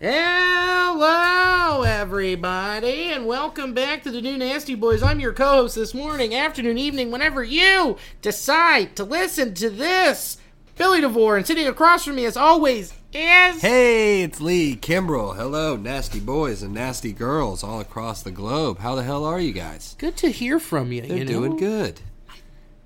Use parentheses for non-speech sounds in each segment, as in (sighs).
Hello, everybody, and welcome back to the new Nasty Boys. I'm your co host this morning, afternoon, evening, whenever you decide to listen to this. Billy DeVore, and sitting across from me, as always, is. Hey, it's Lee Kimbrell. Hello, nasty boys and nasty girls all across the globe. How the hell are you guys? Good to hear from you. They're you know? doing good.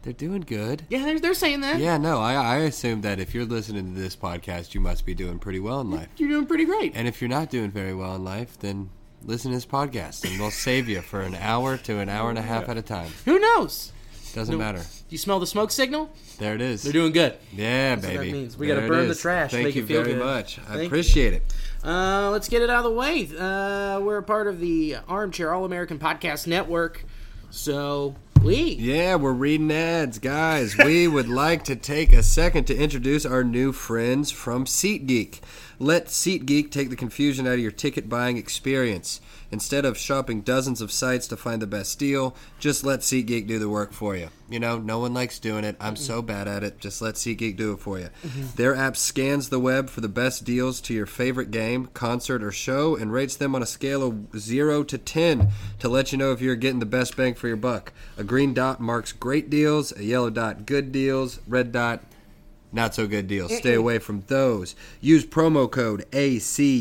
They're doing good. Yeah, they're, they're saying that. Yeah, no, I, I assume that if you're listening to this podcast, you must be doing pretty well in life. You're doing pretty great. And if you're not doing very well in life, then listen to this podcast and we'll save you for an hour to an hour and a half at a time. Who knows? Doesn't matter. You smell the smoke signal? There it is. They're doing good. yeah, what baby. that means. We gotta There it burn the is. trash, Thank make you it feel very good. much. Thank I you. appreciate it. Uh, let's get it out of the way. Uh, we're a part of the Armchair All American Podcast Network, so we. Yeah, we're reading ads, guys. we would like to take a second to introduce our new friends from SeatGeek. Let SeatGeek take the confusion out of your ticket buying experience. Instead of shopping dozens of sites to find the best deal, just let SeatGeek do the work for you. You know, no one likes doing it. I'm so bad at it. Just let SeatGeek do it for you. Their app scans the web for the best deals to your favorite game, concert, or show and rates them on a scale of 0 to 10 to let you know if you're getting the best bang for your buck. A green dot marks great deals, a yellow dot good deals, red dot not so good deals. Stay away from those. Use promo code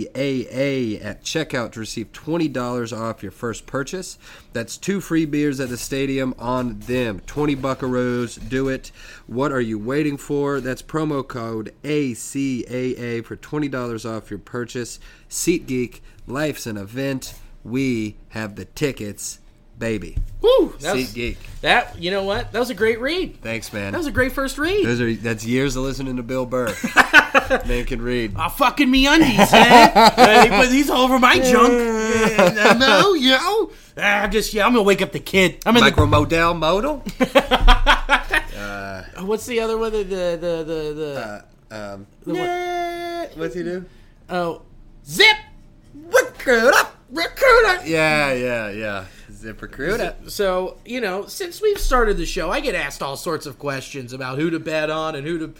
ACAA at checkout to receive $20 off your first purchase. That's two free beers at the stadium on them. 20 buckaroos. Do it. What are you waiting for? That's promo code ACAA for $20 off your purchase. SeatGeek, life's an event. We have the tickets, baby. Woo! That, was- SeatGeek. that you know what? That was a great read. Thanks, man. That was a great first read. Those are that's years of listening to (laughs) Bill Burr. Man can read. Ah, fucking me undies, (laughs) hey? He put these all over my junk. Yeah, (laughs) no, you know? Ah, I'm just, yeah, I'm gonna wake up the kid. I'm in Micro modal modal. the. What's the other one? The the the the. the Uh, um, Nah. what's he do? Oh, zip. Recruit up. Recruiter. Yeah, yeah, yeah. Zip recruit up. So you know, since we've started the show, I get asked all sorts of questions about who to bet on and who to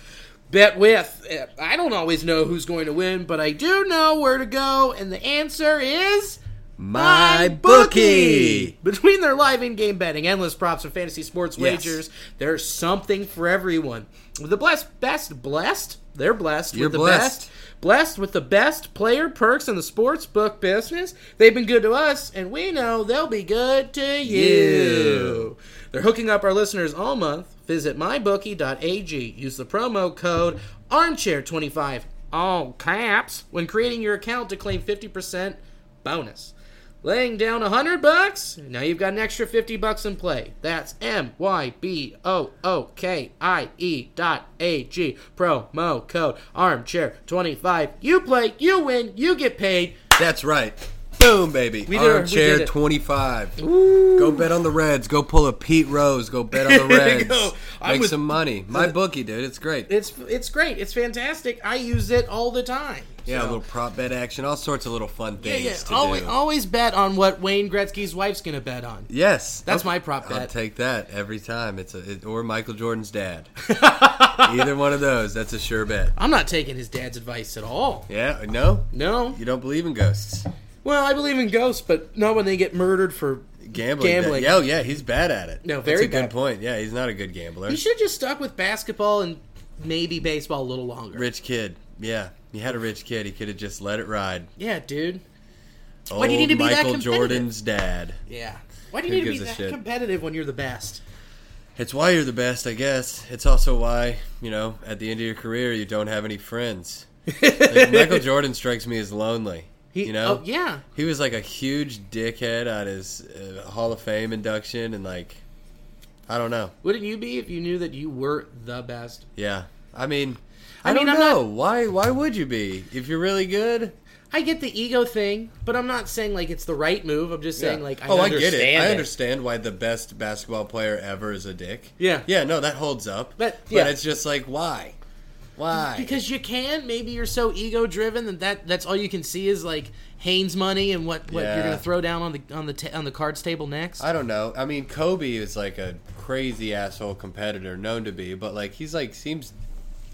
bet with. Uh, I don't always know who's going to win, but I do know where to go, and the answer is. My bookie. bookie. Between their live in-game betting, endless props, and fantasy sports Yes. wagers, there's something for everyone. The blessed, best, blessed. They're blessed You're with the blessed. best, blessed with the best player perks in the sports book business. They've been good to us, and we know they'll be good to you. They're hooking up our listeners all month. Visit mybookie.ag. Use the promo code armchair25 all caps when creating your account to claim 50% bonus. Laying down a 100 bucks, now you've got an extra 50 bucks in play. That's M Y B O O K I E dot A G. Promo code armchair25. You play, you win, you get paid. That's right. Boom, baby. did it. We Armchair did it. 25. Go bet on the Reds. Go pull a Pete Rose. Go bet on the (laughs) There you Reds. go. I Make was- some money. My bookie, dude. It's great. It's it's great. It's fantastic. I use it all the time. yeah, a So- little prop bet action. All sorts of little fun yeah, things yeah. to Always, do. always bet on what Wayne Gretzky's wife's gonna bet on. Yes, That's I'll- my prop I'll bet. take that every time. It's a it, or Michael (laughs) Jordan's dad. Either one of those. That's a sure bet. I'm not taking his dad's advice at all. Yeah. No, No. you don't believe in ghosts. Well, I believe in ghosts, but not when they get murdered for Gambling. Gambling. bet- Yeah, oh, yeah, he's bad at it. No, That's very a good bad. point. Yeah, he's not a good gambler. He should have just stuck with basketball and maybe baseball a little longer. Rich kid. Yeah, he had a rich kid. He could have just let it ride. Yeah, dude. Why do you need to be that Michael competitive? Jordan's dad. Yeah. Why do you Who need to be gives a that shit? competitive when you're the best? It's why you're the best, I guess. It's also why you know at the end of your career you don't have (laughs) any friends. Like, Michael Jordan strikes me as lonely. He- you know. oh, yeah. He was like a huge dickhead at his uh, Hall of Fame induction, and like, I don't know. Wouldn't you be if you knew that you were the best? Yeah, I mean, I, mean, don't I'm know why. Why would you be if you're really good? I get the ego thing, but I'm not saying like it's the right move. I'm just saying like I oh, I understand get it. I understand why the best basketball player ever is a dick. Yeah. yeah, no, that holds up. But- yeah. it's just like why, why? because you can. Maybe you're so ego driven that, that that's all you can see is like Haynes money and what, what you're Yeah. gonna throw down on the on the ta- on the cards table next. I don't know. I mean, Kobe is like a crazy asshole competitor, known to be, but like he's like seems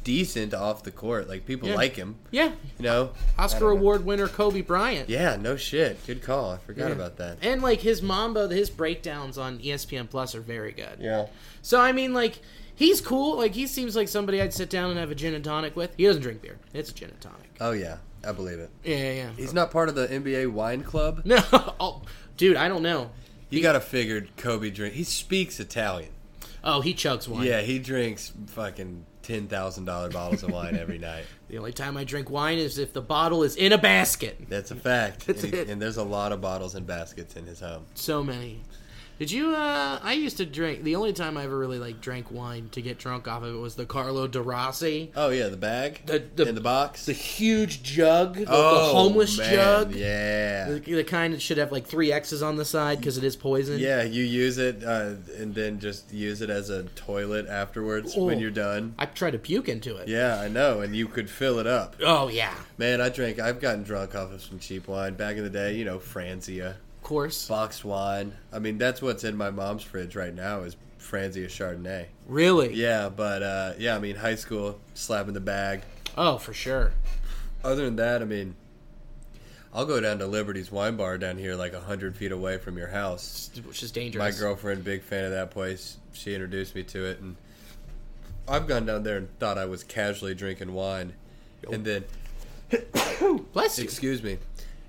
decent off the court. Like people Yeah. like him, yeah, you know. I Oscar don't know. Award winner Kobe Bryant. Yeah, no shit. Good call. I forgot Yeah. about that. And like his Mambo, his breakdowns on E ESPN Plus are very good. Yeah. So I mean, like he's cool. Like he seems like somebody I'd sit down and have a gin and tonic with. He doesn't drink beer. It's a gin and tonic. Oh yeah, I believe it. Yeah, yeah. yeah. He's not part of the NBA wine club. (laughs) No, oh, dude, I don't know. You gotta figure Kobe drink. He speaks Italian. Oh, he chugs wine. Yeah, he drinks fucking ten thousand dollar bottles of wine every night. The only time I drink wine is if the bottle is in a basket. That's a fact. That's and, he- it. and there's a lot of bottles and baskets in his home. So many. Did you? uh I used to drink. The only time I ever really like drank wine to get drunk off of it was the Carlo DeRossi, Oh yeah, the bag The- the- in the box. the huge jug, the, the oh, homeless man, jug. Yeah. The, the kind that should have like three X's on the side because it is poison. Yeah, you use it uh, and then just use it as a toilet afterwards when Oh. you're done. I tried to puke into it. Yeah, I know, and you could fill it up. Oh yeah, Man, I drank. I've gotten drunk off of some cheap wine back in the day. You know, Franzia, of course. boxed wine. I mean, that's what's in my mom's fridge right now is Franzia Chardonnay. Really? Yeah, but uh, yeah, I mean, high school slapping the bag. Oh, for sure. Other than that, I mean, I'll go down to Liberty's Wine Bar down here, like hundred feet away from your house. Which is dangerous. My girlfriend, big fan of that place. She introduced me to it, and I've gone down there and thought I was casually drinking wine, and then Bless you. excuse me.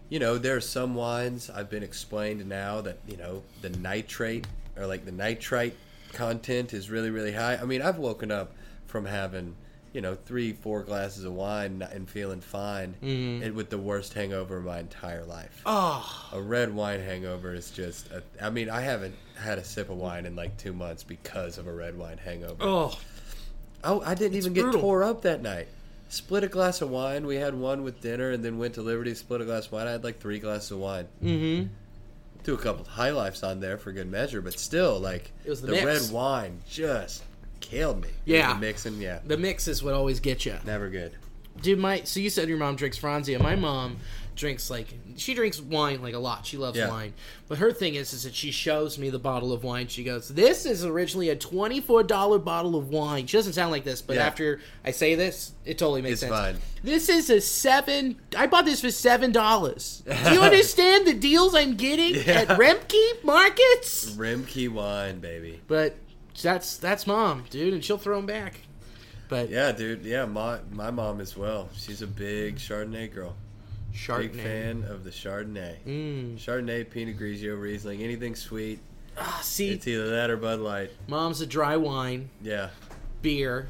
You know, there are some wines I've been explained now that, you know, the nitrate or like the nitrite content is really, really high. I mean, I've woken up from having, you know, three, four glasses of wine and feeling fine and with the worst hangover of my entire life. oh, A red wine hangover is just, a, I mean, I haven't had a sip of wine in like two months because of a red wine hangover. oh, Oh, I didn't even brutal. get tore up that night. Split a glass of wine. We had one with dinner, and then went to Liberty. Split a glass of wine. I had like three glasses of wine. Mm-hmm. Threw a couple of high lifes on there for good measure, but still, like It was the mix. red wine just killed me. It was Yeah. the mixing, yeah, the mix is what always gets you. never good. Dude, my so you said your mom drinks Franzia. My mom drinks like she drinks wine like a lot. She loves Yeah. wine, but her thing is is that she shows me the bottle of wine. She goes, "This is originally a twenty four dollar bottle of wine." She doesn't sound like this, but Yeah. after I say this, it totally makes It's sense. fine. This is a seven. I bought this for seven (laughs) dollars. Do you understand the deals I'm getting at Remke markets? Rimkey wine, baby. But that's that's mom, dude, and she'll throw them back. But Yeah, dude. Yeah, my my mom as well. She's a big Chardonnay girl. Chardonnay. Big fan of the Chardonnay. Mm. Chardonnay, Pinot Grigio, Riesling, anything sweet. Ah, see, It's either that or Bud Light. mom's a dry wine. Yeah. beer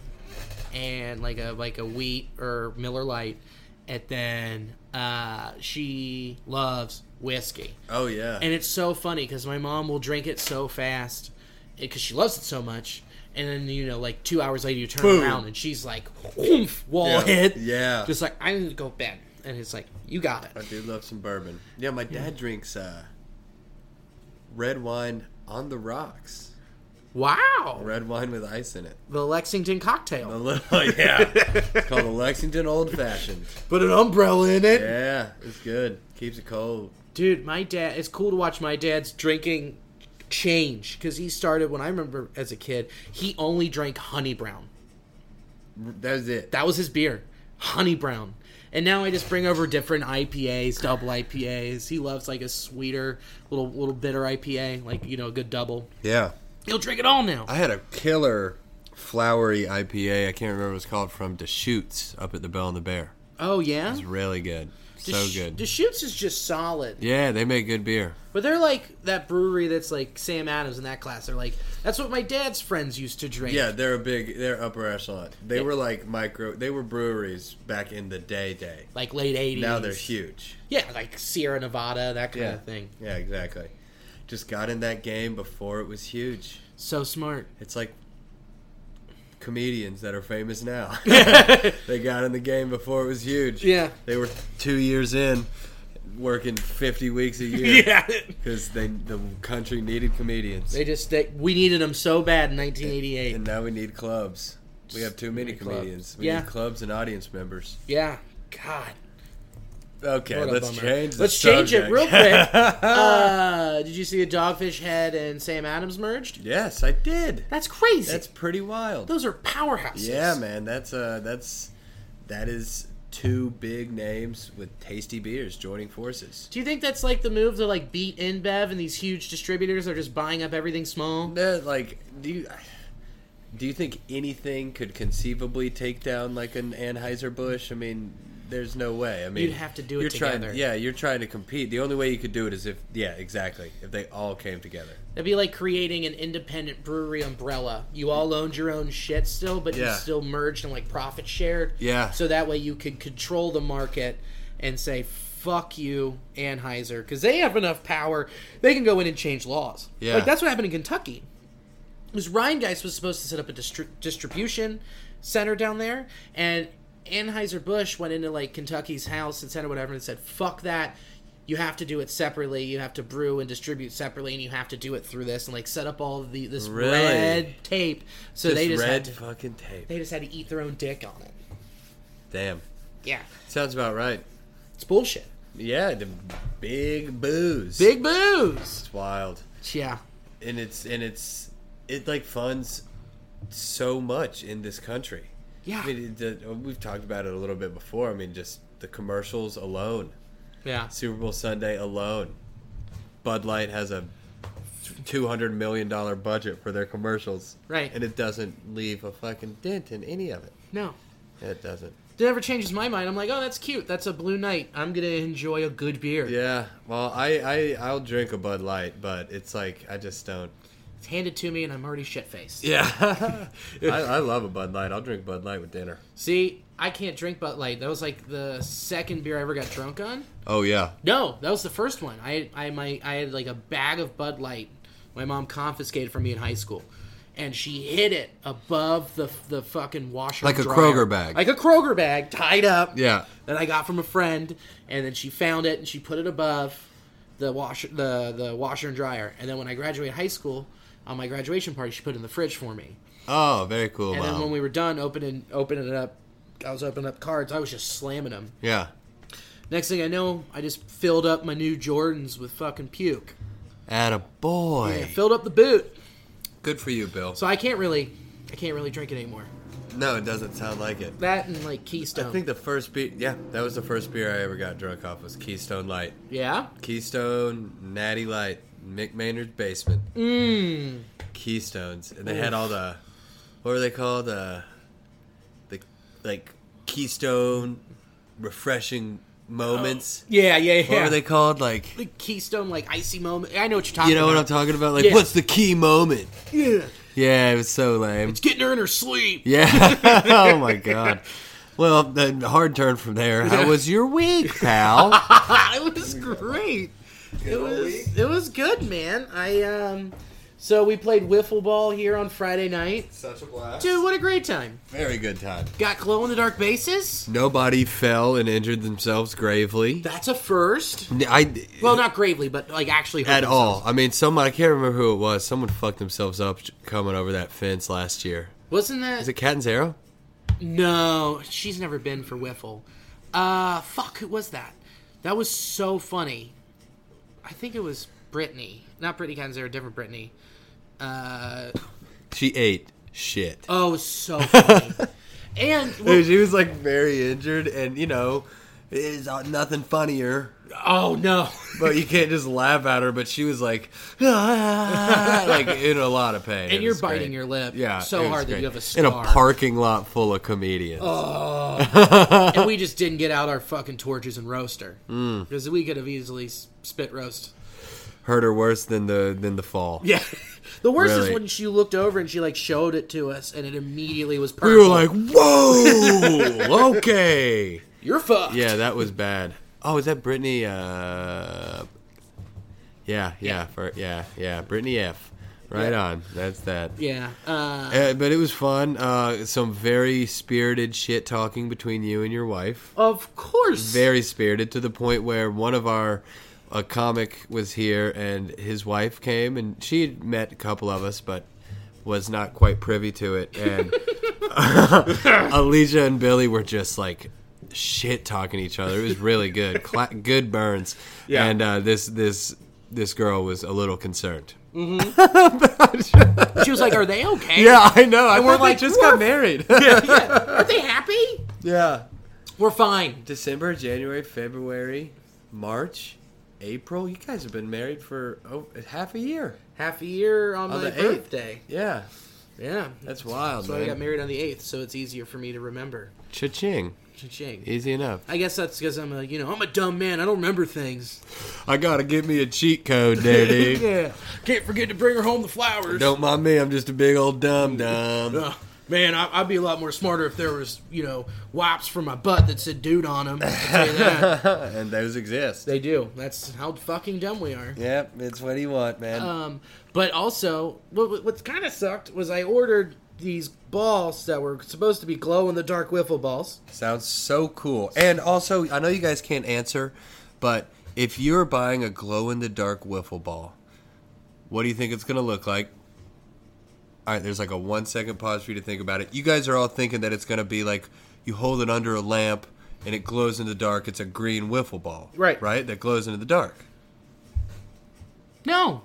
and like a like a wheat or Miller Lite, and then uh, she loves whiskey. Oh yeah. And it's so funny because my mom will drink it so fast because she loves it so much. And then you know, like two hours later, you turn Boom. around and she's like, "Oomph!" Wall Yeah. hit. Yeah. Just like I need to go to bed. And it's like, "You got I it." do love some bourbon. Yeah, my dad drinks uh, red wine on the rocks. Wow. Red wine with ice in it. The Lexington A cocktail. little, (laughs) yeah. it's called a Lexington Old Fashioned. Put an umbrella in it. Yeah, it's good. Keeps it cold. Dude, my dad. It's cool to watch my dad's drinking change because he started when I remember as a kid. He only drank Honey Brown. That's it. That was his beer, Honey Brown. And now I just bring over different IPAs, double IPAs. He loves like a sweeter little little bitter IPA, like you know a good double. Yeah. He'll drink it all now. I had a killer flowery IPA. I can't remember what it's called from Deschutes up at the Bell and the Bear. Oh yeah, It's really good. Desch- so good. Deschutes is just solid. yeah, they make good beer. But they're like that brewery that's like Sam Adams in that class. They're like that's what my dad's friends used to drink. Yeah, they're a big, they're upper echelon. They were like micro, they were breweries back in the day, day. like late eighties. Now they're huge. Yeah, like Sierra Nevada, that kind Yeah. of thing. Yeah, exactly. (laughs) Just got in that game before it was huge. So smart. It's like comedians that are famous now. (laughs) (laughs) they got in the game before it was huge. Yeah. They were two years in, working 50 weeks a year. Yeah. Because they the country needed comedians. They just they, we needed them so bad in 1988. and now we need clubs. We have too many clubs. comedians. We Yeah. need clubs and audience members. yeah. God. Okay, What a let's bummer. change. The Let's change it subject. real quick. uh, did you see a dogfish head and Sam Adams merged? (laughs) yes, I did. That's crazy. That's pretty wild. Those are powerhouses. Yeah, man, that's uh, that's that is two big names with tasty beers joining forces. Do you think that's like the move to like beat InBev and these huge distributors are just buying up everything small? That, like, do you do you think anything could conceivably take down like an Anheuser Busch? I mean, there's no way. I mean, You'd have to do it you're trying- together. yeah, you're trying to compete. The only way you could do it is if yeah, exactly. If they all came together. That'd be like creating an independent brewery umbrella. You all owned your own shit still, but you Yeah. still merged and like profit shared. Yeah. So that way you could control the market and say fuck you Anheuser because they have enough power. They can go in and change laws. Yeah. Like that's what happened in Kentucky. was Ryan Geist was supposed to set up a distri- distribution center down there, and Anheuser Busch went into like Kentucky's house and center whatever and said, "Fuck that." You have to do it separately. You have to brew and distribute separately, and you have to do it through this and like set up all the this Really? red tape. So they just red had to, fucking tape. they just had to eat their own dick on it. Damn, Yeah, sounds about right. it's bullshit. Yeah, the big booze. Big booze. It's wild. Yeah, and it's and it's it like funds so much in this country. yeah, I mean, it, the, we've talked about it a little bit before. I mean, just the commercials alone, yeah. Super Bowl Sunday alone, Bud Light has a two hundred million dollar budget for their commercials, Right. And it doesn't leave a fucking dent in any of it. No, It doesn't. it never changes my mind. I'm like, oh, that's cute. That's a blue night. I'm gonna enjoy a good beer. Yeah. Well, I I I'll drink a Bud Light, but it's like I just don't. It's handed to me, and I'm already shit faced. Yeah. (laughs) I, I love a Bud Light. I'll drink Bud Light with dinner. See, I can't drink Bud Light. That was like the second beer I ever got drunk on. Oh yeah. No, that was the first one. I I my I had like a bag of Bud Light. My mom confiscated from me in high school, and she hid it above the the fucking washer. Like and a dryer. Kroger bag. Like a Kroger bag, tied up. Yeah. That I got from a friend, and then she found it and she put it above the washer the the washer and dryer. And then when I graduated high school, on my graduation party, she put it in the fridge for me. Oh, very cool. And then Mom. when we were done opening opening it up, I was opening up cards. I was just slamming them. yeah. Next thing I know, I just filled up my new Jordans with fucking puke. At a boy. I filled up the boot, Good for you, Bill. so I can't really, I can't really drink it anymore. no, it doesn't sound like it. That and like Keystone. I think the first beer, yeah, that was the first beer I ever got drunk off was Keystone Light. yeah, Keystone, Natty Light, Mick Maynard's Basement. Mmm. Mm. Keystones. And they had all the, what were they called? Uh, the, like, Keystone refreshing moments. yeah, Oh. yeah, What were they called? Like, The Keystone like icy moment. I know what you're talking. you know what I'm about. talking about? Like, Yeah. what's the key moment? Yeah. Yeah, it was so lame. It's getting her in her sleep. Yeah. oh my god. Well, then hard turn from there. How was your week, pal? (laughs) it was great. (laughs) It was it was good, man. I um, so we played wiffle ball here on Friday night. Such a blast. Dude, what a great time. Very good time. Got glow in the dark bases. Nobody fell and injured themselves gravely. That's a first. I Well, not gravely, but like actually hurt at themselves. all. I mean, someone I can't remember who it was. Someone fucked themselves up coming over that fence last year. Wasn't that Is it Cat and Zero? no? She's never been for wiffle. Uh, fuck. Who was that? That was so funny. I think it was Brittany, not Brittany Kenzer, a different Brittany. Uh, She ate shit. oh, it was (laughs) so funny. and well, Dude, she was like very injured, and you know, it is uh, nothing funnier oh (laughs) no. But you can't just laugh at her. But she was like, (laughs) "Ah," like in a lot of pain. And It you're was great. biting your lip Yeah, so it was hard that you have great. a in a scar. Oh. parking lot full of comedians. and we just didn't get out our fucking torches and roaster Mm. because we could have easily s- spit roast. Hurt her worse than the than the fall. Yeah. (laughs) The worst is Really. when she looked over and she like showed it to us, and it immediately was purple. we were like, "Whoa, okay." "You're fucked." Yeah, that was bad. Oh, is that Brittany? Uh, yeah, yeah, for yeah, yeah, Brittany F. Right on. That's that. Yeah. Uh, Uh, but it was fun. Uh, some very spirited shit talking between you and your wife. of course. Very spirited to the point where one of our a comic was here and his wife came and she had met a couple of us but was not quite privy to it and (laughs) Alicia and Billy were just like shit talking to each other. It was really good. Cla- good burns. Yeah. And uh, this this this girl was a little concerned. she was like, "Are they okay? Yeah, I know. I we're thought they like, just (laughs) got married. Are they happy? yeah. We're fine." December, January, February, March, April. You guys have been married for oh, half a year. Half a year on, On my the eighth. birthday. Yeah, Yeah. that's wild, So I got man. married on the eighth, so it's easier for me to remember. Cha-ching. Cha-ching. Easy enough. I guess that's because I'm a you know I'm a dumb man. I don't remember things. I gotta give me a cheat code there, (laughs) dude. Yeah. Can't forget to bring her home the flowers. (laughs) Don't mind me. I'm just a big old dumb dumb. (laughs) Ugh, man, I, I'd be a lot more smarter if there was you know wipes for my butt that said "dude" on them. and those exist. they do. That's how fucking dumb we are. Yep, it's what you want, man. Um, but also, what, what- what's kind of sucked was I ordered these balls that were supposed to be glow in the dark wiffle balls. Sounds so cool. And also, I know you guys can't answer, but if you're buying a glow in the dark wiffle ball, what do you think it's going to look like? All right, there's like a one second pause for you to think about it. You guys are all thinking that it's going to be like you hold it under a lamp and it glows in the dark. It's a green wiffle ball. Right. Right? That glows into the dark. No.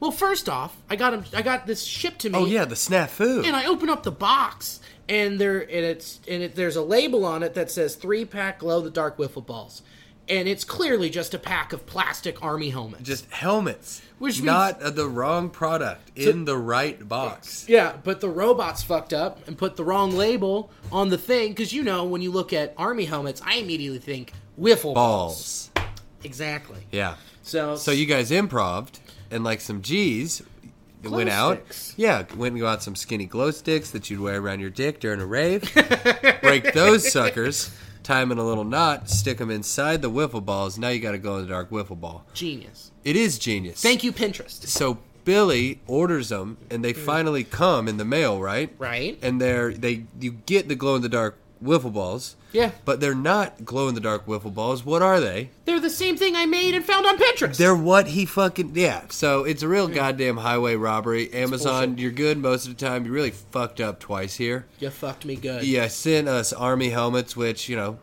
Well, first off, I got 'em- I got this shipped to me. Oh, yeah, the snafu. And I open up the box, and there and it's and it, there's a label on it that says three pack glow the dark wiffle balls, and it's clearly just a pack of plastic army helmets. Just helmets. Which means- Not uh, the wrong product in the right box. Yeah, but the robots fucked up and put the wrong label on the thing because you know when you look at army helmets, I immediately think wiffle balls. Balls. Exactly. Yeah. So So you guys improved, and like some G's went out. sticks. Yeah, went and got some skinny glow sticks that you'd wear around your dick during a rave. (laughs) Break those suckers, tie them in a little knot, stick them inside the wiffle balls. Now you got to go in the dark wiffle ball. genius. It is genius. Thank you, Pinterest. So Billy orders them, and they finally come in the mail, right? Right. And they're they you get the glow in the dark wiffle balls. Yeah. But they're not glow in the dark wiffle balls. What are they? They're the same thing I made and found on Pinterest. They're what he fucking yeah. So it's a real goddamn highway robbery. Amazon, bullshit. you're good most of the time. You really fucked up twice here. you fucked me good. Yeah, sent us army helmets, which you know,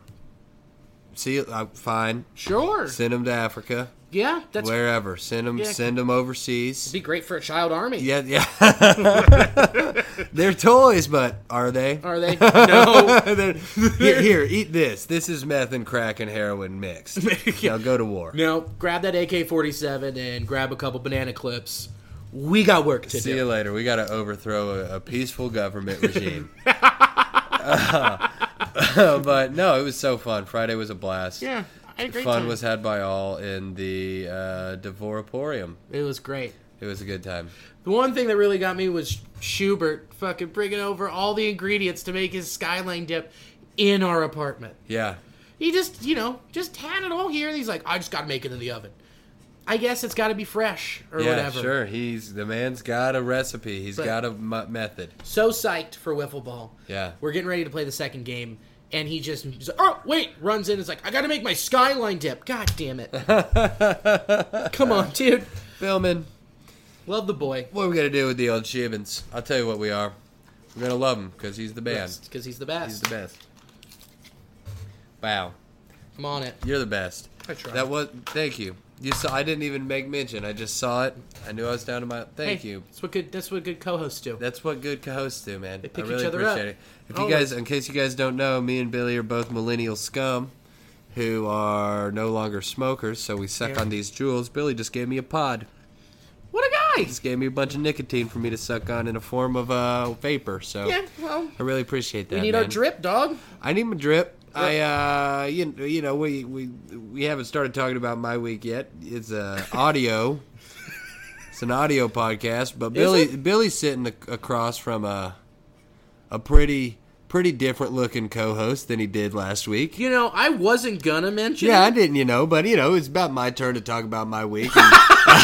see, I'm fine. Sure. Send them to Africa, Yeah, that's wherever. Send them, Yeah. send them overseas. be great for a child army. Yeah, yeah. (laughs) They're toys, but are they? Are (laughs) they? No. They're- here, here, eat this. This is meth and crack and heroin (laughs) mixed. Now go to war. no. Grab that AK 47 and grab a couple banana clips. We got work to (laughs) See do. you later. We got to overthrow a, a peaceful (laughs) government regime. (laughs) but no, it was so fun. Friday was a blast. Yeah, I agree. Fun was had by all in the uh, Devoraporium. It was great. It was a good time. The one thing that really got me was Schubert fucking bringing over all the ingredients to make his skyline dip in our apartment. Yeah. He just, you know, just had it all here. And he's like, I just got to make it in the oven. I guess it's got to be fresh or Yeah, whatever. sure. He's the man's got a recipe. He's But- got a m- method. So psyched for wiffle ball. Yeah. We're getting ready to play the second game. And he just, he's like, oh, wait, runs in. Is like, I got to make my skyline dip. God damn (laughs) it. Come on, dude. Billman, Love the boy. what are we gonna do with the old Shivans? I'll tell you what we are. We're gonna love him because he's the best. Because he's the best. He's the best. Wow. I'm on it. You're the best. I tried. That was thank you. You saw. I didn't even make mention. I just saw it. I knew I was down to my. Thank Hey, you. That's what good, that's what good co hosts do. That's what good hosts do, man. They pick I each really other appreciate up. it. If Always. you guys, in case you guys don't know, me and Billy are both millennial scum, who are no longer smokers. So we suck Yeah. on these jewels. Billy just gave me a pod. What a guy! Just gave me a bunch of nicotine for me to suck on in a form of uh, vapor. So Yeah, well, I really appreciate that. we need man. our drip, dog. I need my drip. I uh, you, you know we, we we haven't started talking about my week yet. It's uh, audio. (laughs) it's an audio podcast, but Billy Billy's sitting ac- across from a a pretty pretty different looking co-host than he did last week. You know, I wasn't gonna mention Yeah, I it. didn't, you know, (laughs) but you know, it's about my turn to talk about my week. And- and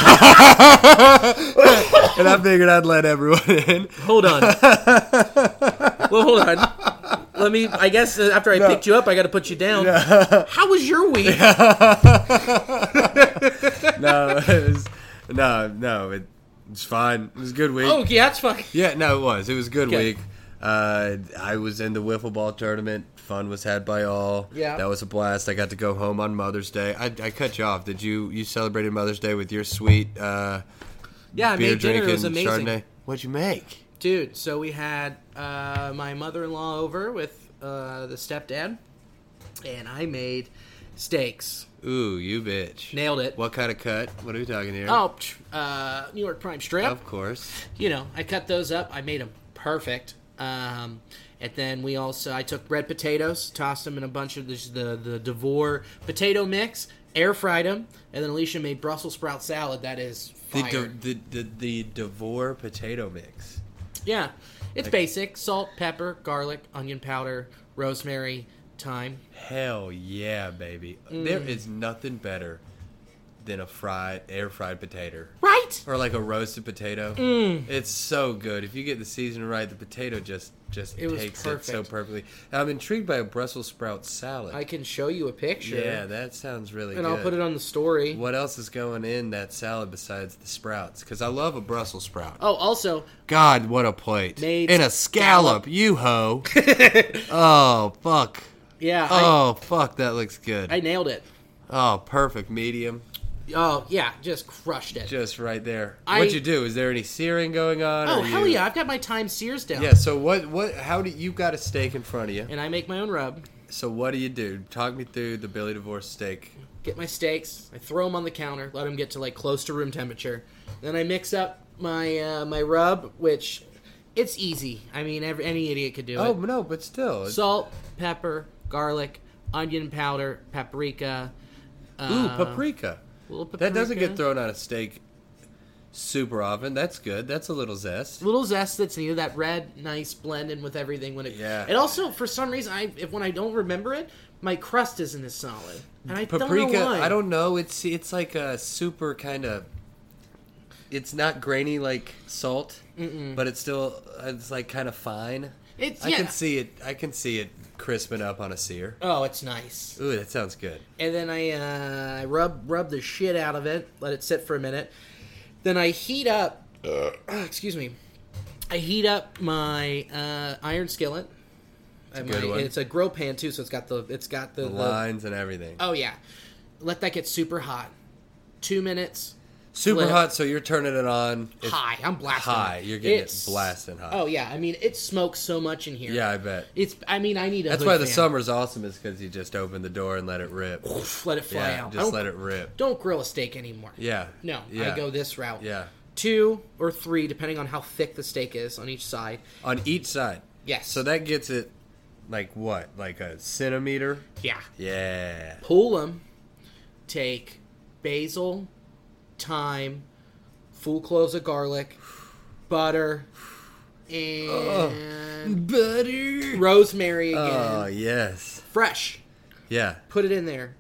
I figured I'd let everyone in. Hold on. well, hold on. Let me. I guess uh, after I picked you up, I got to put you down. (laughs) How was your week? No, it was, no, no. It, it's fine. It was a good week. Oh, yeah, it's fucking. Yeah, no, it was. It was a good Okay. week. Uh, I was in the wiffle ball tournament. Fun was had by all. Yeah. that was a blast. I got to go home on Mother's Day. I, I cut you off. Did you you celebrated Mother's Day with your sweet uh, Yeah, I beer made dinner. drinking It was amazing. Chardonnay? What'd you make? Dude, so we had uh, my mother in law over with uh, the stepdad, and I made steaks. Ooh, you bitch! Nailed it. What kind of cut? What are we talking here? Oh, psh, uh, New York Prime Strip. of course. You know, I cut those up. I made them perfect. Um, and then we also, I took red potatoes, tossed them in a bunch of this, the the Devore potato mix, air fried them, and then Alicia made Brussels sprout salad. That is The, fire. the the the Devore potato mix. yeah, it's basic: salt, pepper, garlic, onion powder, rosemary, thyme. Hell yeah, baby! There Mm. is nothing better than a fried air fried potato. Right. or like a roasted potato. Mm. It's so good. If you get the seasoning right, the potato just just It was takes it so perfect. perfectly. I'm intrigued by a Brussels sprout salad. I can show you a picture. Yeah, that sounds really and good. I'll put it on the story. What else is going in that salad besides the sprouts? Because I love a Brussels sprout. Oh, also, God, what a plate! Made and a scallop, (laughs) you ho! oh fuck! yeah, Oh fuck! That looks good. I, I nailed it. oh, perfect medium, Oh, yeah, just crushed it. just right there. I- What'd you do? Is there any searing going on? oh, or hell you- yeah, I've got my time sears down. Yeah. So what? What? How do you got a steak in front of you? And I make my own rub. So what do you do? Talk me through the Billy Divorce steak. get my steaks. I throw them on the counter, let them get to like close to room temperature. Then I mix up my uh, my rub, which it's easy. I mean, every, any idiot could do Oh it. no, but still. Ooh, Salt, pepper, garlic, onion powder, paprika. uh, paprika. little That doesn't paprika. get thrown on a steak super often. That's good. That's a little zest. Little zest that's needed. That red, nice blend in with everything when it. Yeah. It also, for some reason, I if when I don't remember it, my crust isn't as solid, and I Paprika. don't know why. I don't know. It's it's like a super kind of. It's not grainy like salt, but it's still it's like kind of fine. It's- I yeah. can see it. I can see it crisping up on a sear. Oh, it's nice. Ooh, that sounds good. and then I uh, I rub rub the shit out of it, let it sit for a minute. Then I heat up. (clears throat) excuse me. I heat up my uh, iron skillet. It's a, good one. it's uh, a grill pan too, so it's got the it's got the, the- Lines and everything. oh yeah. Let that get super hot. Two minutes. Super flip. hot, so you're turning it on. It's- high. I'm blasting. high. it. You're getting it It's- blasting hot. Oh yeah. I mean, it smokes so much in here. Yeah, I bet. It's. I mean, I need a. That's hood why the fan. summer's awesome is because you just open the door and let it rip. Let it fly yeah, out. just Don't- let it rip. Don't grill a steak anymore. Yeah. No, yeah. I go this route. Yeah. Two or three, depending on how thick the steak is on each side. On each side. Yes. So that gets it, like what, like a centimeter? Yeah. Yeah. Pull them. Take basil, thyme, full cloves of garlic, butter, and Butter. rosemary again. Oh yes. Fresh. Yeah. Put it in there.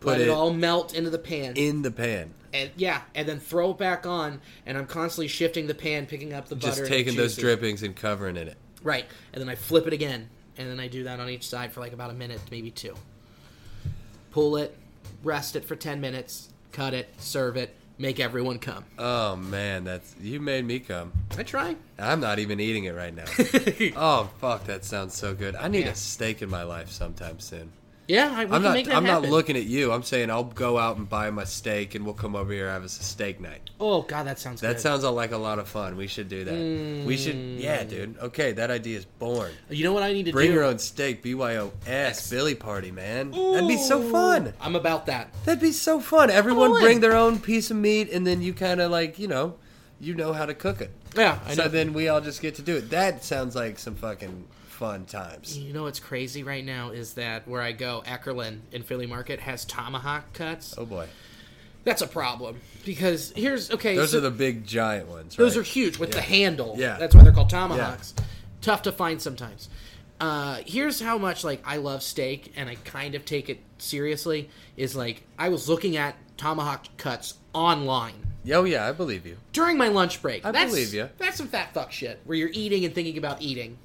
Put Let it, it all melt into the pan. in the pan. and, yeah, and then throw it back on. And I'm constantly shifting the pan, picking up the butter. Just and taking those juices. drippings and covering in it. Right. And then I flip it again. And then I do that on each side for like about a minute, maybe two. Pull it, rest it for 10 minutes, cut it, serve it, make everyone come. Oh man, that's you made me come. I try. I'm not even eating (laughs) it right now. oh fuck, that sounds so good. I need Yeah. a steak in my life sometime soon. (laughs) Yeah, I, we I'm can not. make that I'm happen. not looking at you. I'm saying I'll go out and buy my steak, and we'll come over here and have us a steak night. Oh, God, that sounds That good. sounds like a lot of fun. We should do that. We should. Mm. Yeah, dude. Okay, that idea is born. you know what I need to Bring do? your own steak, BYOS Billy party, man. That'd be so fun. I'm about that. That'd be so fun. Everyone all bring in. their own piece of meat, and then you kind of like you know, you know how to cook it. Yeah, I so know. then we all just get to do it. That sounds like some fucking fun times. you know what's crazy right now is that where I go, Ackerland in Philly Market has tomahawk cuts. Oh boy, That's a problem because here's okay. those so- are the big giant ones. Those right? are huge with the handle. Yeah. That's why they're called tomahawks. Tough to find sometimes. Uh, here's how much like I love steak and I kind of take it seriously is like I was looking at tomahawk cuts online Oh yeah, I believe you. During my lunch break. I that's, believe ya. That's some fat fuck shit where you're eating and thinking about eating.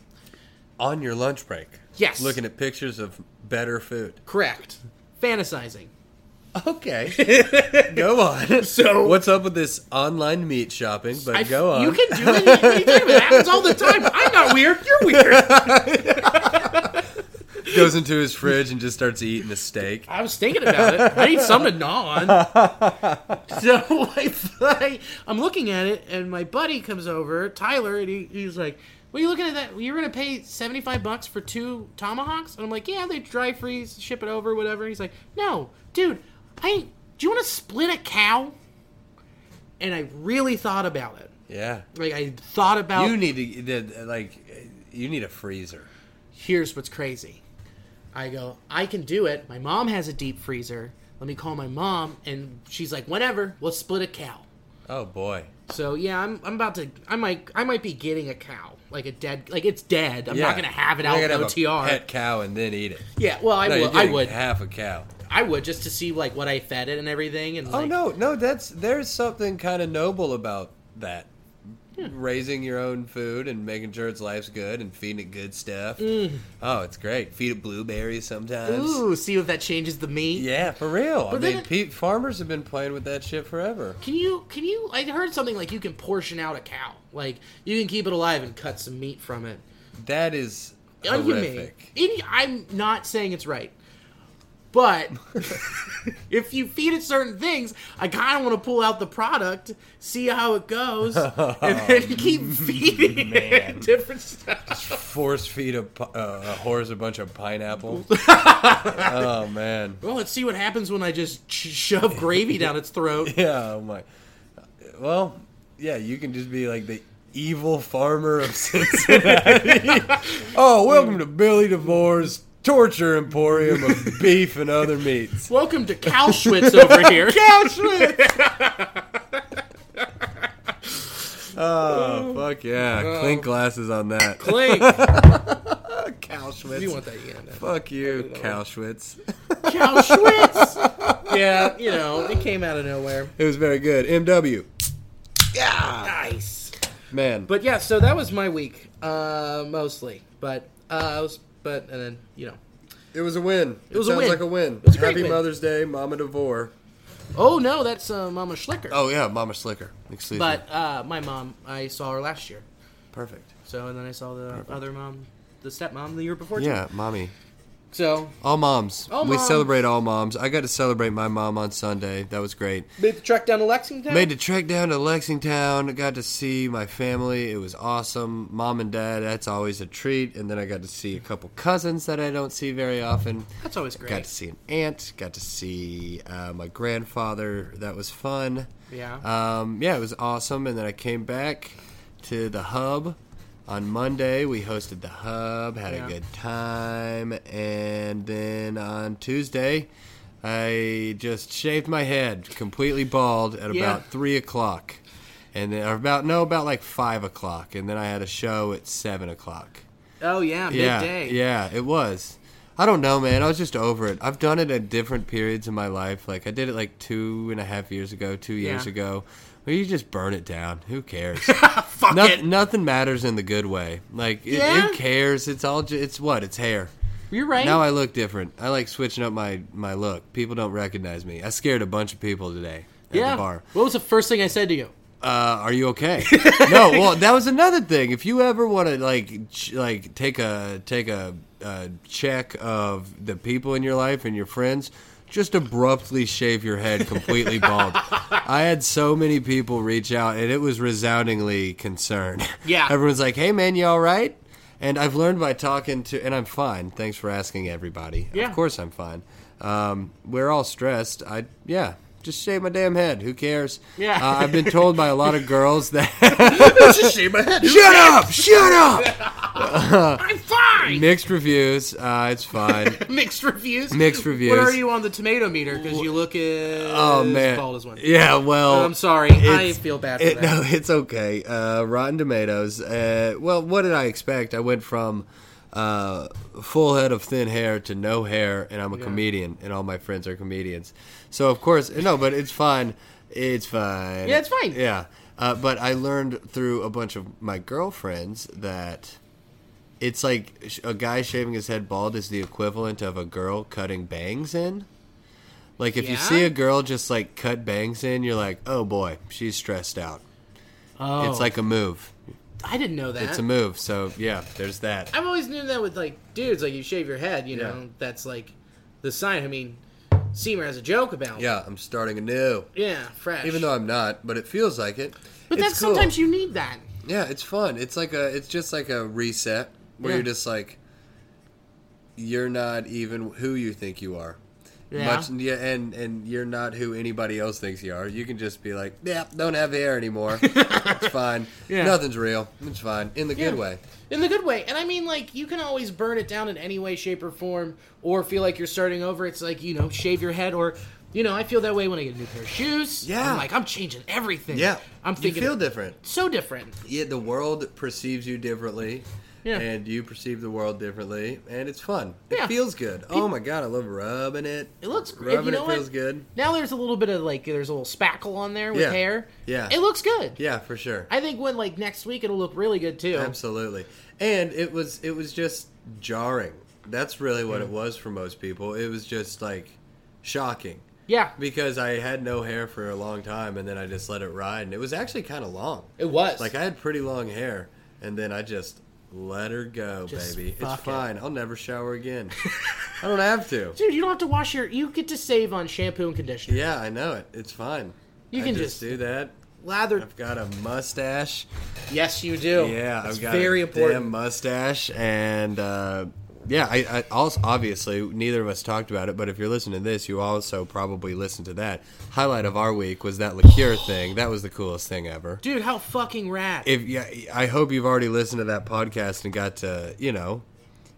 On your lunch break. Yes. Looking at pictures of better food. Correct. Fantasizing. Okay. (laughs) go on. So- what's up with this online meat shopping? But I- go on. You can do it. What are you talking about? It happens all the time. I'm not weird. You're weird. Goes into his fridge and just starts eating a steak. I was thinking about it. I need something to gnaw on. so I, I, I'm looking at it, and my buddy comes over, Tyler, and he, he's like, "What are you looking at? That you're gonna pay 75 bucks for two tomahawks?" And I'm like, "Yeah, they dry freeze, ship it over, whatever." And he's like, "No, dude, I do you want to split a cow?" And I really thought about it. Yeah. Like I thought about. You need to you did, like you need a freezer. here's what's crazy. I go, I can do it. My mom has a deep freezer. Let me call my mom, and she's like, whatever. We'll split a cow. Oh boy. So yeah, I'm, I'm about to. I might I might be getting a cow, like a dead, like it's dead. I'm Yeah. not gonna have it You're out not in gonna have OTR. a pet cow and then eat it. Yeah, well I No, you're would I getting would half a cow. I would just to see like what I fed it and everything. And Oh like, no, no, that's there's something kind of noble about that. Hmm. Raising your own food and making sure its life's good and feeding it good stuff. Oh, it's great. Feed it blueberries sometimes. Mm. Ooh, see if that changes the meat. Yeah, for real. I then mean, it- pe farmers have been playing with that shit forever. Can you can you? I heard something like you can portion out a cow, like you can keep it alive and cut some meat from it. That is Oh, unhumane. horrific. Any, I'm not saying it's right, but if you feed it certain things, I kind of want to pull out the product, see how it goes, and then (laughs) keep feeding it (laughs) different stuff. Force feed a, pi- uh, a horse a bunch (laughs) of pineapple. oh man. Well, let's see what happens when I just sh- shove gravy down its throat. (laughs) Yeah. Oh my. Well, yeah. You can just be like the evil farmer of (laughs) Cincinnati. (laughs) oh, welcome to Billy DeVore's torture emporium (laughs) of beef and other meats. Welcome to Calschwitz (laughs) over here. (laughs) Oh fuck yeah! Clink glasses on that. Clink. Cowschwitz. You want that? Yeah, no. Fuck you, Cowschwitz. Calschwitz. (laughs) yeah, you know, it came out of nowhere. (laughs) It was very good. MW. Nice. Man. But yeah, so that was my week, uh, mostly. But uh, I was, but and then you know, It was a win. It, was a sounds win. like a win. was a great Happy win. Mother's Day, Mama DeVore. oh no, that's uh, Mama Schlicker. Oh yeah, Mama Slicker. Excuse But uh, my mom, I saw her last year. Perfect. So and then I saw the other mom, the stepmom, the year before. too. Yeah, mommy. So All moms. All we moms. celebrate all moms. I got to celebrate my mom on Sunday. That was great. made the trek down to Lexington. Made the trek down to Lexington. Got to see my family. It was awesome. Mom and dad. That's always a treat. And then I got to see a couple cousins that I don't see very often. that's always great. Got to see an aunt. Got to see uh, my grandfather. That was fun. Yeah. Um, yeah, it was awesome. And then I came back to the hub on Monday. We hosted the hub, had Yeah. a good time. And then on Tuesday, I just shaved my head completely bald at Yeah. about 3 o'clock. And then, or about, no, about like 5 o'clock. And then I had a show at 7 o'clock. oh yeah, Yeah, midday. yeah, it was. I don't know, man. I was just over it. I've done it at different periods in my life. Like I did it like two and a half years ago, two years Yeah. ago. Well, you just burn it down. Who cares? (laughs) Fuck Noth- it. Nothing matters in the good way. Like it, Yeah? who cares? It's all. Ju- it's what? It's hair. You're right. Now I look different. I like switching up my my look. People don't recognize me. I scared a bunch of people today at yeah. the bar What was the first thing I said to (laughs) you? uh, are you okay? (laughs) no, well, that was another thing. If you ever want to like ch- like take a take a uh, check of the people in your life and your friends, just abruptly shave your head (laughs) completely bald. I had so many people reach out, and it was resoundingly concerned. (laughs) Yeah. everyone's like, "Hey, man, you all right?" And I've learned by talking to, and I'm fine. Thanks for asking, everybody. Yeah. Of course, I'm fine. Um, we're all stressed. I yeah. Just shave my damn head. Who cares? Yeah. Uh, I've been told by a lot of (laughs) girls that. Just shave my head. shut up! Shut up! I'm fine. Mixed reviews. Uh, (laughs) it's fine. Mixed reviews. Mixed reviews. What are you on the tomato meter? Because you look as Oh man. bald as one. Yeah. Well. I'm sorry. I it's- feel bad for It, that. no, it's okay. Uh, Rotten Tomatoes. Uh, well, what did I expect? I went from uh, full head of thin hair to no hair, and I'm a comedian, and all my friends are comedians. So of course, no, but it's fine. It's fine. Yeah, it's fine. Yeah. Uh, but I learned through a bunch of my girlfriends that it's like sh- a guy shaving his head bald is the equivalent of a girl cutting bangs in. Like if you Yeah? see a girl just like cut bangs in, you're like, "Oh boy, she's stressed out." Oh, It's like a move. I didn't know that. It's a move. So, yeah, there's that. I've always known that with like dudes, like you shave your head, you Yeah. know, that's like the sign. I mean, Seymour has a joke about. Yeah, I'm starting anew. yeah, fresh. Even though I'm not, but it feels like it. but that's sometimes you need that. Yeah, it's fun. It's like a it's just like a reset where Yeah. you're just like you're not even who you think you are. Yeah. Much, yeah, and and you're not who anybody else thinks you are. You can just be like, yeah, don't have (laughs) hair anymore. it's fine. Yeah. Nothing's real. It's fine in the good Yeah. way. In the good way. And I mean, like, you can always burn it down in any way, shape, or form, or feel like you're starting over. It's like, you know, shave your head, or, you know, I feel that way when I get a new pair of shoes. Yeah. I'm like, I'm changing everything. Yeah, I'm thinking. you feel different. so different. Yeah, the world perceives you differently. Yeah. And you perceive the world differently, and it's fun. It Yeah. feels good. Oh my god, I love rubbing it. It looks great. Rubbing You know it what? feels good. Now there's a little bit of, like, there's a little spackle on there with Yeah. hair. Yeah. It looks good. Yeah, for sure. I think when, like, next week, it'll look really good, too. Absolutely. And it was it was just jarring. That's really what it was for most people. It was just like shocking Yeah. because I had no hair for a long time and then I just let it ride and it was actually kind of long. It was. Like I had pretty long hair and then I just let her go, Just baby. It's fuck it. fine. I'll never (laughs) shower again. I don't have to. Dude, you don't have to wash your. You get to save on shampoo and conditioner. Yeah, I know it. It's fine. You I can just, just- do that. Lather. I've got a mustache. Yes, you do. Yeah, it's I've got very a important. damn mustache, and uh, yeah, I, I also obviously neither of us talked about it, but if you're listening to this, you also probably listened to that. Highlight of our week was that liqueur thing. That was the coolest thing ever. Dude, how fucking rad. If yeah, I hope you've already listened to that podcast and got to you know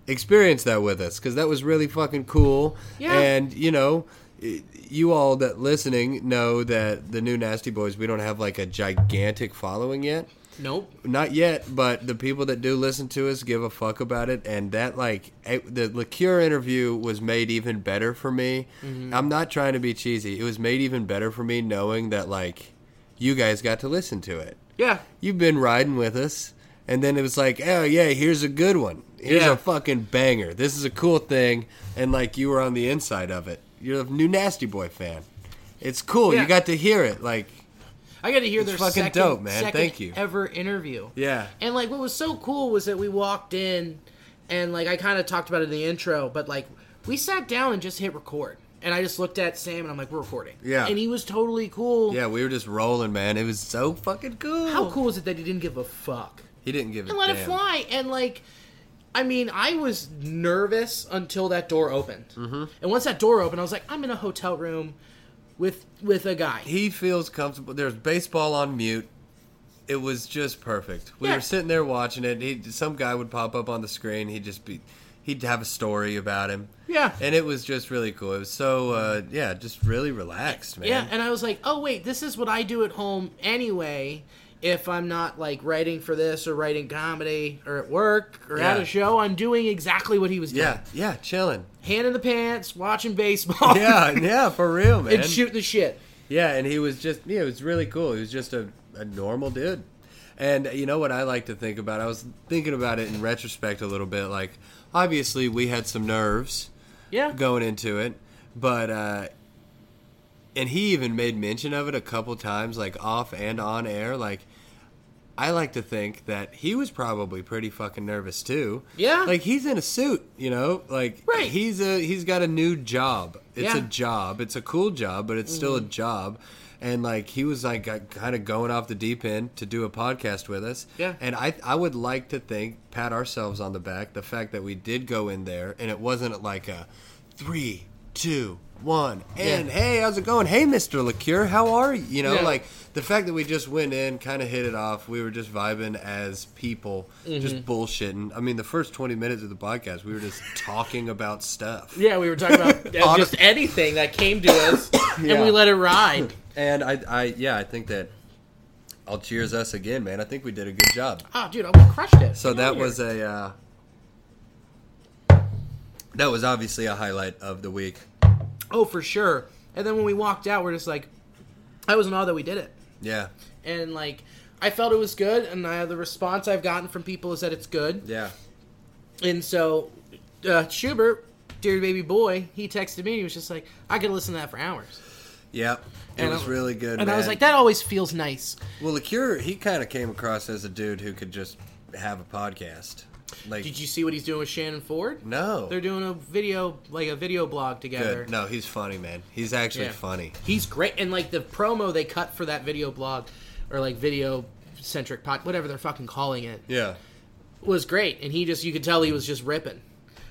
experience that with us because that was really fucking cool. Yeah. and you know. i- You all that listening know that the new Nasty Boys, we don't have like a gigantic following yet nope. not yet, but the people that do listen to us give a fuck about it, and that like it, the liqueur interview was made even better for me. Mm-hmm. I'm not trying to be cheesy. It was made even better for me knowing that like you guys got to listen to it. Yeah. You've been riding with us, and then it was like, oh yeah, here's a good one. Here's Yeah. a fucking banger. This is a cool thing, and like you were on the inside of it. You're a new Nasty Boy fan. It's cool. Yeah. You got to hear it. Like I got to hear It's their fucking second, dope, man. second Thank you. ever interview. yeah, And like, what was so cool was that we walked in, and like, I kind of talked about it in the intro, but like, we sat down and just hit record. And I just looked at Sam and I'm like, we're recording. Yeah. And he was totally cool. yeah. We were just rolling, man. It was so fucking cool. How cool is it that he didn't give a fuck? He didn't give a and let it damn. fly. And like, I mean, I was nervous until that door opened. Mm-hmm. And once that door opened, I was like, I'm in a hotel room with with a guy. He feels comfortable. There's baseball on mute. It was just perfect. We Yeah. were sitting there watching it. He, some guy would pop up on the screen. He'd just be, he'd have a story about him. Yeah. And it was just really cool. It was so, uh, yeah, just really relaxed, man. Yeah, and I was like, oh wait, this is what I do at home anyway. If I'm not like writing for this or writing comedy or at work or at Yeah. a show, I'm doing exactly what he was doing. yeah, yeah, chilling. Hand in the pants, watching baseball. Yeah, (laughs) yeah, for real, man. (laughs) and shooting the shit. Yeah, and he was just yeah, it was really cool. He was just a, a normal dude. And you know what I like to think about? I was thinking about it in retrospect a little bit. Like, obviously, we had some nerves Yeah. going into it, but uh, and he even made mention of it a couple times, like off and on air. Like, I like to think that he was probably pretty fucking nervous too. Yeah. like he's in a suit, you know. Like, Right. He's a he's got a new job. It's Yeah. a Mm-hmm. job. It's a cool job, but it's still a job. And like he was like kind of going off the deep end to do a podcast with us. Yeah. And I I would like to think pat ourselves on the back the fact that we did go in there and it wasn't like a three two one and Yeah. hey how's it going hey Mister Liqueur how are you you know Yeah. like the fact that we just went in kind of hit it off we were just vibing as people just Mm-hmm. bullshitting I mean the first twenty minutes of the podcast we were (laughs) just talking about stuff Yeah, we were talking (laughs) about uh, just anything that came to us, and (coughs) Yeah. we let it ride. (coughs) And I, I, yeah, I think that I'll cheers us again, man. I think we did a good job. Oh, dude, I crushed it. So Get out that of here. was a, uh, that was obviously a highlight of the week. oh for sure. And then when we walked out, we're just like, I was in awe that we did it, Yeah. and like I felt it was good, and I, the response I've gotten from people is that it's good. Yeah. And so, uh, Schubert, dear baby boy, he texted me. He was just like, I could listen to that for hours. Yep. It And was I- really good. And I was man. like, that always feels nice. Well, the Cure, he kind of came across as a dude who could just have a podcast. Like, Did you see what he's doing with Shannon Ford? no, They're doing a video, like a video blog together. good. No, he's funny, man. He's actually Yeah. funny. He's great. And like the promo they cut for that video blog, or like video centric pod, whatever they're fucking calling it, Yeah. was great. And he just, you could tell he was just ripping,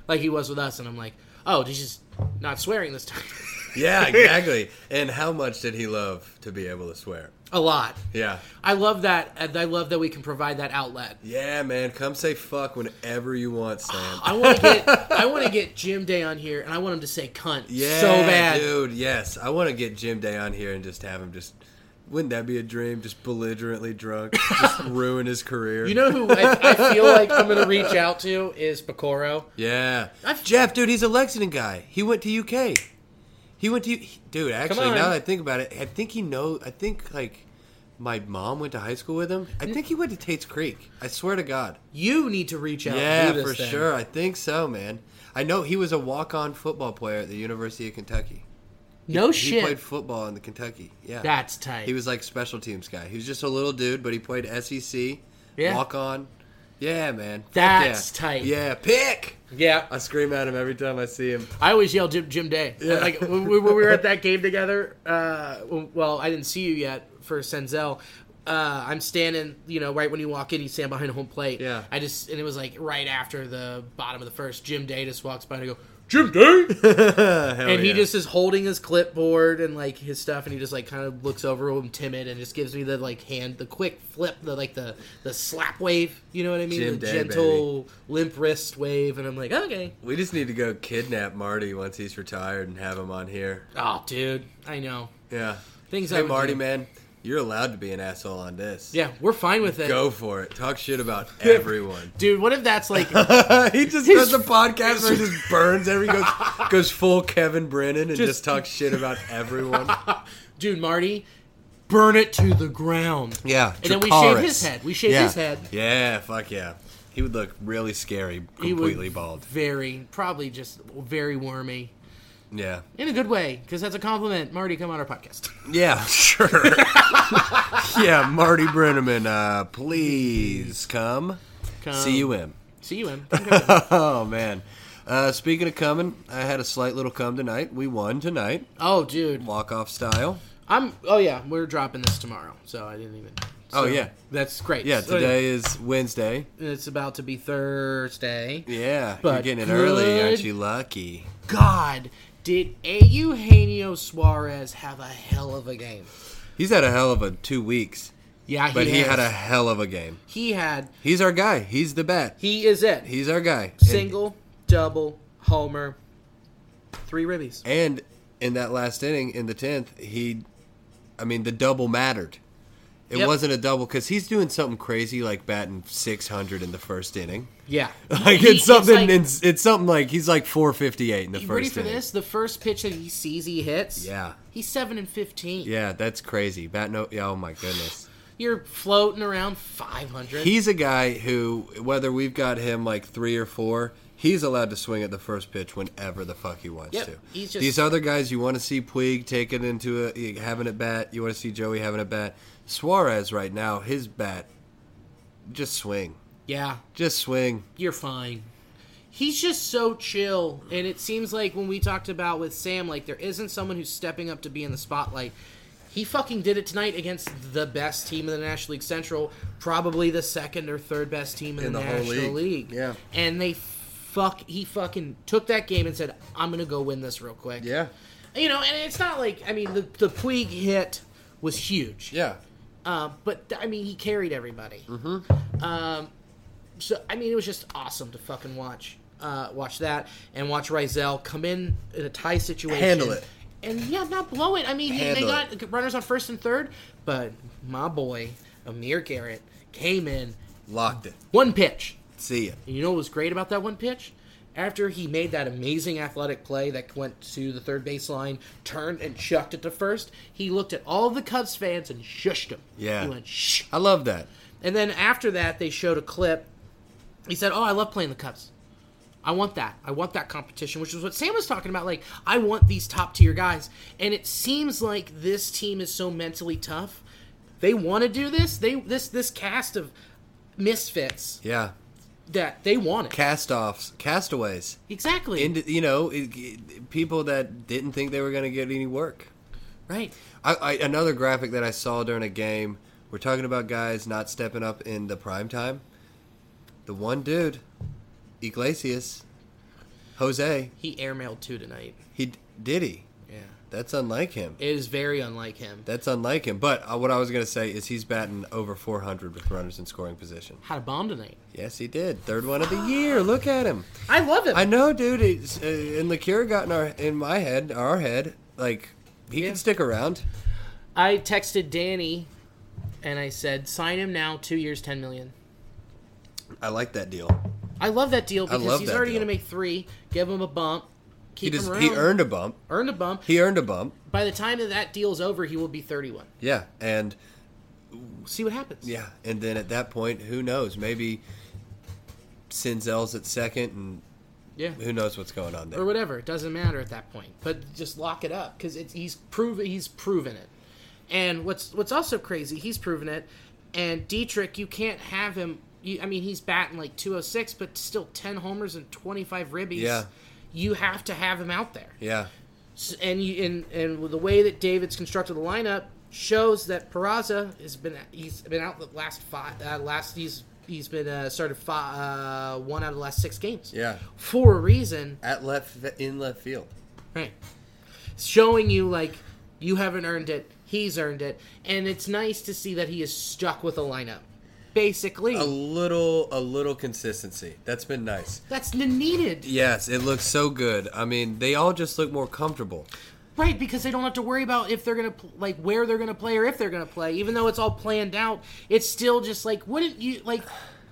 like he was with us. And I'm like, oh, he's just not swearing this time. (laughs) Yeah, exactly. (laughs) and how much did he love to be able to swear? a lot. Yeah. I love that. and I love that we can provide that outlet. Yeah, man. Come say fuck whenever you want, Sam. I want to get I want to get Jim Day on here, and I want him to say cunt Yeah, so bad. dude. Yes, I want to get Jim Day on here and just have him just. Wouldn't that be a dream? Just belligerently drunk, (laughs) just ruin his career. You know who I, I feel like I'm gonna reach out to is Picoro. Yeah. I've- Jeff, dude, he's a Lexington guy. He went to UK. He went to he- dude. Actually, on. now that I think about it, I think he know. I think like my mom went to high school with him. I think he went to Tate's Creek. I swear to God. You need to reach out. Yeah, and do for this thing. sure. I think so, man. I know he was a walk-on football player at the University of Kentucky. No He shit. played football in the Kentucky. Yeah, That's tight. he was like special teams guy. He was just a little dude, but he played E SEC. Yeah. walk-on. Yeah, man. Fuck That's yeah. tight. Yeah, pick. yeah, I scream at him every time I see him. (laughs) I always yell Jim Jim Day. Yeah. Like when we, when we (laughs) were at that game together. Uh, well, I didn't see you yet for Senzel. Uh, I'm standing, you know, right when you walk in, you stand behind home plate. Yeah. I just and it was like right after the bottom of the first. Jim Day just walks by and I go, Jim Day. Oh, and he just is holding his clipboard and like his stuff and he just like kind of looks over him timid and just gives me the like hand the quick flip the like the the slap wave you know what i mean Jim the Day, gentle limp wrist wave and i'm like okay We just need to go kidnap Marty once he's retired and have him on here. oh dude i know Yeah. Things I Hey would Marty, do. man, you're allowed to be an asshole on this. yeah we're fine with it Go for it. Talk (laughs) shit about everyone. (laughs) dude what if that's like he just does a podcast where he (laughs) just burns every goes goes full Kevin Brennan and just, talks shit about everyone. dude marty burn it to the ground Yeah. and then we Dracarys. shave his head we shave yeah. his head Yeah, fuck yeah. He would look really scary, He would completely bald. very probably just very wormy Yeah. in a good way because that's a compliment marty come on our podcast (laughs) Yeah, sure. yeah, Marty Brenneman, uh, please come. Come. See you in. see you em (laughs) oh man. Uh, speaking of coming, I had a slight little come tonight. We won tonight, oh dude walk off style. I'm. Oh yeah, we're dropping this tomorrow, so I didn't even. so Oh, yeah. that's great. Yeah, So today is Wednesday. it's about to be Thursday. Yeah, you're But getting it early, aren't good- you? Lucky. God, did Eugenio Suarez have a hell of a game? He's had a hell of a two weeks, Yeah, he but he has. had a hell of a game. He had. He's our guy. He's the bat. He is it. He's our guy. And- Single, double, homer, three ribbies. And in that last inning, in the tenth, he, I mean, the double mattered. It Yep. wasn't a double because he's doing something crazy like batting 600 in the first inning. Yeah, (laughs) Like He- it's something. like- it's, it's something like he's like 458 in the you first ready for inning. this? The first pitch that he sees, he hits. Yeah. he's seven and fifteen. Yeah, that's crazy. Bat no. yeah, Oh my goodness. you're floating around five hundred. He's a guy who, whether we've got him like three or four, he's allowed to swing at the first pitch whenever the fuck he wants Yep, to. he's just- These other guys, you want to see Puig taking into a having a bat. You want to see Joey having a bat. Suarez right now, his bat, just swing, yeah, just swing. you're fine. He's just so chill, and it seems like when we talked about with Sam, like there isn't someone who's stepping up to be in the spotlight. He fucking did it tonight against the best team in the National League Central, probably the second or third best team in, In the, the whole National league. League. Yeah. and they fuck. He fucking took that game and said, "I'm gonna go win this real quick." Yeah, you know, and it's not like I mean the the Puig hit was huge. yeah, Uh, but th- I mean, he carried everybody. Um, Mm-hmm. so I mean, it was just awesome to fucking watch. Uh, watch that and watch Rizel come in in a tie situation, Handle it. and yeah, not blow it. I mean, he, they Handle got runners on first and third, but my boy Amir Garrett came in locked it. one pitch. See ya. And you know what was great about that one pitch? after he made that amazing athletic play that went to the third baseline, turned and chucked it to first, he looked at all the Cubs fans and shushed them. Yeah. He went, shh. I love that. And then after that, they showed a clip. He said, "Oh, I love playing the Cubs. I want that. I want that competition," which is what Sam was talking about. Like, I want these top tier guys, and it seems like this team is so mentally tough. They want to do this. They this this cast of misfits Yeah. that they want it Cast offs, castaways. exactly Into, you know, it, it- people that didn't think they were going to get any work. right. I, I, another graphic that I saw during a game. We're talking about guys not stepping up in the prime time. The one dude, Iglesias, Jose, He airmailed two tonight. he did he. Yeah, That's unlike him. it is very unlike him. That's unlike him. But uh, what I was going to say is he's batting over 400 with runners in scoring position. Had a bomb tonight. Yes, he did. Third one of the year. Look at him. I love him. I know, dude. It's, uh, and Lacure got in our in my head, our head. Like he Yeah. can stick around. I texted Danny and I said, sign him now, two years, 10 million. I like that deal. I love that deal because love he's that already deal. going to make three. Give him a bump. He Keep just him around. he earned a bump. Earned a bump. He earned a bump. By the time that that deal's over, he will be 31. Yeah, and See what happens. yeah, and then at that point, who knows? Maybe Sinzel's at second, and Yeah. who knows what's going on there? Or whatever. It doesn't matter at that point. But just lock it up because he's proven he's proven it. And what's what's also crazy, he's proven it. And Dietrich, you can't have him. You, I mean, he's batting like 206, but still 10 homers and 25 ribbies. Yeah. You have to have him out there. Yeah, S- and you and and with the way that David's constructed the lineup shows that Peraza has been he's been out the last five uh, last he's he's been uh, started five, uh, one out of the last six games yeah. for a reason At left in left field. right showing you like you haven't earned it he's earned it and it's nice to see that he is stuck with a lineup basically A little, a little consistency. That's been nice. that's n- needed Yes, it looks so good. I mean, they all just look more comfortable. right because they don't have to worry about if they're gonna pl- like where they're gonna play or if they're gonna play even though it's all planned out it's still just like wouldn't you like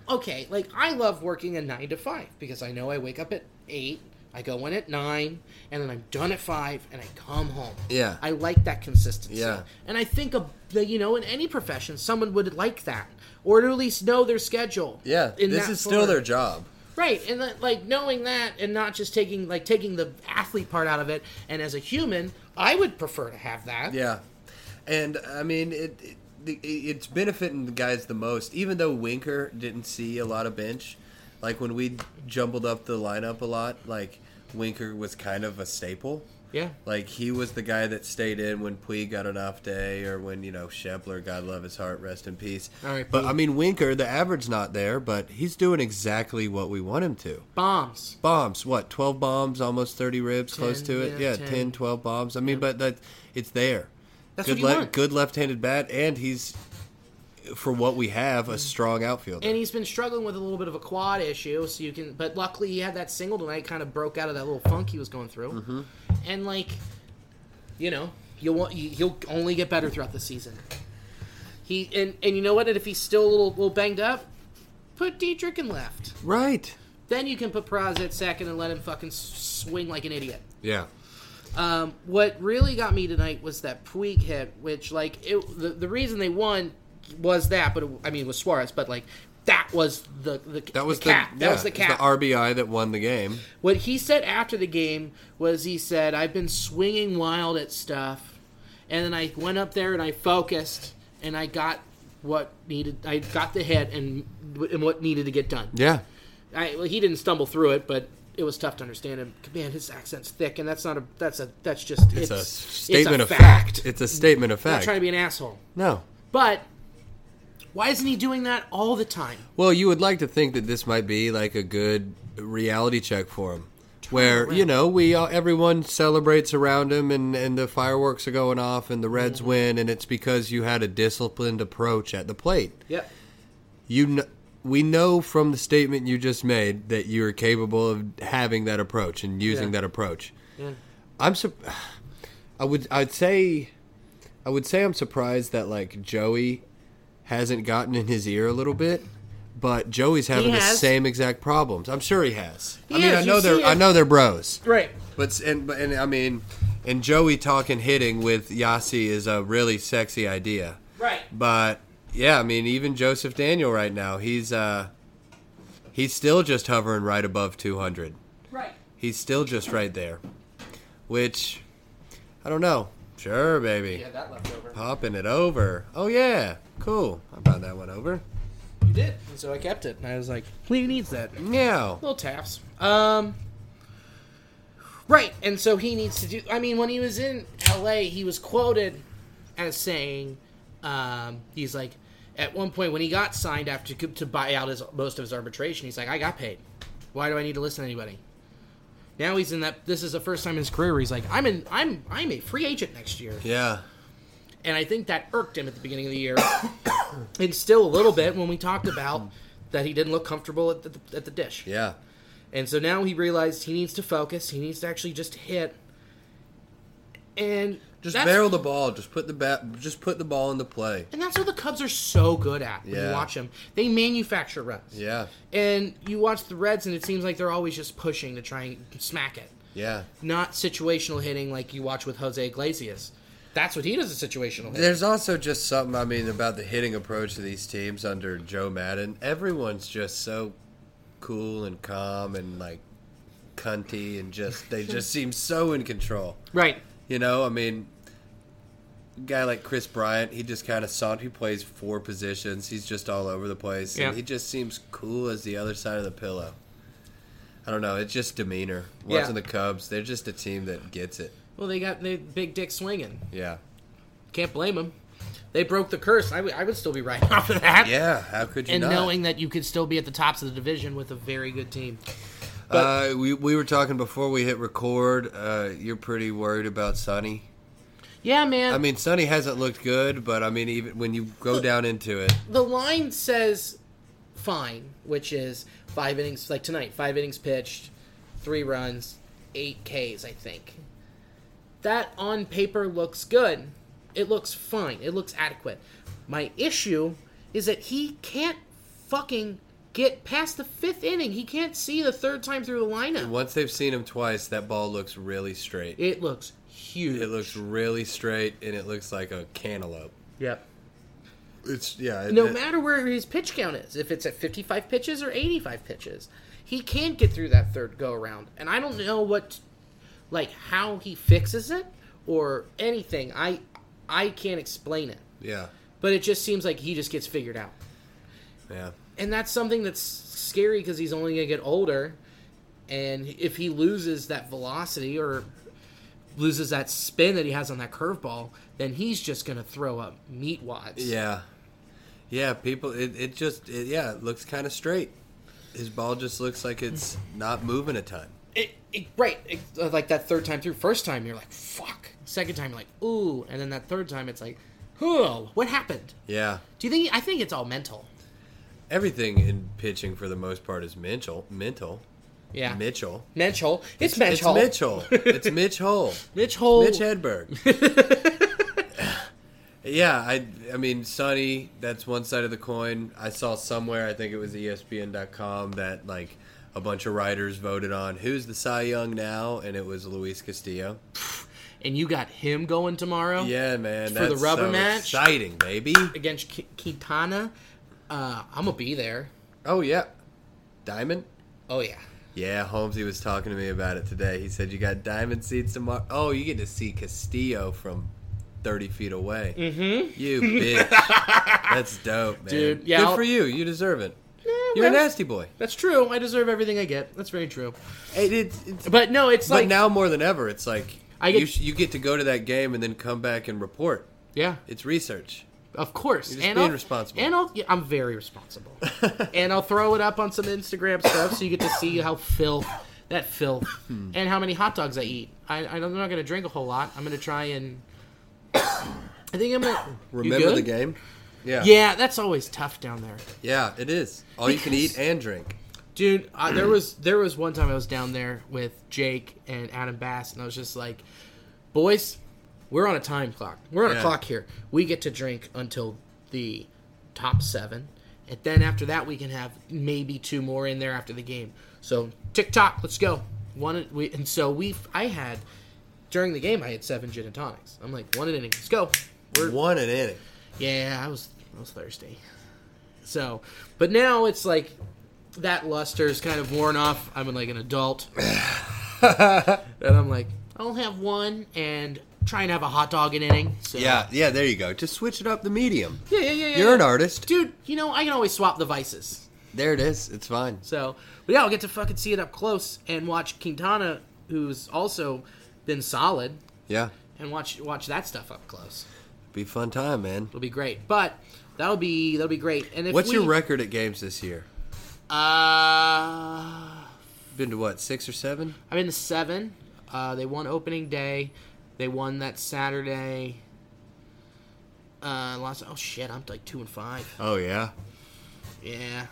okay like i love working a nine to five because i know i wake up at eight i go in at nine and then i'm done at five and i come home Yeah. i like that consistency Yeah. and i think of that you know in any profession someone would like that or to at least know their schedule Yeah, in this that is still form. their job. Right, and that, like knowing that, and not just taking like taking the athlete part out of it. And as a human, I would prefer to have that. Yeah, and I mean it. it the- it's benefiting the guys the most, even though Winker didn't see a lot of bench. Like when we jumbled up the lineup a lot, like Winker was kind of a staple. yeah. Like he was the guy that stayed in when Puig got an off day, or when you know Shepler, God love his heart, rest in peace. All right, but Puig. I mean Winker, the average not there, but he's doing exactly what we want him to. Bombs. bombs what 12 bombs almost 30 ribs close 10, to it yeah, yeah, 10. 10. 12 bombs i mean but that it's there That's good what you want. good left-handed bat and he's for what we have a strong outfielder And he's been struggling with a little bit of a quad issue, so you can. But luckily, he had that single tonight, kind of broke out of that little funk he was going through. Mm-hmm. And like, you know, you'll want you, he'll only get better throughout the season. He and and you know what? And if he's still a little, little banged up, put Dietrich in left. right Then you can put Peraza at second and let him fucking s- swing like an idiot. yeah Um, what really got me tonight was that Puig hit, which like it, the the reason they won was that, but it, I mean it was Suarez, but like that was the the that was the, cap. that yeah, was the it's cap. rbi that won the game what he said after the game was he said I've been swinging wild at stuff, and then I went up there and I focused and I got what needed. I got the hit and and what needed to get done. yeah I, well, he didn't stumble through it, but it was tough to understand him. Man, his accent's thick, and that's not a that's a that's just it's, it's, a statement it's a of fact. it's a statement of I'm not fact trying to be an asshole, no but why isn't he doing that all the time? Well, you would like to think that this might be like a good reality check for him, where you know we all, everyone celebrates around him, and and the fireworks are going off, and the Reds win, and it's because you had a disciplined approach at the plate. Yep. You kn- we know from the statement you just made that you are capable of having that approach and using Yeah. that approach. Yeah. I'm sur- I would I'd say I would say I'm surprised that like Joey hasn't gotten in his ear a little bit. but Joey's having the has. same exact problems. I'm sure he has. I He mean, has, I you know see they're I it. know they're bros, Right. but s- and but and I mean, and Joey talking hitting with Yasi is a really sexy idea. Right. But yeah, I mean, even Joseph Daniel right now, he's uh he's still just hovering right above 200. Right. He's still just right there. Which I don't know. Sure, baby. Yeah, that left over. Popping it over. Oh yeah. Cool. I brought that one over. You did. And so I kept it. And I was like, who needs that? Meow. Little taps. Um. Right, and so he needs to do. I mean, when he was in L.A., he was quoted as saying, um, "He's like, at one point when he got signed after to buy out his most of his arbitration, he's like, I got paid. Why do I need to listen to anybody? Now he's in that. This is the first time in his career where he's like, I'm in. I'm I'm a free agent next year, Yeah. and I think that irked him at the beginning of the year, (coughs) and still a little bit when we talked about that he didn't look comfortable at the, at the dish. Yeah. And so now he realized he needs to focus. He needs to actually just hit. And Just that's, barrel the ball. Just put the bat. Just put the ball into play. And that's what the Cubs are so good at. When Yeah. you watch them, they manufacture runs. Yeah. And you watch the Reds, and it seems like they're always just pushing to try and smack it, Yeah. not situational hitting like you watch with Jose Iglesias. That's what he does at situational hitting. There's also just something I mean about the hitting approach of these teams under Joe Madden. Everyone's just so cool and calm and like cunty and just (laughs) they just seem so in control. Right. You know, I mean, a guy like Chris Bryant, he just kind of saw he plays four positions. He's just all over the place. Yeah. And he just seems cool as the other side of the pillow. I don't know. It's just demeanor. Yeah. Watching the Cubs, they're just a team that gets it. Well, they got the big dick swinging. Yeah. Can't blame them. They broke the curse. I, w- I would still be right (laughs) off of that. Yeah. How could you and not? knowing that you could still be at the tops of the division with a very good team. uh, we, we were talking before we hit record. Uh, you're pretty worried about Sonny. Yeah, man. I mean, Sonny hasn't looked good, but I mean, even when you go down into it, the line says fine, which is five innings, like tonight, five innings pitched, three runs, eight Ks, I think. That on paper looks good. It looks fine. It looks adequate. My issue is that he can't fucking get past the fifth inning. He can't see the third time through the lineup. once they've seen him twice, that ball looks really straight. It looks huge. It looks really straight, and it looks like a cantaloupe. Yep. It's yeah. It, no it- matter where his pitch count is, if it's at 55 pitches or 85 pitches, he can't get through that third go around. And I don't know what, like how he fixes it or anything. I, I can't explain it, Yeah, but it just seems like he just gets figured out, yeah, and that's something that's scary because he's only gonna get older, and if he loses that velocity or loses that spin that he has on that curveball, then he's just gonna throw up meat wads. yeah, yeah. People, it, it just it, yeah, it looks kind of straight. His ball just looks like it's not moving a ton. it, it, right it, uh, like that third time through first time you're like fuck second time you're like ooh and then that third time it's like oh what happened Yeah, do you think i think it's all mental everything in pitching for the most part is mental. Mental. yeah Mitchell. Mitchell. It's Mitchell. It's Mitchell. It's (laughs) Mitch Hole. Mitchell. Mitch Hedberg. (laughs) yeah, I I mean Sonny, that's one side of the coin. I saw somewhere, I think it was E ESPN.com, that like a bunch of writers voted on who's the Cy Young now, and it was Luis Castillo. And you got him going tomorrow Yeah, man, For the that's rubber so match? exciting, baby. against Ki- Kitana. Uh, I'm going to be there. Oh yeah, Diamond. Oh, yeah. Yeah, Holmesy was talking to me about it today. He said you got diamond seats tomorrow. Oh, you get to see Castillo from thirty feet away. Mm-hmm. (laughs) You bitch. That's dope, man. Dude, yeah, Good I'll- for you. You deserve it. You're well- a nasty boy. That's true. I deserve everything I get. That's very true. It, it's, it's, But no, it's but like. now more than ever, it's like I get- you, sh- you get to go to that game and then come back and report. yeah. It's research. Of course, You're just being I'll- responsible. And I'll, yeah, I'm very responsible. (laughs) and I'll throw it up on some Instagram stuff so you get to see how filth that filth Hmm. and how many hot dogs I eat. I, I don't- I'm not going to drink a whole lot. I'm going to try and. (coughs) I think I'm going to Remember the game? Yeah. Yeah, that's always tough down there, Yeah, it is. All you can eat and drink. dude. Uh, there was there was one time I was down there with Jake and Adam Bass, and I was just like, boys, we're on a time clock. We're on Yeah. a clock here. We get to drink until the top seven, And then after that, we can have maybe two more in there after the game. So tick tock, let's go. One, we, and so we, I had during the game, I had seven gin and tonics. I'm like one inning, let's go. We're One and in it. yeah, I was I was thirsty. So, but now it's like that luster's kind of worn off. I'm like an (laughs) adult, and I'm like I'll have one and try and have a hot dog an inning. So, Yeah, yeah, there you go. Just switch it up the medium. yeah, yeah, yeah, yeah. You're an yeah. artist. dude. You know I can always swap the vices. There it is. It's fine. So, but yeah, I'll get to fucking see it up close and watch Quintana, who's also been solid, Yeah. and watch watch that stuff up close. Be a fun time, man. It'll be great. But that'll be that'll be great. And if What's we, your record at games this year? Uh, Been to what, six or seven? I'm in the seven. Uh, they won opening day. They won that Saturday. Uh, lost. Oh shit! I'm like two and five. Oh yeah. (sighs)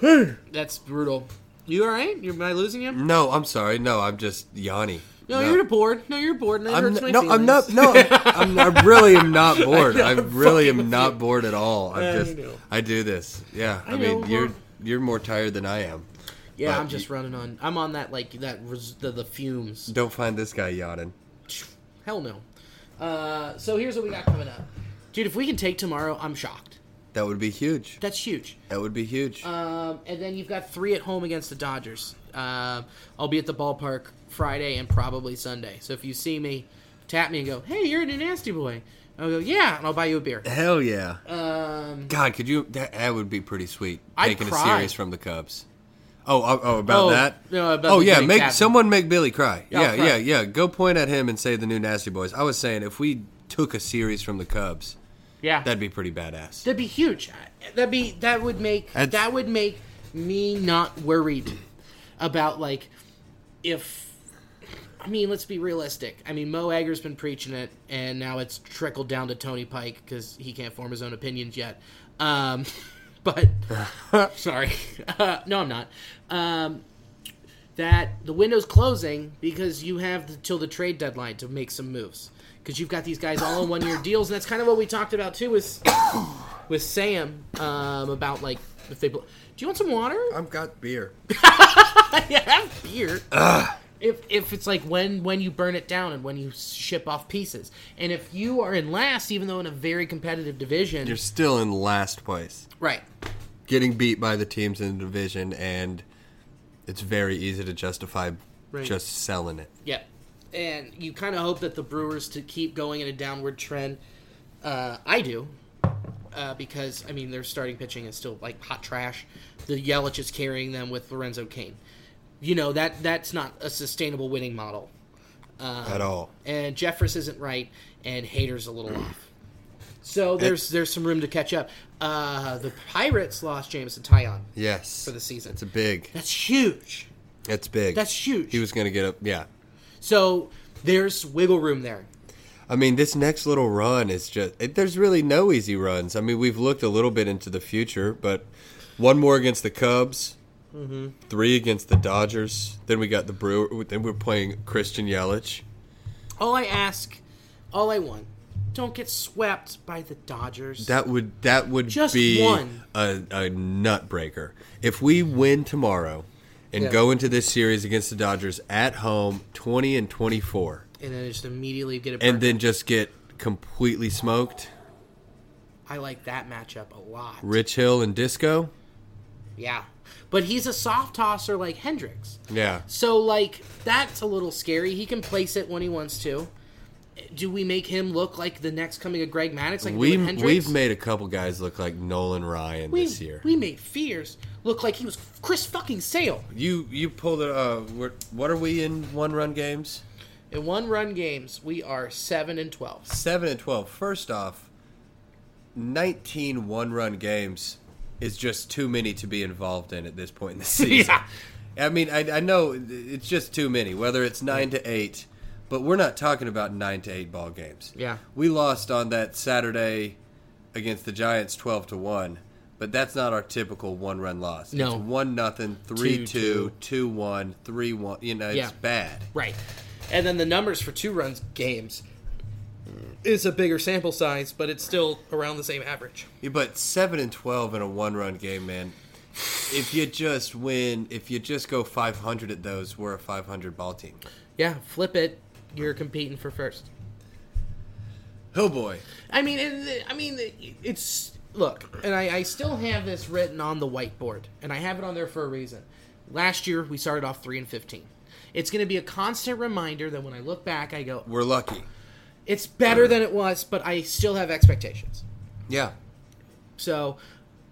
Yeah, that's brutal. You all right? You're, am I losing you? No, I'm sorry. No, I'm just yawny. No, you're bored. No, you're bored. And that I'm hurts n- my no, feelings. I'm not. No, I'm, I'm, I really (laughs) am not bored. I, really am not bored at all. I'm I just, know. I do this. Yeah, I, know, mean, well- you're you're more tired than I am. Yeah, but I'm just running on. I'm on that like that res- the, the fumes. Don't find this guy yawning. Hell no. Uh, so here's what we got coming up, dude. If we can take tomorrow, I'm shocked. That would be huge. That's huge. That would be huge. Um, and then you've got three at home against the Dodgers. Um, I'll be at the ballpark Friday and probably Sunday. So if you see me, tap me and go, "Hey, you're a nasty boy." I'll go, "Yeah," and I'll buy you a beer. Hell yeah. Um, God, could you? That, that would be pretty sweet. I'd taking a cry. series from the Cubs. Oh, oh, oh about Oh, that. no, about oh the yeah, Big make Cat. someone make Billy cry. Yeah, Yeah, I'll cry. yeah, yeah. Go point at him and say the new Nasty Boys. I was saying if we took a series from the Cubs, yeah, that'd, that'd be pretty badass. be huge. I- That'd be that would make That's- that would make me not worried about like if. I mean, let's be realistic. I mean, Mo Egger's been preaching it, and now it's trickled down to Tony Pike because he can't form his own opinions yet. Um, (laughs) but sorry, (laughs) uh, no, I'm not. Um, that the window's closing because you have the, till the trade deadline to make some moves because you've got these guys all on one year deals, and that's kind of what we talked about too with with Sam um, about like if they. Bl- Do you want some water? I've got beer. (laughs) yeah, have beer. If if it's like when when you burn it down and when you ship off pieces, and if you are in last, even though in a very competitive division, (laughs) You're still in last place, right? getting beat by the teams in the division, and it's very easy to justify Right. just selling it. Yeah, and you kind of hope that the Brewers to keep going in a downward trend. Uh, I do, uh, because I mean their starting pitching is still like hot trash. The Yelich is carrying them with Lorenzo Kane. You know that that's not a sustainable winning model. Uh-huh. At all. and Jeffress isn't right, and Hader's a little off. So there's there's some room to catch up. Uh, the Pirates lost Jameson Tyon Yes. for the season. It's a big. That's huge. That's big. That's huge. He was going to get up. Yeah. So there's wiggle room there. I mean, this next little run is just. It, there's really no easy runs. I mean, we've looked a little bit into the future, but one more against the Cubs, Mm-hmm. three against the Dodgers. Then we got the Brewer. Then we're playing Christian Yelich. All I ask, all I want, don't get swept by the Dodgers. That would that would Just be one. a, a nut breaker. If we win tomorrow and Yeah. go into this series against the Dodgers at home, twenty and twenty four, and then just immediately get a burn. and then just get completely smoked, I like that matchup a lot. Rich Hill and Disco. Yeah. But he's a soft tosser like Hendricks. Yeah, So like that's a little scary. He can place it when he wants to. Do we make him look like the next coming of Greg Maddox? Like we we Hendricks? we've made a couple guys look like Nolan Ryan we, this year. we made Fears look like he was Chris fucking Sale you you pulled it. Uh, we're, what are we in one run games? in one run games. We are seven and (laughs) twelve. Seven and twelve. First off, 19 one run games is just too many to be involved in at this point in the (laughs) season. I mean, I, I know it's just too many. Whether it's nine to eight, but we're not talking about nine to eight ball games. Yeah. we lost on that Saturday against the Giants, twelve to one. But that's not our typical one run loss. No. it's one nothing, three Two, two, two one, three one. You know, it's Yeah. bad. Right. And then the numbers for two runs games. is a bigger sample size, but it's still around the same average. Yeah, but seven and twelve in a one-run game, man. If you just win, if you just go 500 at those, we're a 500 ball team. Yeah, flip it. You're competing for first. Oh boy, I mean, it, I mean, it's look, and I, I still have this written on the whiteboard, and I have it on there for a reason. Last year we started off three and fifteen. It's going to be a constant reminder that when I look back, I go, we're lucky. it's better than it was, but I still have expectations. Yeah, So,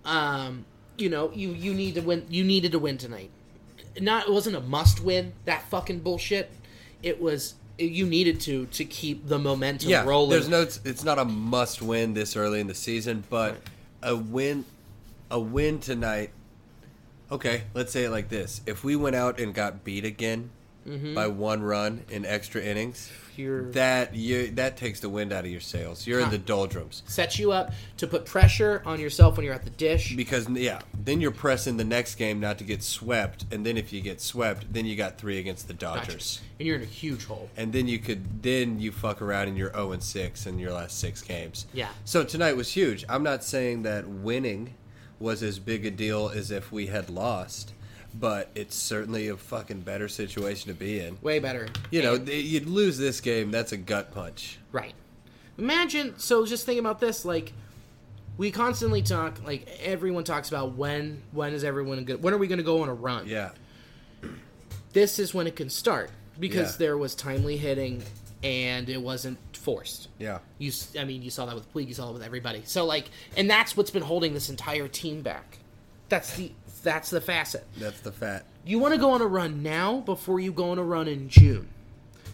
um, you know, you you need to win. You needed to win tonight. Not it wasn't a must win. That fucking bullshit. It was you needed to to keep the momentum yeah. rolling. There's no. It's, it's not a must-win this early in the season, but a win, a win tonight. Okay, let's say it like this: If we went out and got beat again by one run in extra innings, Mm-hmm. You're- that you that takes the wind out of your sails. You're in the doldrums. sets you up to put pressure on yourself when you're at the dish. Because yeah, then you're pressing the next game not to get swept, and then if you get swept, then you got three against the Dodgers, And you're in a huge hole. and then you could then you fuck around and you're zero and six in your last six games. Yeah. So tonight was huge. I'm not saying that winning was as big a deal as if we had lost, but it's certainly a fucking better situation to be in. Way better. You know, th- you'd lose this game. That's a gut punch. Right. Imagine, so just think about this, like, we constantly talk, like, everyone talks about when, when is everyone good, when are we going to go on a run? Yeah. This is when it can start, because Yeah. there was timely hitting, and it wasn't forced. Yeah. You, s- I mean, you saw that with Puig, you saw that with everybody. So, like, and that's what's been holding this entire team back. That's the, that's the facet. That's the fat. you want to go on a run now before you go on a run in June.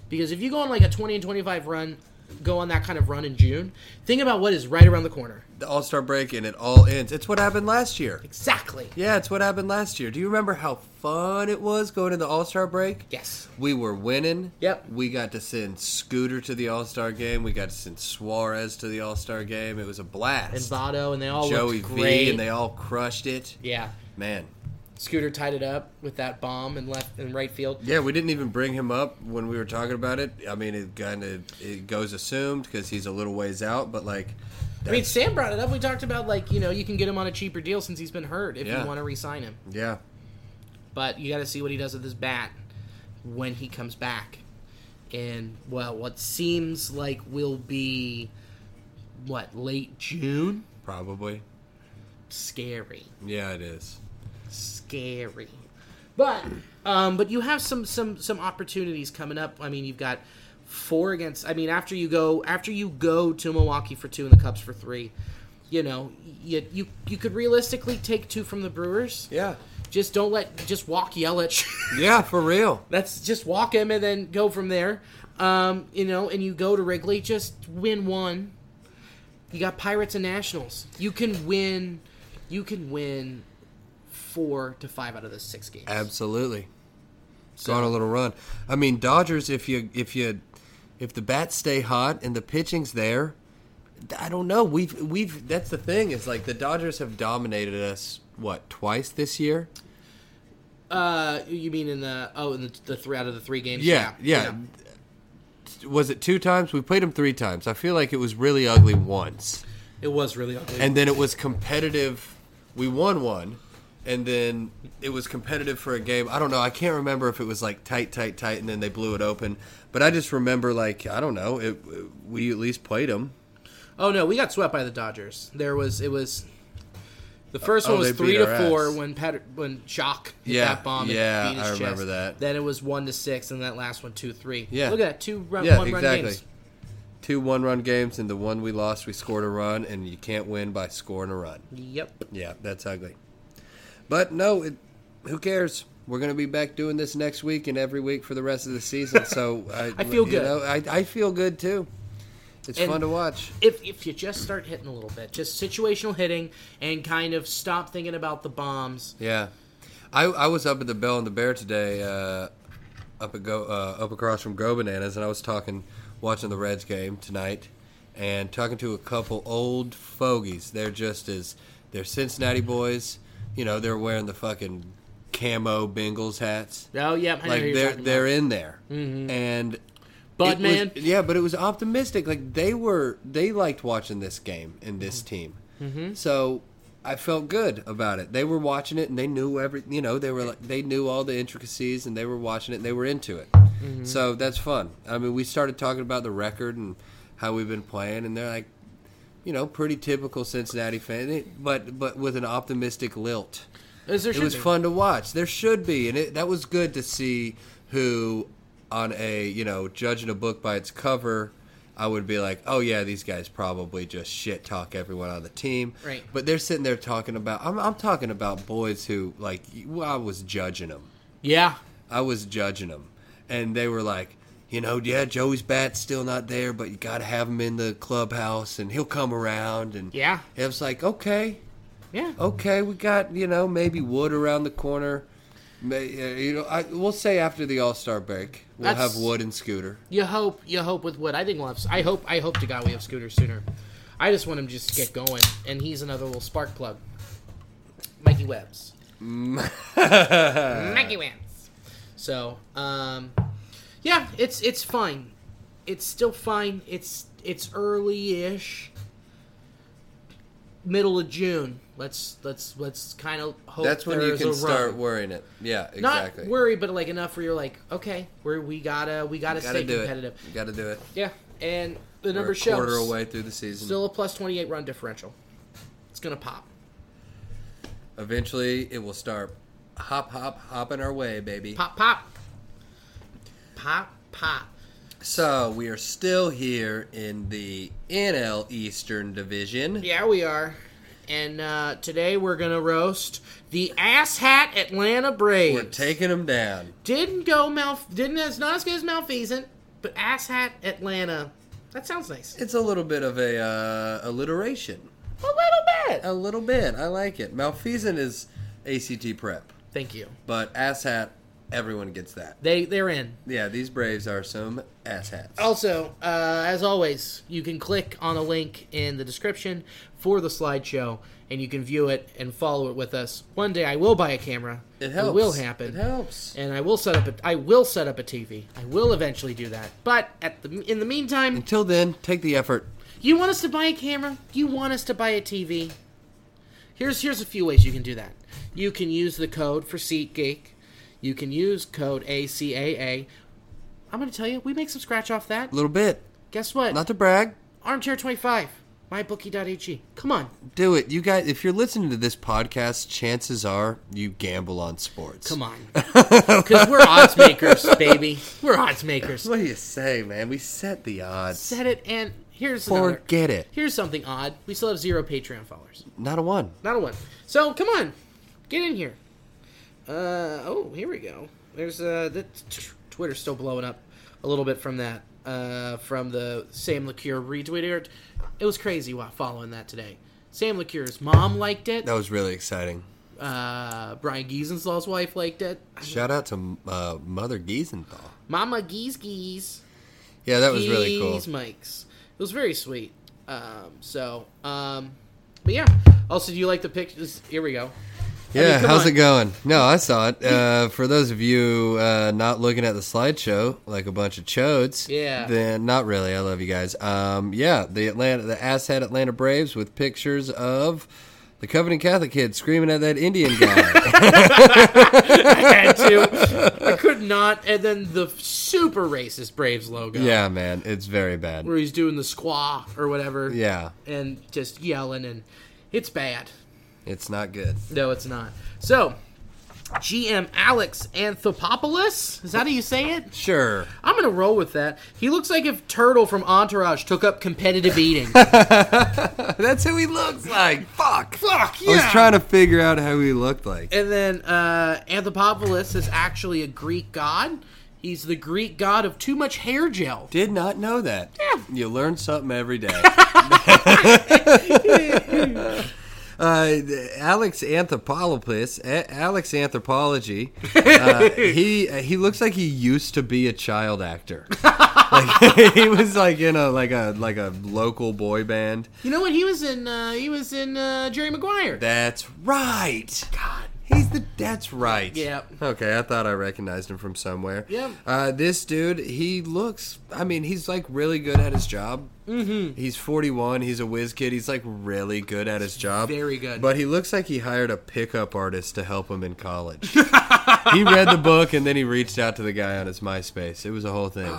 Because if you go on like a 20 and 25 run, go on that kind of run in June, think about what is right around the corner. The All Star break and it all ends. It's what happened last year. Exactly. Yeah, it's what happened last year. Do you remember how fun it was going to the All Star break? Yes. We were winning. Yep. We got to send Scooter to the All Star game. We got to send Suarez to the All Star game. It was a blast. And Votto, and they all Joey looked great. V, and they all crushed it. yeah. Man. Scooter tied it up with that bomb in left and right field. Yeah, we didn't even bring him up when we were talking about it. I mean, it kind of it goes assumed because he's a little ways out, but like, I mean, Sam brought it up. We talked about like you know you can get him on a cheaper deal since he's been hurt if Yeah. you want to re-sign him. yeah, But you got to see what he does with his bat when he comes back. And well, what seems like will be what late June? probably. Scary, Yeah, it is. scary. But um, but you have some some some opportunities coming up. I mean, you've got four against. I mean, after you go after you go to Milwaukee for two and the Cubs for three, you know you you you could realistically take two from the Brewers. Yeah. Just don't let just walk Yelich. (laughs) Yeah, for real. That's just walk him and then go from there. Um, you know, and you go to Wrigley, just win one. You got Pirates and Nationals. You can win. You can win four to five out of the six games. Absolutely. So- Go on a little run. I mean, Dodgers. If you if you if the bats stay hot and the pitching's there, I don't know. We've we've that's the thing is like the Dodgers have dominated us what twice this year. Uh, you mean in the oh, in the, the three out of the three games? Yeah, yeah. Was it two times? We played them three times. I feel like it was really ugly once, It was really ugly. and then it was competitive. We won one, and then it was competitive for a game. I don't know. I can't remember if it was like tight, tight, tight, and then they blew it open. But I just remember like I don't know. It, we at least played them. oh no, we got swept by the Dodgers. There was it was. The first Oh, one was they three beat to our four ass. when Pat, when Shock hit Yeah, that bomb. yeah, and beat his I remember chest. that. Then it was one to six, and that last one two three. Yeah. look at that two run, Yeah, one run exactly. games. Two one-run games, and the one we lost, we scored a run, and you can't win by scoring a run. Yep. Yeah, that's ugly. But no, it, who cares? We're going to be back doing this next week and every week for the rest of the (laughs) season. So I, I feel you good. know, I, I feel good too. It's And- fun to watch. If if you just start hitting a little bit, just situational hitting, and kind of stop thinking about the bombs. Yeah, I, I was up at the Bell and the Bear today, uh, up at go uh, up across from Go Bananas, and I was talking, watching the Reds game tonight, and talking to a couple old fogies. They're just as they're Cincinnati boys. You know, they're wearing the fucking camo Bengals hats. Oh yep, I know like who you're they're talking they're about. in there, and But It was- man, yeah, but it was optimistic. Like they were, they liked watching this game and this Mm-hmm. team. So I felt good about it. They were watching it and they knew every, you know, they were like, they knew all the intricacies and they were watching it and they were into it. Mm-hmm. So that's fun. I mean, we started talking about the record and how we've been playing, and they're like, you know, pretty typical Cincinnati fan, it- but but with an optimistic lilt is there it should was be. fun to watch. There should be, and it, that was good to see. Who, on a you know, judging a book by its cover, I would be like, oh yeah, these guys probably just shit talk everyone on the team. Right. But they're sitting there talking about. I'm, I'm talking about boys who like you- I was judging them. Yeah, I was judging them, and they were like, you know, yeah, Joey's bat's still not there, but you got to have him in the clubhouse, and he'll come around. And Yeah. it was like, okay, yeah. okay, we got you know maybe Wood around the corner. May, uh, you know, I, we'll say after the All Star break, we'll That's- have Wood and (laughs) Scooter. You hope, you hope with Wood. I think we'll have. I hope, I hope to God we have Scooter sooner. I just want him just to get going, and he's another little spark plug. Mikey Webbs. Mikey Webbs. So, um, yeah, it's it's fine. It's still fine. It's it's early ish. Middle of June. Let's let's let's kind of hope That's when you there's a can run start worrying it. Yeah, not exactly. worry, but like enough where you're like, okay, we we gotta we gotta, gotta stay do competitive. it. Gotta do it. Yeah, and the We're number a quarter shows away through the season. still a plus twenty eight run differential. It's gonna pop. Eventually, it will start hop, hop, hopping our way, baby. Pop pop. Pop pop. So we are still here in the NL Eastern Division. Yeah, we are. And uh, today we're gonna roast the asshat Atlanta Braves. We're taking them down. didn't go mal didn't as not as good as malfeasant, but asshat Atlanta. That sounds nice. It's a little bit of a uh, alliteration. A little bit. A little bit. I like it. Malfeasant is ACT prep, Thank you. but asshat, everyone gets that. They they're in. Yeah, these Braves are some asshats. Also, uh, as always, you can click on a link in the description for the slideshow, and you can view it and follow it with us. One day, I will buy a camera. it helps. It will happen. It helps. And I will set up. A, I will set up a TV. I will eventually do that. But at the in the meantime, Until then, take the effort. you want us to buy a camera? You want us to buy a TV? Here's here's a few ways you can do that. You can use the code for SeatGeek. You can use code ACAA. I'm going to tell you, we make some scratch off that. A little bit. Guess what? Not to brag. Armchair 25, mybookie.ag. Come on, Do it. You guys, if you're listening to this podcast, chances are you gamble on sports. come (laughs) on. Because we're odds makers, baby. We're odds makers. What do you say, man? We set the odds. Said it, and here's another. Forget it. Here's something odd. We still have zero Patreon followers. Not a one. Not a one. So come on, get in here. Uh, oh, here we go. There's uh, the t- Twitter's still blowing up a little bit from that, uh, from the Sam LaCure retweeter. It was crazy while following that today. Sam LaCure's mom liked it. That was really exciting. Uh, Brian Giesenslaw's wife liked it. Shout out to uh, Mother Giesenthal. Mama Geese Geese. Yeah, that was really cool. Geese Mikes. It was very sweet. Um, so, um, but yeah. Also, do you like the pictures? Here we (laughs) go. I mean, Yeah, come how's on. it going? No, I saw it. Uh, for those of you uh, not looking at the slideshow like a bunch of chodes, Yeah. then not really. I love you guys. Um, yeah, the Atlanta, the asshat Atlanta Braves with pictures of the Covenant Catholic kid screaming at that Indian (laughs) guy. I had to. I could not. And then the super racist Braves logo. yeah, man, it's very bad. Where he's doing the squaw or whatever. Yeah, And just yelling, and it's bad. it's not good. No, it's not. So, GM Alex Anthopoulos. Is that how you say it? Sure, I'm gonna roll with that. He looks like if Turtle from Entourage took up competitive (laughs) eating. (laughs) that's who he looks like. Fuck. Fuck I was trying to figure out how he looked like. And then uh, Anthropopoulos is actually a Greek god. He's the Greek god of too much hair gel. Did not know that. You learn something every day. uh, Alex Anthropolopoulos, A- Alex Anthropology. Uh, he he looks like he used to be a child actor. Like, (laughs) he was like in a like a like a local boy band. You know what? He was in. Uh, he was in uh, Jerry Maguire. That's right. god. He He's the. That's right. Yep. Okay, I thought I recognized him from somewhere. Yep. Uh, this dude, he looks. I mean, he's like really good at his job. Mm-hmm. He's 41. He's a whiz kid. He's like really good at his job. very good. But he looks like he hired a pickup artist to help him in (laughs) college. he read the book and then he reached out to the guy on his MySpace. It was a (gasps) whole thing.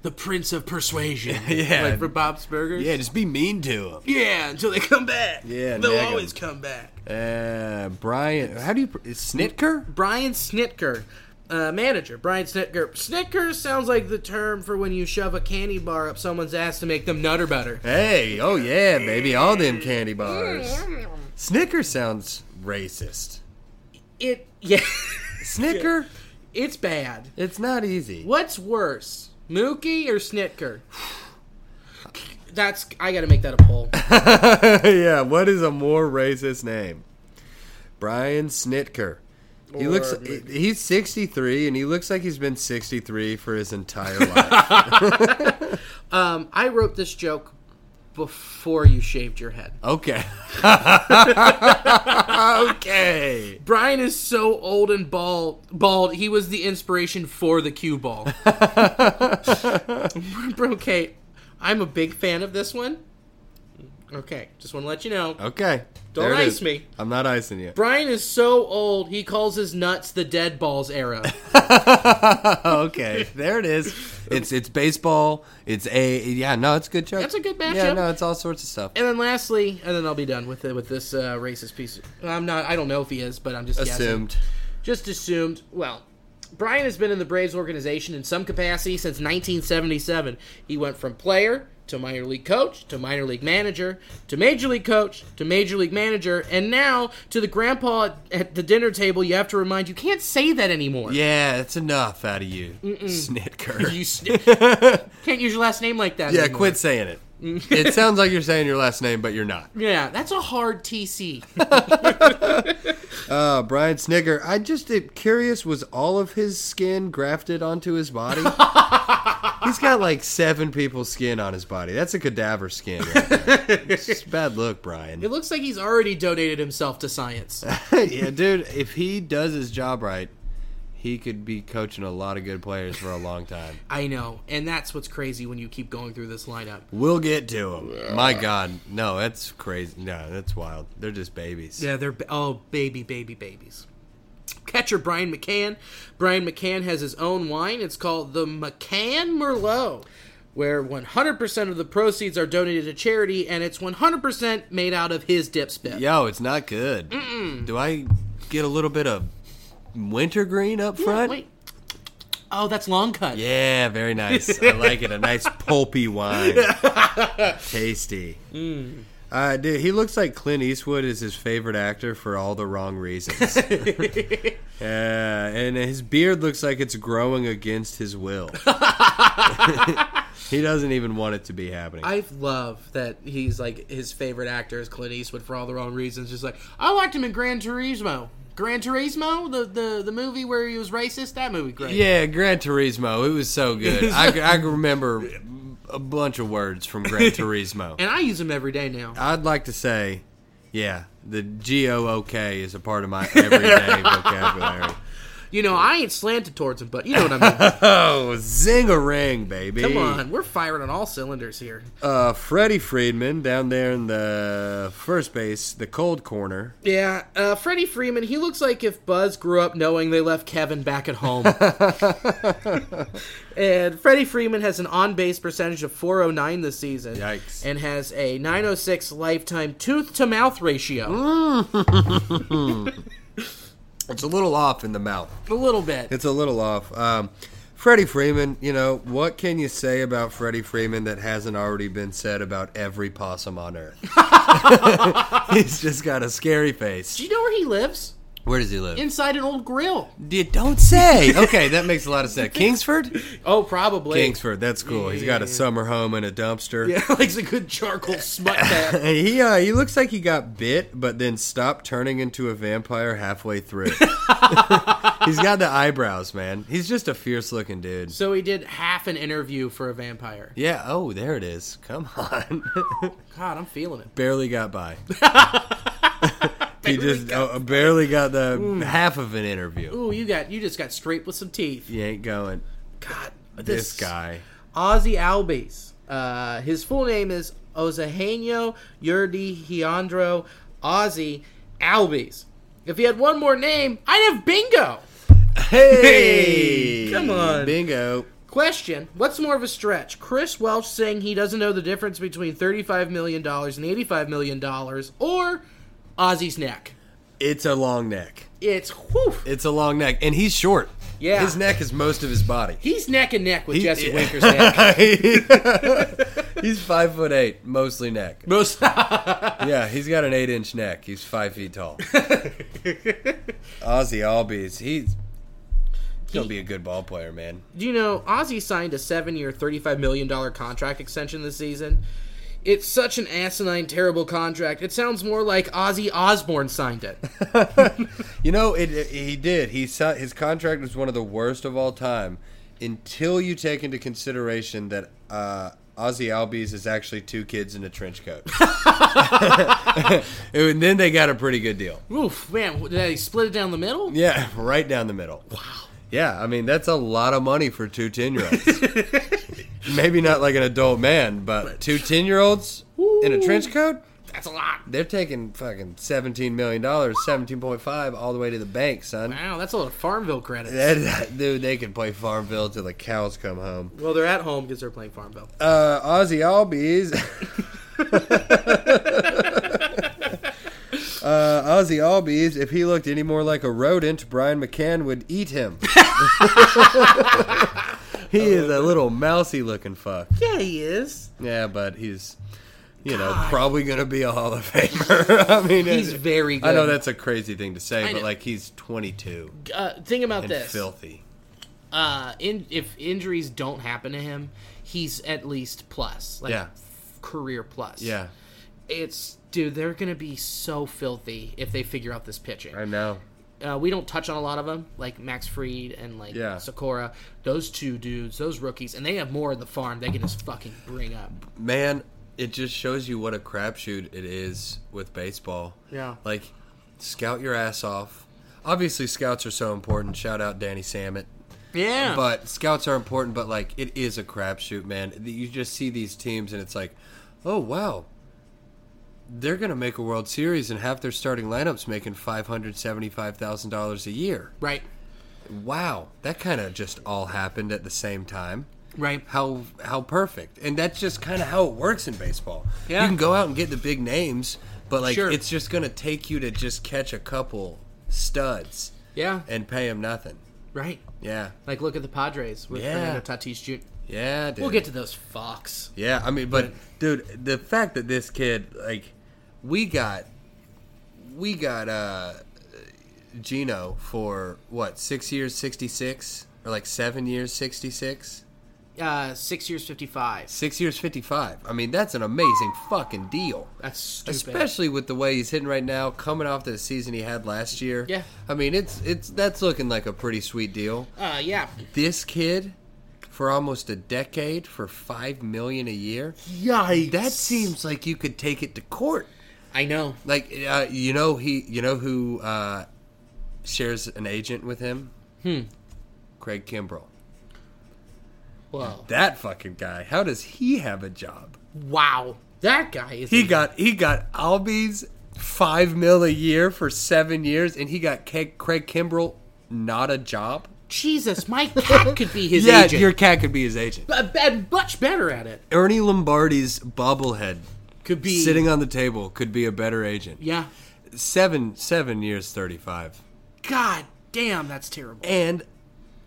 the Prince of Persuasion. (laughs) Yeah. Like for Bob's Burgers. yeah, just be mean to him. Yeah, until they come back. Yeah, They'll nag 'em. always come back. Uh, Brian, how do you? pr- Snitker? Brian Snitker, uh, manager. Brian Snitker. Snitker sounds like the term for when you shove a candy bar up someone's ass to make them nutter butter. Hey, oh yeah, baby, all them candy bars. Snicker sounds racist. It yeah, (laughs) Snicker? it's bad. It's not easy. What's worse, Mookie or Snitker? That's I got to make that a poll. (laughs) yeah, what is a more racist name? Brian Snitker. He Or looks maybe- he's 63 and he looks like he's been 63 for (laughs) his entire life. Um, I wrote this joke before you shaved your head. okay. (laughs) okay. Brian is so old and bald. Bald. He was the inspiration for the cue ball. Bro, Kate, I'm a big fan of this one. Okay, just want to let you know. Okay. Don't There it ice is. me. I'm not icing you. Brian is so old. He calls his nuts the dead balls era. (laughs) (laughs) okay, there it is. It's it's baseball. It's a yeah. No, it's a good joke. That's a good Yeah, matchup. no, it's all sorts of stuff. and then lastly, and then I'll be done with it with this uh, racist piece. I'm not. I don't know if he is, but I'm just guessing. Assumed. just assumed. Well, Brian has been in the Braves organization in some capacity since 1977. He went from player to minor league coach to minor league manager to major league coach to major league manager, and now to the grandpa at, at the dinner table. You have to remind you can't say that anymore. Yeah, it's enough out of you, Snitker. (laughs) You s- can't use your last name like that. yeah, anymore. quit saying it. Mm. it sounds (laughs) like you're saying your last name, but you're not. Yeah, that's a hard TC. Uh, Brian Snicker. I just am curious. Was all of his skin grafted onto (laughs) his body? He's got like seven people's skin on his body. That's a cadaver skin. Right there. (laughs) it's just a bad look, Brian. It looks like he's already donated himself to science. yeah, dude, if he does his job right, he could be coaching a lot of good players for a long time. I know, and that's what's crazy when you keep going through this lineup. We'll get to him. My God, no, that's crazy. No, that's wild. They're just babies. Yeah, they're ba- oh baby, baby, babies. Catcher Brian McCann. Brian McCann has his own wine. It's called the McCann Merlot, where 100% of the proceeds are donated to charity, and it's 100% made out of his dip spit. Yo, it's not good. Do I get a little bit of wintergreen up front? Wait. Oh, that's long cut. Yeah, very nice. I like it. A nice pulpy (laughs) wine. Tasty. Uh, dude, he looks like Clint Eastwood is his favorite actor for all the wrong (laughs) reasons. yeah, and his beard looks like it's growing against his (laughs) will. he doesn't even want it to be happening. I love that he's like his favorite actor is Clint Eastwood for all the wrong reasons. Just like I liked him in Gran Turismo. Gran Turismo, the the, the movie where he was racist. That movie, great. yeah, Gran Turismo. It was so (laughs) good. I, I can remember a bunch of words from Gran Turismo. And I use him every day now. I'd like to say, yeah, the G O O K is a part of my (laughs) everyday vocabulary. You know, I ain't slanted towards him, but you know what I mean. Oh, zing a ring, baby! (laughs) Come on, we're firing on all cylinders here. uh, Freddie Friedman down there in the first base, the cold corner. Yeah, uh, Freddie Freeman, he looks like if Buzz grew up knowing they left Kevin back at (laughs) home. and Freddie Freeman has an on base percentage of 409 this season. Yikes. And has a 906 lifetime tooth to mouth Mm. ratio. It's a little off in the mouth. A little bit. It's a little off. Um, Freddie Freeman, you know what can you say about Freddie Freeman that hasn't already been said about every possum on earth? (laughs) He's just got a scary Do face. you know where he lives? Where does he live? Inside an old grill. You don't say. Okay, that makes a lot of (laughs) sense. Kingsford? Oh, probably. Kingsford, that's cool. He's got a summer home and a (laughs) dumpster. Yeah, likes a good charcoal smut bath. And he uh, he looks like he got bit, but then stopped turning into a vampire halfway through. (laughs) He's got the eyebrows, man. He's just a fierce looking dude. So he did half an interview for a vampire. Yeah. Oh, there it is. Come on. (laughs) God, I'm feeling it. Barely got by. (laughs) He just uh, barely got the half of an interview. Ooh, you got you just got scraped with some teeth. He ain't going. God, this, This guy. Ozzy Albies. Uh, his full name is Ozahenio Yurdihiandro Ozzy Albies. If he had one more name, I'd have bingo. Hey, (laughs) Come on. bingo. Question: What's more of a stretch? Chris Welch saying he doesn't know the difference between thirty-five million dollars and eighty-five million dollars, or Ozzy's neck? It's a long neck. It's whew. It's a long neck, and he's short. Yeah. his neck is most of his body. He's neck and neck with He- Jesse Winker's (laughs) neck. he's five foot eight, mostly neck. Most Yeah, he's got an eight inch neck. He's five feet (laughs) tall. Ozzy Albies, he's gonna He- be a good ball player, man. Do you know Ozzy signed a seven-year, thirty-five million dollar contract extension this season? It's such an asinine, terrible contract. It sounds more like Ozzy Osbourne signed it. You know, it, it- he did. He si- his contract was one of the worst of all time, until you take into consideration that uh, Ozzy Albies is actually two kids in a trench (laughs) coat. and then they got a pretty good deal. (laughs) Oof, man! Did they split it down the middle? Yeah, (laughs) right down the middle. Wow. Yeah, I mean that's a lot of money for two 10 year olds. (laughs) Maybe not like an adult man, but two 10 year olds in a trench coat, That's a lot. they're taking fucking seventeen million dollars, seventeen point five all the way to the bank, son. Wow, that's a lot of Farmville credits. That, dude, they can play Farmville till the cows come home. well, they're at home because they're playing Farmville. Uh, Ozzy (laughs) Albies. uh, Ozzy Albies, if he looked any more like a rodent, Brian McCann would eat (laughs) him. he is a little mousy looking fuck. Yeah, he is. Yeah, but he's, you know, probably going to be a Hall of Famer. (laughs) I mean, He's it- very good. I know that's a crazy thing to say, I but know. like he's 22 Uh, think about and this. filthy. Uh, in, if injuries don't happen to him, he's at least plus, like Yeah. career plus. Yeah, it's dude. They're gonna be so filthy if they figure out this pitching. I know. uh, we don't touch on a lot of them, like Max Freed and like Yeah. Sakura. Those two dudes, those rookies, and they have more in the farm. They can just fucking bring up. man, it just shows you what a crapshoot it is with baseball. Yeah. Like, scout your ass off. Obviously, scouts are so important. Shout out Danny Samet. Yeah, But scouts are important, but, like, it is a crapshoot, man. You just see these teams, and it's like, oh, wow. They're going to make a World Series, and half their starting lineups making $575,000 a year. right, Wow. That kind of just all happened at the same time right. how how perfect. And that's just kind of how it works in baseball. Yeah. You can go out and get the big names, but like Sure. it's just going to take you to just catch a couple studs Yeah, and pay them nothing. right. Yeah. Like look at the Padres with Yeah. Fernando Tatis Jr. Yeah, dude. We'll get to those fucks. Yeah, I mean, but dude, the fact that this kid like we got we got uh Gino for what? 6 years 66 or like 7 years 66? Uh, six years, fifty-five. 6 years 55. I mean, that's an amazing fucking deal. That's stupid. Especially with the way he's hitting right now, coming off the season he had last year. Yeah. I mean it's it's that's looking like a pretty sweet deal. uh, yeah. This kid for almost a decade for five million a year. Yikes. That seems like you could take it to court. I know. Like uh, you know he you know who uh, shares an agent with him? Hmm. Craig Kimbrell. Whoa. That fucking guy. How does he have a job? Wow. That guy is. He got he got Albies five mil a year for seven years, and he got Ke- Craig Kimbrell not a job. Jesus, my cat could be his yeah, agent. your cat could be his agent. B- b- much better at it. Ernie Lombardi's bobblehead Could be sitting on the table could be a better agent. Yeah. Seven seven years thirty five, God damn, that's terrible. and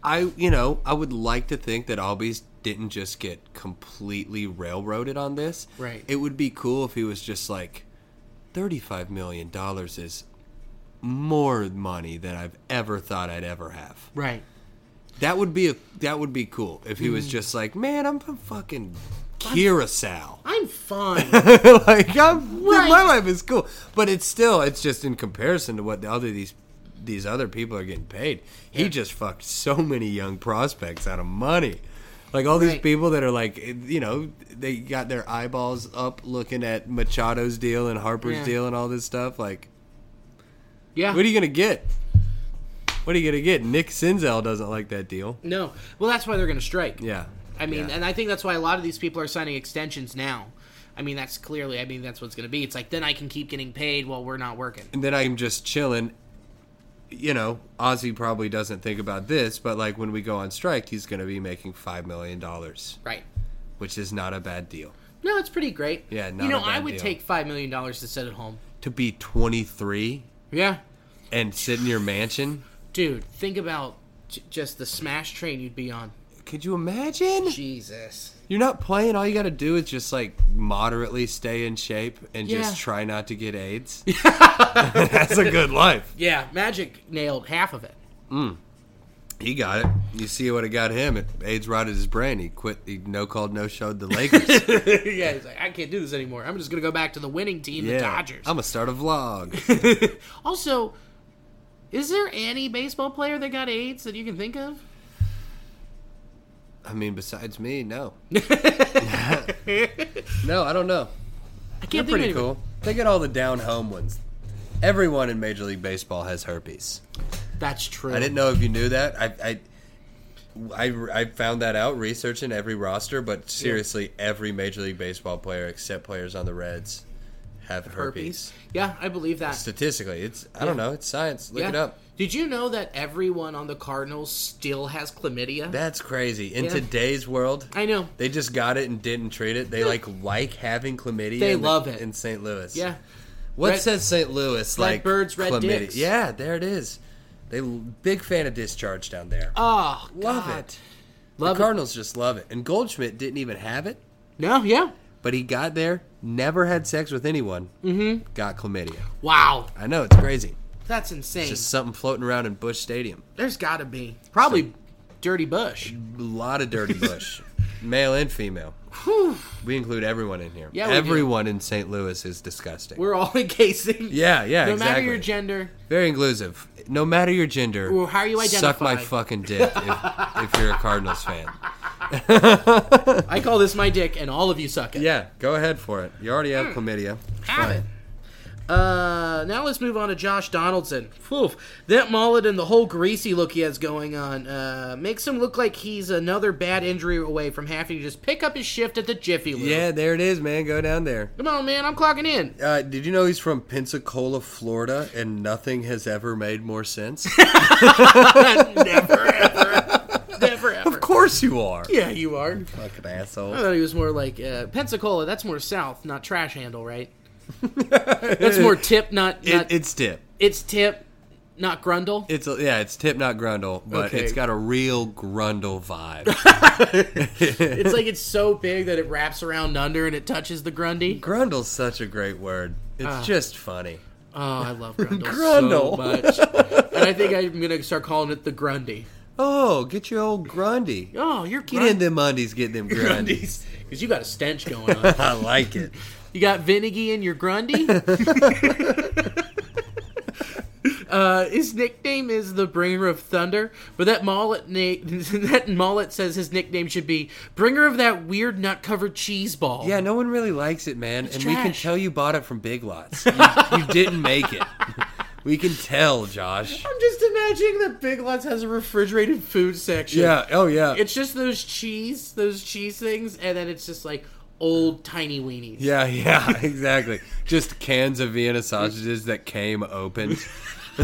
I you know I would like to think that Albies didn't just get completely railroaded on this. Right. It would be cool if he was just like thirty five million dollars is more money than I've ever thought I'd ever have. Right. That would be a that would be cool if he was just like, man, I'm from fucking Curacao. I'm (laughs) fine. like I'm, dude, Right. my life is cool, but it's still it's just in comparison to what the other these these other people are getting paid. He just fucked so many young prospects out of money. Like all these Right. people that are like, eh, you know, they got their eyeballs up looking at Machado's deal and Harper's Yeah. deal and all this stuff. Like, Yeah. What are you gonna get? What are you gonna get? Nick Sinzel doesn't like that deal. no. Well, that's why they're going to strike. Yeah. I mean, Yeah. and I think that's why a lot of these people are signing extensions now. I mean, that's clearly. I mean, that's what's going to be. It's like then I can keep getting paid while we're not working. and then I'm just chilling. You know, Ozzy probably doesn't think about this, but like when we go on strike, he's going to be making five million dollars, Right. which is not a bad deal. No, it's pretty great. Yeah, not you know, a I bad would deal. take five million dollars to sit at home. To be 23 Yeah, and sit in your mansion, dude. Think about j- just the smash train you'd be on. could you imagine? Jesus. You're not playing. All you got to do is just like moderately stay in shape and Yeah. just try not to (laughs) get AIDS. (laughs) That's a good life. Yeah, Magic nailed half of it. (laughs) He got it. You see what it got him? It AIDS rotted his brain. He quit. He no called, no showed (laughs) the Lakers. yeah, he's like, I can't do this anymore. I'm just gonna go back to the winning team, the Dodgers. I'm gonna start a vlog. also, is there any baseball player that got AIDS that you can think of? I mean, besides (laughs) me, no. (laughs) no, I don't know. I can't They're think of pretty anyone. cool. They get all the down home ones. Everyone in Major League Baseball has herpes. That's true. I didn't know if you knew that. I, I, I, I found that out researching every roster, but seriously, every Major League Baseball player except players on the Reds have herpes. herpes. Yeah, I believe that. Statistically, it's I don't know. It's science. Look yeah. it up. Did you know that everyone on the Cardinals still has chlamydia? That's crazy. In Yeah. today's world, I know. They just got it and didn't treat it. They like like having chlamydia. They in the- love it. in St. Louis. Yeah. What Red- says St. Louis? Red like birds, red chlamydia. dicks. Yeah, there it is. They big fan of discharge down there. Oh, love God. it. Love the Cardinals just love it. And Goldschmidt didn't even have it, it. No, yeah. but he got there, never had sex with anyone, mm-hmm. got chlamydia. Wow, I know it's crazy. that's insane. Just something floating around in Bush Stadium. There's got to be probably Dirty Bush. A lot (laughs) of dirty Bush, male and female. We include everyone in here. Yeah, we do. everyone in St. Louis is disgusting. We're all (laughs) encasing. Yeah, yeah, No exactly. matter your gender, Very inclusive. No matter your gender, Well, how you suck my identify. fucking dick (laughs) if, if you're a Cardinals fan. I call this my dick, and all of you suck it. Yeah, go ahead for it. You already have Hmm. chlamydia. Have it. Uh, now let's move on to Josh Donaldson. Whew. That mullet and the whole greasy look he has going on uh, makes him look like he's another bad injury away from having to just pick up his shift at the Jiffy Lube. Yeah, there it is, man. Go down there. Come on, man, I'm clocking (laughs) in. Uh, did you know he's from Pensacola, Florida, and nothing has ever made (laughs) more sense? never, ever, (laughs) never, ever. of course you are. Yeah, you are. Oh, Fucking I asshole. thought he was more like uh, Pensacola. That's more south, not trash handle, (laughs) right? that's more tip, not, It, not it's Tip. it's tip, not grundle. It's a, yeah, it's Tip, not Grundle, but Okay. it's got a real Grundle vibe. (laughs) It's like it's so big that it wraps around under and it touches the Grundy. Grundle's such a great word. It's Ah. just funny. Oh, I (laughs) love Grundle, so Grundle. much. And I think I'm gonna start calling it the Grundy. Oh, get your old Grundy. Oh, you're Get in them undies, get (laughs) (laughs) them Grundies. because you got a stench going on. I like it. You got Vinnigy in your (laughs) Grundy. Uh, his nickname is the Bringer of Thunder, but that mullet na- (laughs) that mullet says his nickname should be Bringer of that weird nut-covered cheese ball. Yeah, no one really likes it, man. and we can trash. tell you bought it from Big (laughs) Lots. You, you didn't make it. We can tell, Josh. I'm just imagining that Big Lots has a refrigerated food section. Yeah. Oh, yeah. It's just those cheese, those cheese things, and then it's just like old tiny weenies. yeah. Yeah. (laughs) Exactly. Just cans of Vienna sausages that came (laughs) opened.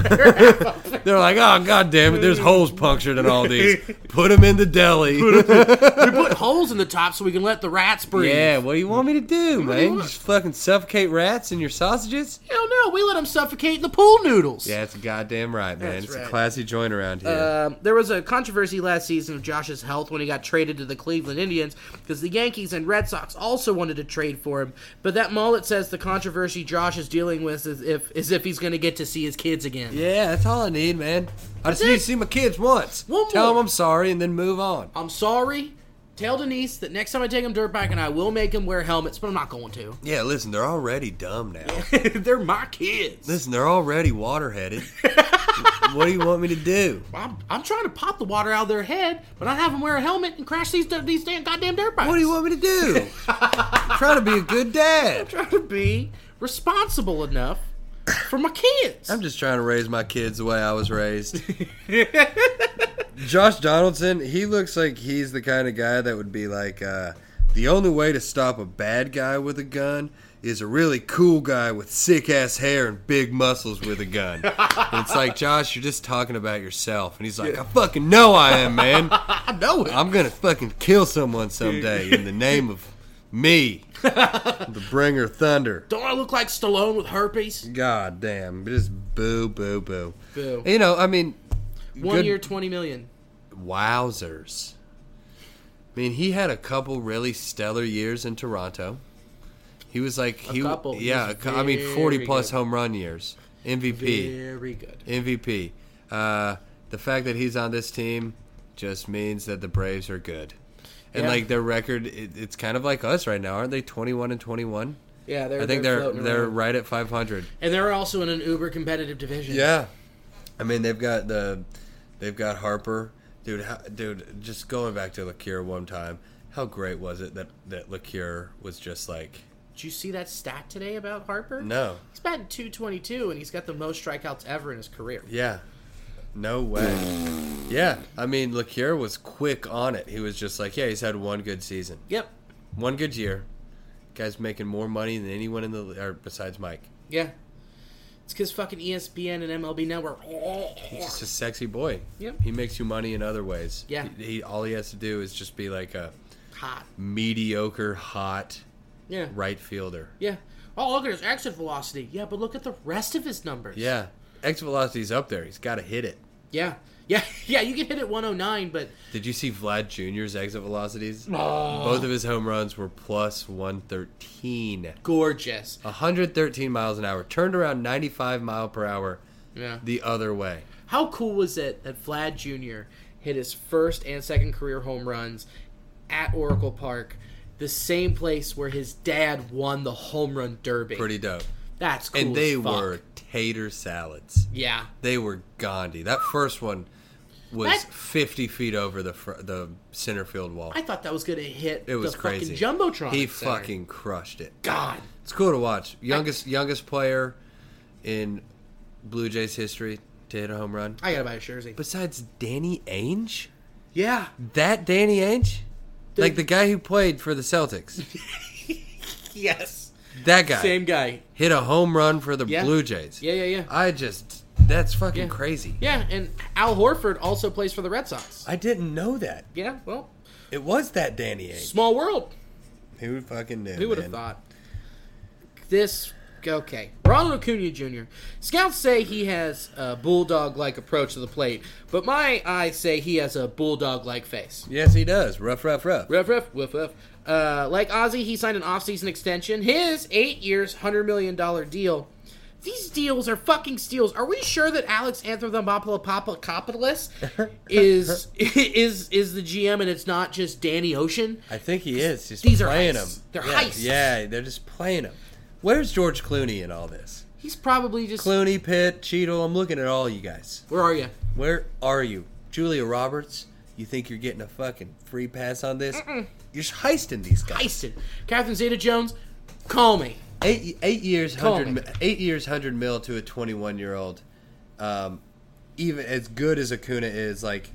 They're like, oh god damn it! There's holes punctured in all (laughs) these. Put them in the deli. We put holes in the top so we can let the rats breathe. Yeah. What do you want me to do, do you man? want? Just fucking suffocate rats in your sausages? Hell no, we let them suffocate in the pool noodles. Yeah, it's goddamn right, Uh, man. That's it's right. a classy joint around here. Um, there was a controversy last season of Josh's health when he got traded to the Cleveland Indians because the Yankees and Red Sox also wanted to trade for him. But that mullet says the controversy Josh is dealing with is if is if he's going to get to see his kids again. Yeah, that's all I need, man. I just need to see my kids once. One Tell more. them I'm sorry and then move on. I'm sorry. Tell Denise that next time I take him dirt biking, I will make him wear helmets, but I'm not going to. Yeah, listen, they're already dumb now. (laughs) They're my kids. listen, they're (laughs) already waterheaded. what do you want me to do? I'm, I'm trying to pop the water out of their head, but I have them wear a helmet and crash these these damn goddamn dirt bikes. What do you want me (laughs) to do? I'm trying to be a good dad. Trying to be responsible enough for my kids. I'm just trying to raise my kids the way I (laughs) was raised. Josh Donaldson, he looks like he's the kind of guy that would be like, uh, the only way to stop a bad guy with a gun is a really cool guy with sick ass hair and big muscles with (laughs) a gun. and it's like, Josh, you're just talking about yourself. And he's like, I fucking know I am, man. (laughs) I know it. I'm gonna fucking kill someone someday in the name of (laughs) me, the bringer of thunder. (laughs) Don't I look like Stallone with herpes? God damn, just boo, boo, boo. Boo. You know, I mean, One good- year, twenty million. wowzers. I mean, he had a couple really stellar years in Toronto. He was like he, couple. yeah, He's a cou- I mean, forty very plus good. home run years, MVP, Very good. MVP. Uh, the fact that he's on this team just means that the Braves are good, and Yeah. like their record, it, it's kind of like us right now, aren't they? Twenty one and twenty one. Yeah, they're. I think they're floating they're around. right at five hundred. and they're also in an uber competitive division. Yeah, I mean they've got the they've got Harper, dude. How, dude, just going back to Lacure one time. How great was it that that Lacure was just like Did you see that stat today about Harper? no, He's batting 222 and he's got the most strikeouts ever in his career. yeah, no way. Yeah, I mean Lacure was quick on it. He was just like, yeah, he's had one good season, Yep. one good year. Guy's making more money than anyone in the or besides Mike. Yeah. It's because fucking E ESPN and MLB Network. He's a sexy boy. Yep. He makes you money in other ways. Yeah. He, he all he has to do is just be like a Hot. mediocre hot Yeah. right fielder. Yeah. Oh, look at his exit velocity. Yeah, but look at the rest of his numbers. Yeah. Exit velocity's up there. He's got to hit it. Yeah. (laughs) Yeah. Yeah. You can hit at 109, but Did you see Vlad Jr.'s exit velocities? Both of his home runs were plus 113. gorgeous. 113 miles an hour. Turned around 95 mile per hour Yeah. the other way. How cool was it that Vlad Jr. hit his first and second career home runs at Oracle Park, the same place where his dad won the home run derby? Pretty dope. That's cool. And they as fuck. were tater salads. Yeah. They were Gandhi. That first one was That- 50 feet over the fr- the center field wall. I thought that was gonna hit it was the crazy. fucking jumbotron. He at center. fucking crushed it. God. It's cool to watch. Youngest youngest player in Blue Jays history to hit a home run. I gotta buy a jersey. Besides Danny Ainge? yeah. (laughs) That Danny Ainge? Like the guy who played for the Celtics. Yes. That guy Same guy. hit a home run for the Yeah. Blue Jays. Yeah, yeah, yeah. I just that's fucking Yeah. crazy. Yeah, and Al Horford also plays for the Red Sox. I didn't know that. Yeah, well, It was that Danny Ainge. small world. Who fucking knew? Who would have man? thought? This okay. Ronald Acuna Jr. Scouts say he has a bulldog-like approach to the plate, but my eyes say he has a bulldog-like face. Yes, he does. Rough, rough, rough. Ruff, ruff, woof, woof. Uh, like Ozzy, he signed an offseason extension. His eight years, $100 million deal. These deals are fucking steals. Are we sure that Alex (laughs) Anthropopoulos is is is the GM and it's not just Danny Ocean? I think he is. He's These are playing heists. him. They're yeah, heists. Yeah, they're just playing him. Where's George Clooney in all this? He's probably just Clooney, Pitt, Cheadle. I'm looking at all you guys. where are you? Where are you, Julia Roberts? You think you're getting a fucking free pass on this? You're just heisting these guys. Heisted. Catherine Zeta Jones, call me. Eight eight years, Call hundred me. mi- eight years, hundred mil to a 21 year old. Um, even as good as Acuna is, like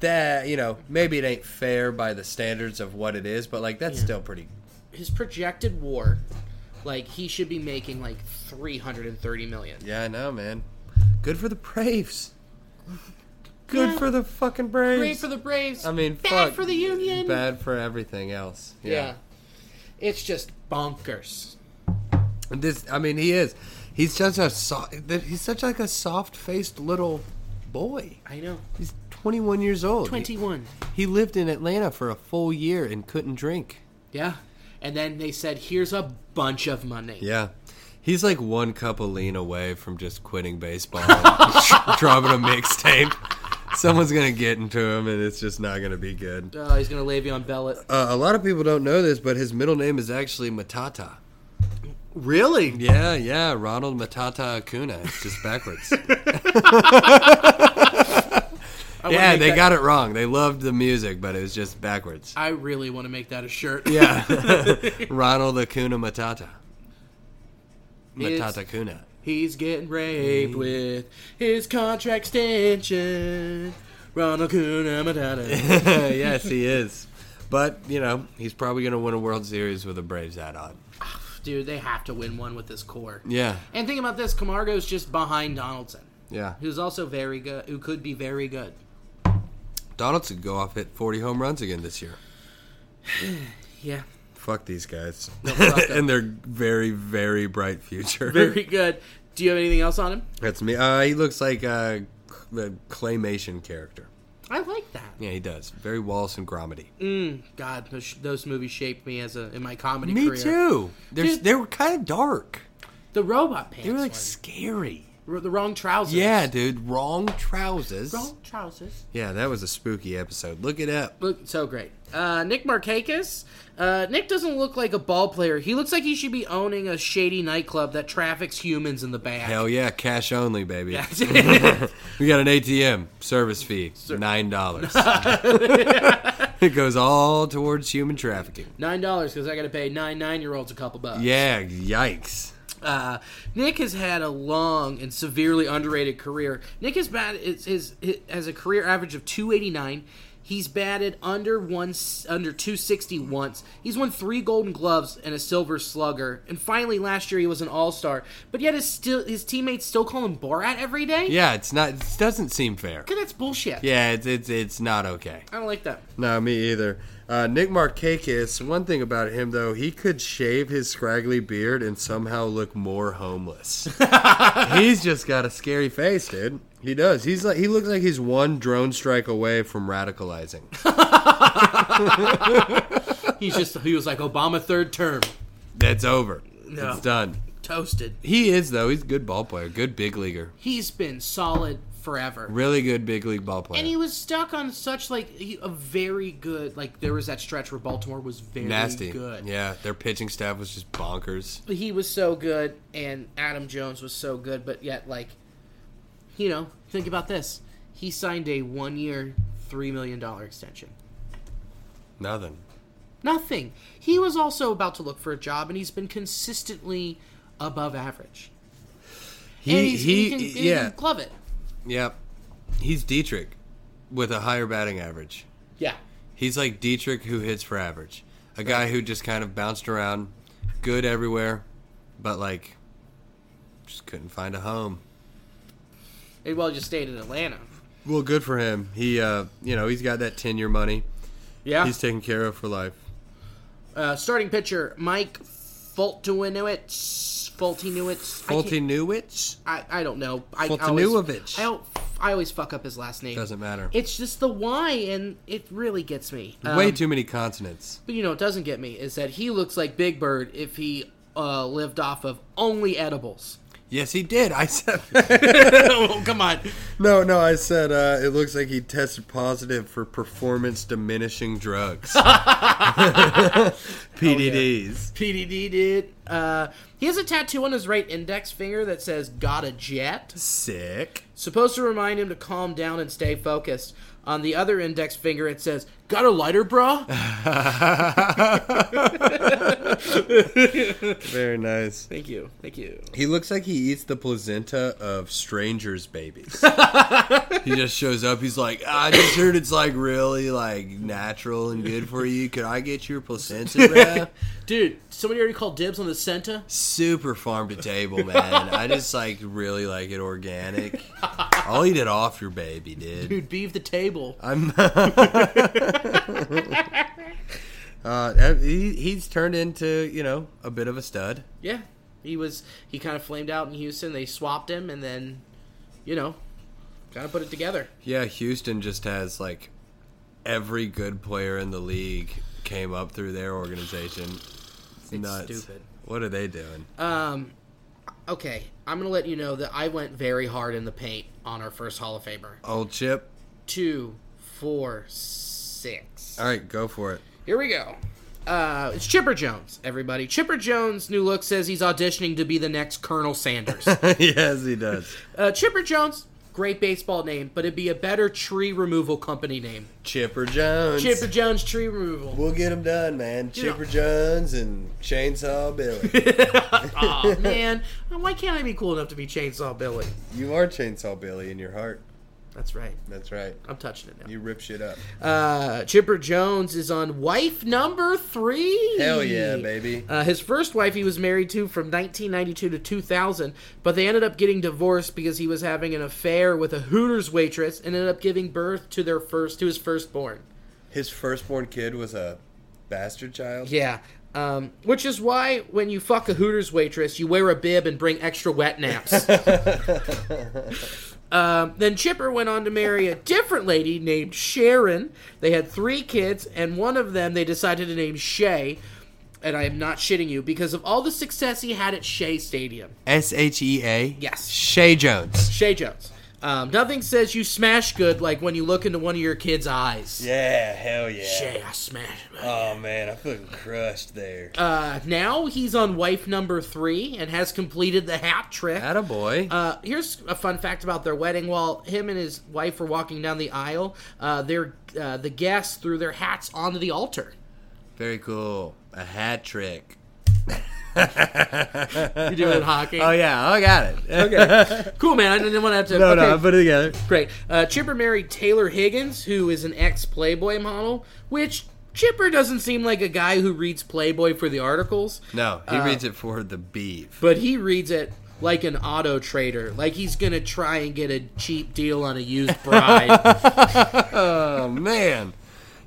that, you know, maybe it ain't fair by the standards of what it is, but like that's still pretty His projected war, like he should be making like three hundred and thirty million. Yeah, I know, man. Good for (laughs) the Braves. Good Yeah. for the fucking Braves. Great for the Braves. I mean, bad fuck. for the Union. Bad for everything else. Yeah. Yeah. It's just bonkers. And This, I mean, he is. He's such a soft. He's such like a soft-faced little boy. I know. He's 21 years old. 21. He lived in Atlanta for a full year and couldn't drink. Yeah. And then they said, here's a bunch of money. Yeah. He's like one cup of lean away from just quitting (laughs) baseball and dropping a mixtape. Someone's going to get into him and it's just not going to be good. Oh, he's going to Le'Veon Bell it. Uh, a lot of people don't know this, but his middle name is actually Matata. Really? Yeah, yeah, Ronald Matata Acuna. It's (laughs) just backwards. yeah, they got it wrong. They loved the music, but it was just backwards. I really (laughs) (laughs) want to make that a shirt. Yeah, Ronald Acuna Matata. It's- (laughs) Matata Kuna. He's getting Mm. raped with his contract extension. Ronald Kuna (laughs) Matata. (laughs) yes, he is. But, you know, he's probably going to win a World Series with a Braves hat on. Dude, they have to win one with this core. Yeah, And think about this Camargo's just behind Donaldson, yeah. who's also very good, who could be very good. Donaldson go off hit 40 home runs again this year. Yeah. Fuck these guys. fuck 'em. (laughs) and their very, very bright future. Very good. Do you have anything else on him? That's me. Uh, he looks like a, a claymation character. I like that. Yeah, he does. Very Wallace and Gromity. God, those, those movies shaped me as a in my comedy Me career. too. There's, Dude. they were kind of dark. The robot pants. They were like one. scary. R- the wrong trousers. Yeah, dude. Wrong trousers. Wrong trousers. Yeah, that was a spooky episode. Look it up. Look so great. Uh, Nick Markakis. Uh, Nick doesn't look like a ball player. He looks like he should be owning a shady nightclub that traffics humans in the back. Hell yeah, cash only, baby. We got an ATM service fee, nine dollars. it goes all towards human trafficking. (laughs) nine dollars because I got to pay nine nine year olds a couple bucks. Yeah, yikes. Uh, Nick has had a long and severely underrated career. Nick has batted is, is, is, has a career average of 289. He's batted under one under 260 once. He's won three Golden Gloves and a Silver Slugger. And finally, last year he was an All Star. But yet, his still his teammates still call him Borat every day. Yeah, it's not. It doesn't seem fair. Okay, that's bullshit. Yeah, it's it's it's not okay. I don't like that. No, me either. Uh, Nick Markakis. One thing about him though, he could shave his scraggly beard and somehow look (laughs) more homeless. he's just got a scary face, dude. He does. He's like he looks like he's one drone strike away from radicalizing. He's just he was like Obama third term, That's over. No. It's done. toasted. He is though. He's a good ball player, good big leaguer, He's been solid forever. really good big league ball player. And he was stuck on such like he, a very good like there was that stretch where Baltimore was very Nasty. good. Yeah, their pitching staff was just bonkers. But He was so good, and Adam Jones was so good, but yet like, you know, think about this: he signed a one-year, three million dollar extension. Nothing. Nothing. He was also about to look for a job, and he's been consistently above average. and He he's, he, can, yeah can glove it. yep. He's Dietrich with a higher batting average. Yeah, He's like Dietrich who hits for average, a guy who just kind of bounced around, good everywhere, but like just couldn't find a home. and well, he just stayed in Atlanta. Well, good for him. He uh, you know, he's got that tenure money. Yeah, He's taken care of for life. Uh, starting pitcher Mike Fultinuits. Fultinuits. I can't- Fultinewicz? I, I don't know. I, I Fultinuovic. always, I, don't, I always fuck up his last name. Doesn't matter. It's just the Y, and it really gets me. Um, Way too many consonants. But you know, what doesn't get me is that he looks like Big Bird if he uh, lived off of only edibles. (laughs) Yes, he did. I said oh, come on. (laughs) No, no, I said uh, it looks like he tested positive for performance diminishing (laughs) drugs. PDDs. PDD did. Uh, he has a tattoo on his right index finger that says "Got a jet." Sick. supposed to remind him to calm down and stay focused. On the other index finger, it says, "Got a lighter, (laughs) brah?" (laughs) Very nice. Thank you, thank you. He looks like he eats the placenta of strangers' babies. he just shows up. He's like, I just heard it's like really like natural and good for you. Could I get your placenta, bruh? Dude, somebody already called dibs on the Senta. Super farm to table, man. I just like really like it organic. I'll eat it off your baby, dude. Dude, beef the table. I'm. uh, he, he's turned into you know a bit of a stud. Yeah, he was. He kind of flamed out in Houston. They swapped him, and then, you know, kind of put it together. Yeah, Houston just has like every good player in the league came up through their organization. It's, Uh, nuts. stupid. What are they doing? Um, okay, I'm gonna let you know that I went very hard in the paint on our first Hall of Famer. Old Chip. Two, four, six. All right, go for it. Here we go. Uh, it's Chipper Jones, everybody. Chipper Jones, new look, says he's auditioning to be the next Colonel Sanders. (laughs) yes, he does. uh, Chipper Jones, Great baseball name, but it'd be a better tree removal company name. Chipper Jones. Chipper Jones Tree Removal. (laughs) We'll get them done, man. Chipper know- Jones and Chainsaw (laughs) Billy. Aw, man. Why can't I be cool enough to be Chainsaw Billy? you are Chainsaw Billy in your heart. That's right. That's right. I'm touching it now. You rip shit up. Uh, Chipper Jones is on wife number three. Hell yeah, baby. Uh, his first wife he was married to from 1992 to 2000, but they ended up getting divorced because he was having an affair with a Hooters waitress and ended up giving birth to their first to his firstborn. His firstborn kid was a bastard child. Yeah. Um, which is why when you fuck a Hooters waitress, you wear a bib and bring extra wet naps. um, then Chipper went on to marry a different lady named Sharon. They had three kids, and one of them they decided to name Shay. And I am not shitting you because of all the success he had at Shea Stadium. S H E A. Yes. Shay Jones. Shay Jones. Um, nothing says you smash good like when you look into one of your kids' eyes. Yeah, hell yeah. Shay, I smash. Oh man, I fucking crushed there. Uh, now he's on wife number three and has completed the hat trick. Attaboy. Uh, here's a fun fact about their wedding. While him and his wife were walking down the aisle, uh, their uh, the guests threw their hats onto the altar. Very cool. A hat trick. You're (laughs) doing (laughs) hockey. Oh yeah, I got it. (laughs) Cool, man. I didn't want to have to. No, okay, no, I put it together. great. Uh, Chipper married Taylor Higgins, who is an ex Playboy model, which Chipper doesn't seem like a guy who reads Playboy for the articles. No, he reads it for the beef. but he reads it like an auto trader, like he's gonna try and get a cheap deal on a used bride. (laughs) Oh man,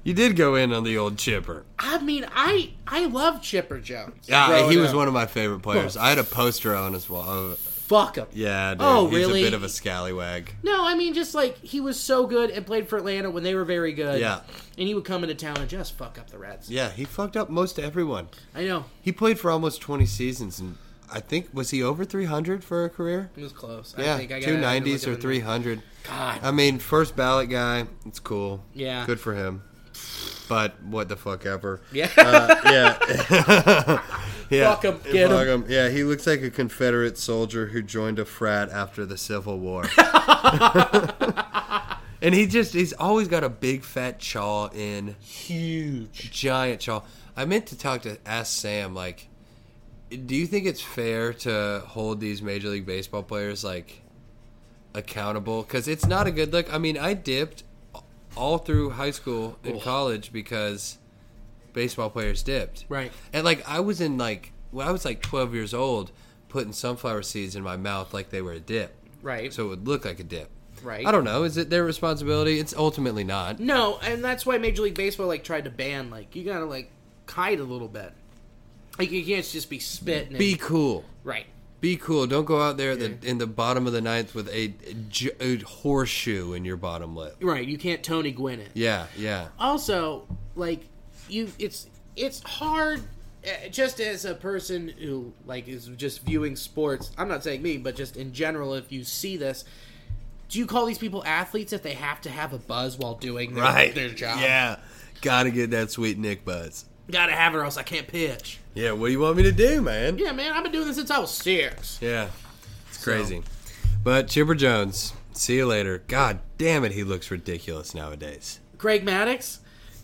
you did go in on the old chipper. I mean, I I love Chipper Jones. Yeah, Growing he was up. one of my favorite players. I had a poster on his wall. Oh, Fuck him. yeah, dude. Oh, He's really? a bit of a scallywag. No, I mean just like he was so good and played for Atlanta when they were very good. Yeah. And he would come into town and just fuck up the Reds. Yeah, he fucked up most everyone. I know. He played for almost 20 seasons, and I think was he over 300 for a career? It was close. I Yeah, think I gotta- two I gotta nineties look or it up. three hundred. God. I mean, first ballot guy. It's cool. Yeah. good for him. But what the fuck ever. (laughs) Yeah. (laughs) Uh, yeah. (laughs) yeah. Fuck 'em, get 'em. Fuck 'em. Yeah, he looks like a Confederate soldier who joined a frat after the Civil (laughs) War. (laughs) and he just—he's always got a big fat chaw in Huge. giant chaw. I meant to talk to ask Sam like, do you think it's fair to hold these major league baseball players like accountable? Because it's not a good look. I mean, I dipped all through high school and college because baseball players dipped. Right. And like I was in like when I was like twelve years old, putting sunflower seeds in my mouth like they were a dip, Right. so it would look like a dip. Right. I don't know. Is it their responsibility? It's ultimately not. No, and that's why Major League Baseball like tried to ban like you gotta like hide a little bit. Like you can't just be spitting. and- Be cool. right. Be cool. Don't go out there at the, in the bottom of the ninth with a, j- a horseshoe in your bottom lip. Right, you can't Tony Gwynn it. Yeah, yeah. Also, like you, it's it's hard. eh, Just as a person who like is just viewing sports, I'm not saying me, but just in general, if you see this, do you call these people athletes if they have to have a buzz while doing their, their job? Yeah. Gotta get that sweet Nick buzz. gotta have it, or else I can't pitch. Yeah, what do you want me to do, man? Yeah, man, I've been doing this since I was six. Yeah. It's crazy. But Chipper Jones, see you later. God damn it, he looks ridiculous nowadays. Greg Maddox.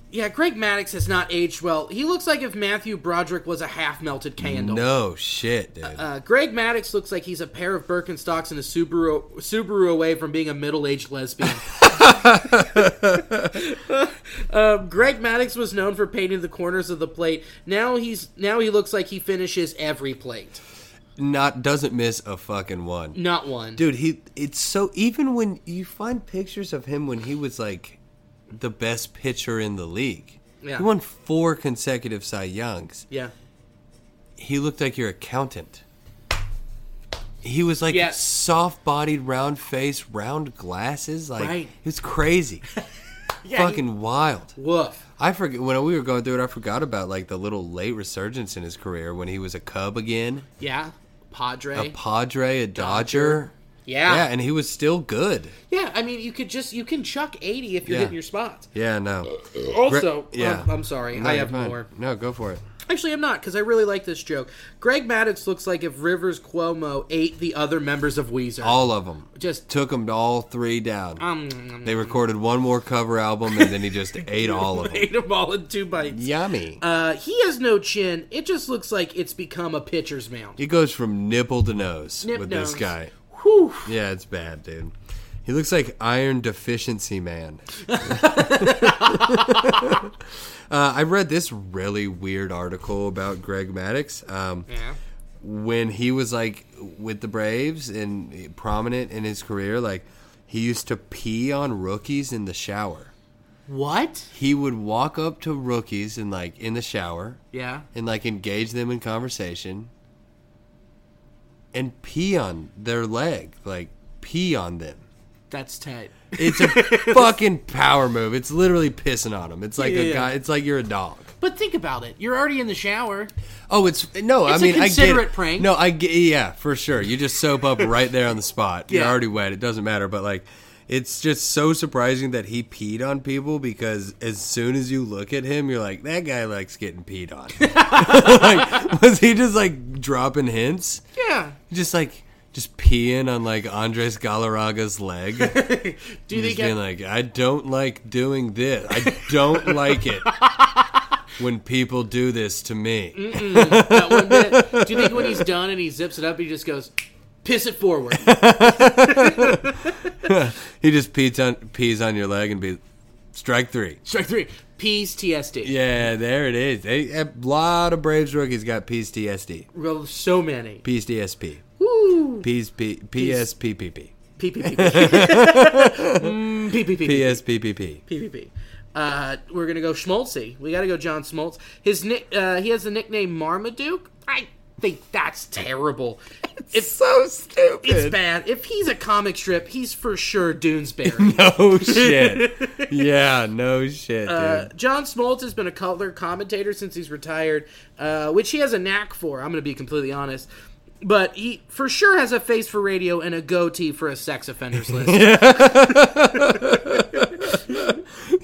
Yeah, Greg Maddox has not aged well. He looks like if Matthew Broderick was a half melted candle. No shit, dude. Uh, Greg Maddox looks like he's a pair of Birkenstocks and a Subaru Subaru away from being a middle aged (laughs) lesbian. (laughs) um, Greg Maddox was known for painting the corners of the plate. Now he's now he looks like he finishes every plate, Not doesn't miss a fucking one. not one. dude he it's so even when you find pictures of him when he was like the best pitcher in the league Yeah. he won four consecutive cy youngs Yeah, he looked like your accountant he was like Yeah. soft-bodied round face round glasses like Right. it was crazy (laughs) yeah fucking wild he- woof. i forget when we were going through it i forgot about like the little late resurgence in his career when he was a cub again Yeah, Padre. a padre a dodger yeah. yeah yeah, and he was still good I mean, you could just you can chuck eighty if you're Yeah. hitting your spots. yeah no Also, yeah. um, I'm sorry, No, I you're have fine. more. No, go for it. Actually, I'm not because I really like this joke. Greg Maddox looks like if Rivers Cuomo ate the other members of Weezer. All of them. Just (laughs) Took them all three down. um, they recorded one more cover album and then (laughs) he just ate all of them. ate them all in two bites. Yummy. Uh, he has no chin. It just looks like it's become a pitcher's mound. He goes from nipple to nose Nip with this nose. guy. Whew. Yeah, it's bad, dude. He looks like Iron (laughs) Deficiency Man. uh, I read this really weird article about Greg Maddox. Um, Yeah. when he was like with the Braves and prominent in his career, like he used to pee on rookies in the shower. What? He would walk up to rookies and like in the shower Yeah. and like engage them in conversation and pee on their leg, like pee on them. That's tight. (laughs) It's a fucking power move. It's literally pissing on them. It's like a Yeah. guy. It's like you're a dog. But think about it. You're already in the shower. Oh, it's no. It's a I mean, I get considerate it. prank. No, I get. Yeah, for sure. You just soap up right there on the spot. You're Yeah. already wet. It doesn't matter. But like, it's just so surprising that he peed on people because as soon as you look at him, you're like, that guy likes getting peed (laughs) on. like, was he just like dropping hints? (laughs) Yeah. Just like. Just peeing on like Andres (laughs) Galarraga's leg, just Do you think I- being like, "I don't like doing this. I don't (laughs) like it when people do this to me." that one bit? Do you think when (laughs) he's done and he zips it up, he just goes, piss it (laughs) forward? He just pees on pees on your leg and be strike three. Strike three. Peace, TSD. Yeah, there it is. They, a lot of Braves rookies got PTSD, Well, so many. PTSD, Woo! PSP, PSPPP, PPP. (laughs) Mm, PPP. PSPPP. PPP. Uh, we're gonna go Schmaltzy. We gotta go John Schmaltz. His nick. Uh, he has the nickname Marmaduke. I think that's terrible. (laughs) It's So stupid. it's bad. If he's a comic strip, he's for sure (laughs) Doonesbury. (laughs) No shit. yeah, no shit, dude. Uh, John Smoltz has been a color commentator since he's retired, uh, which he has a knack for. I'm going to be completely honest. But he for sure has a face for radio and a goatee for a sex offenders list.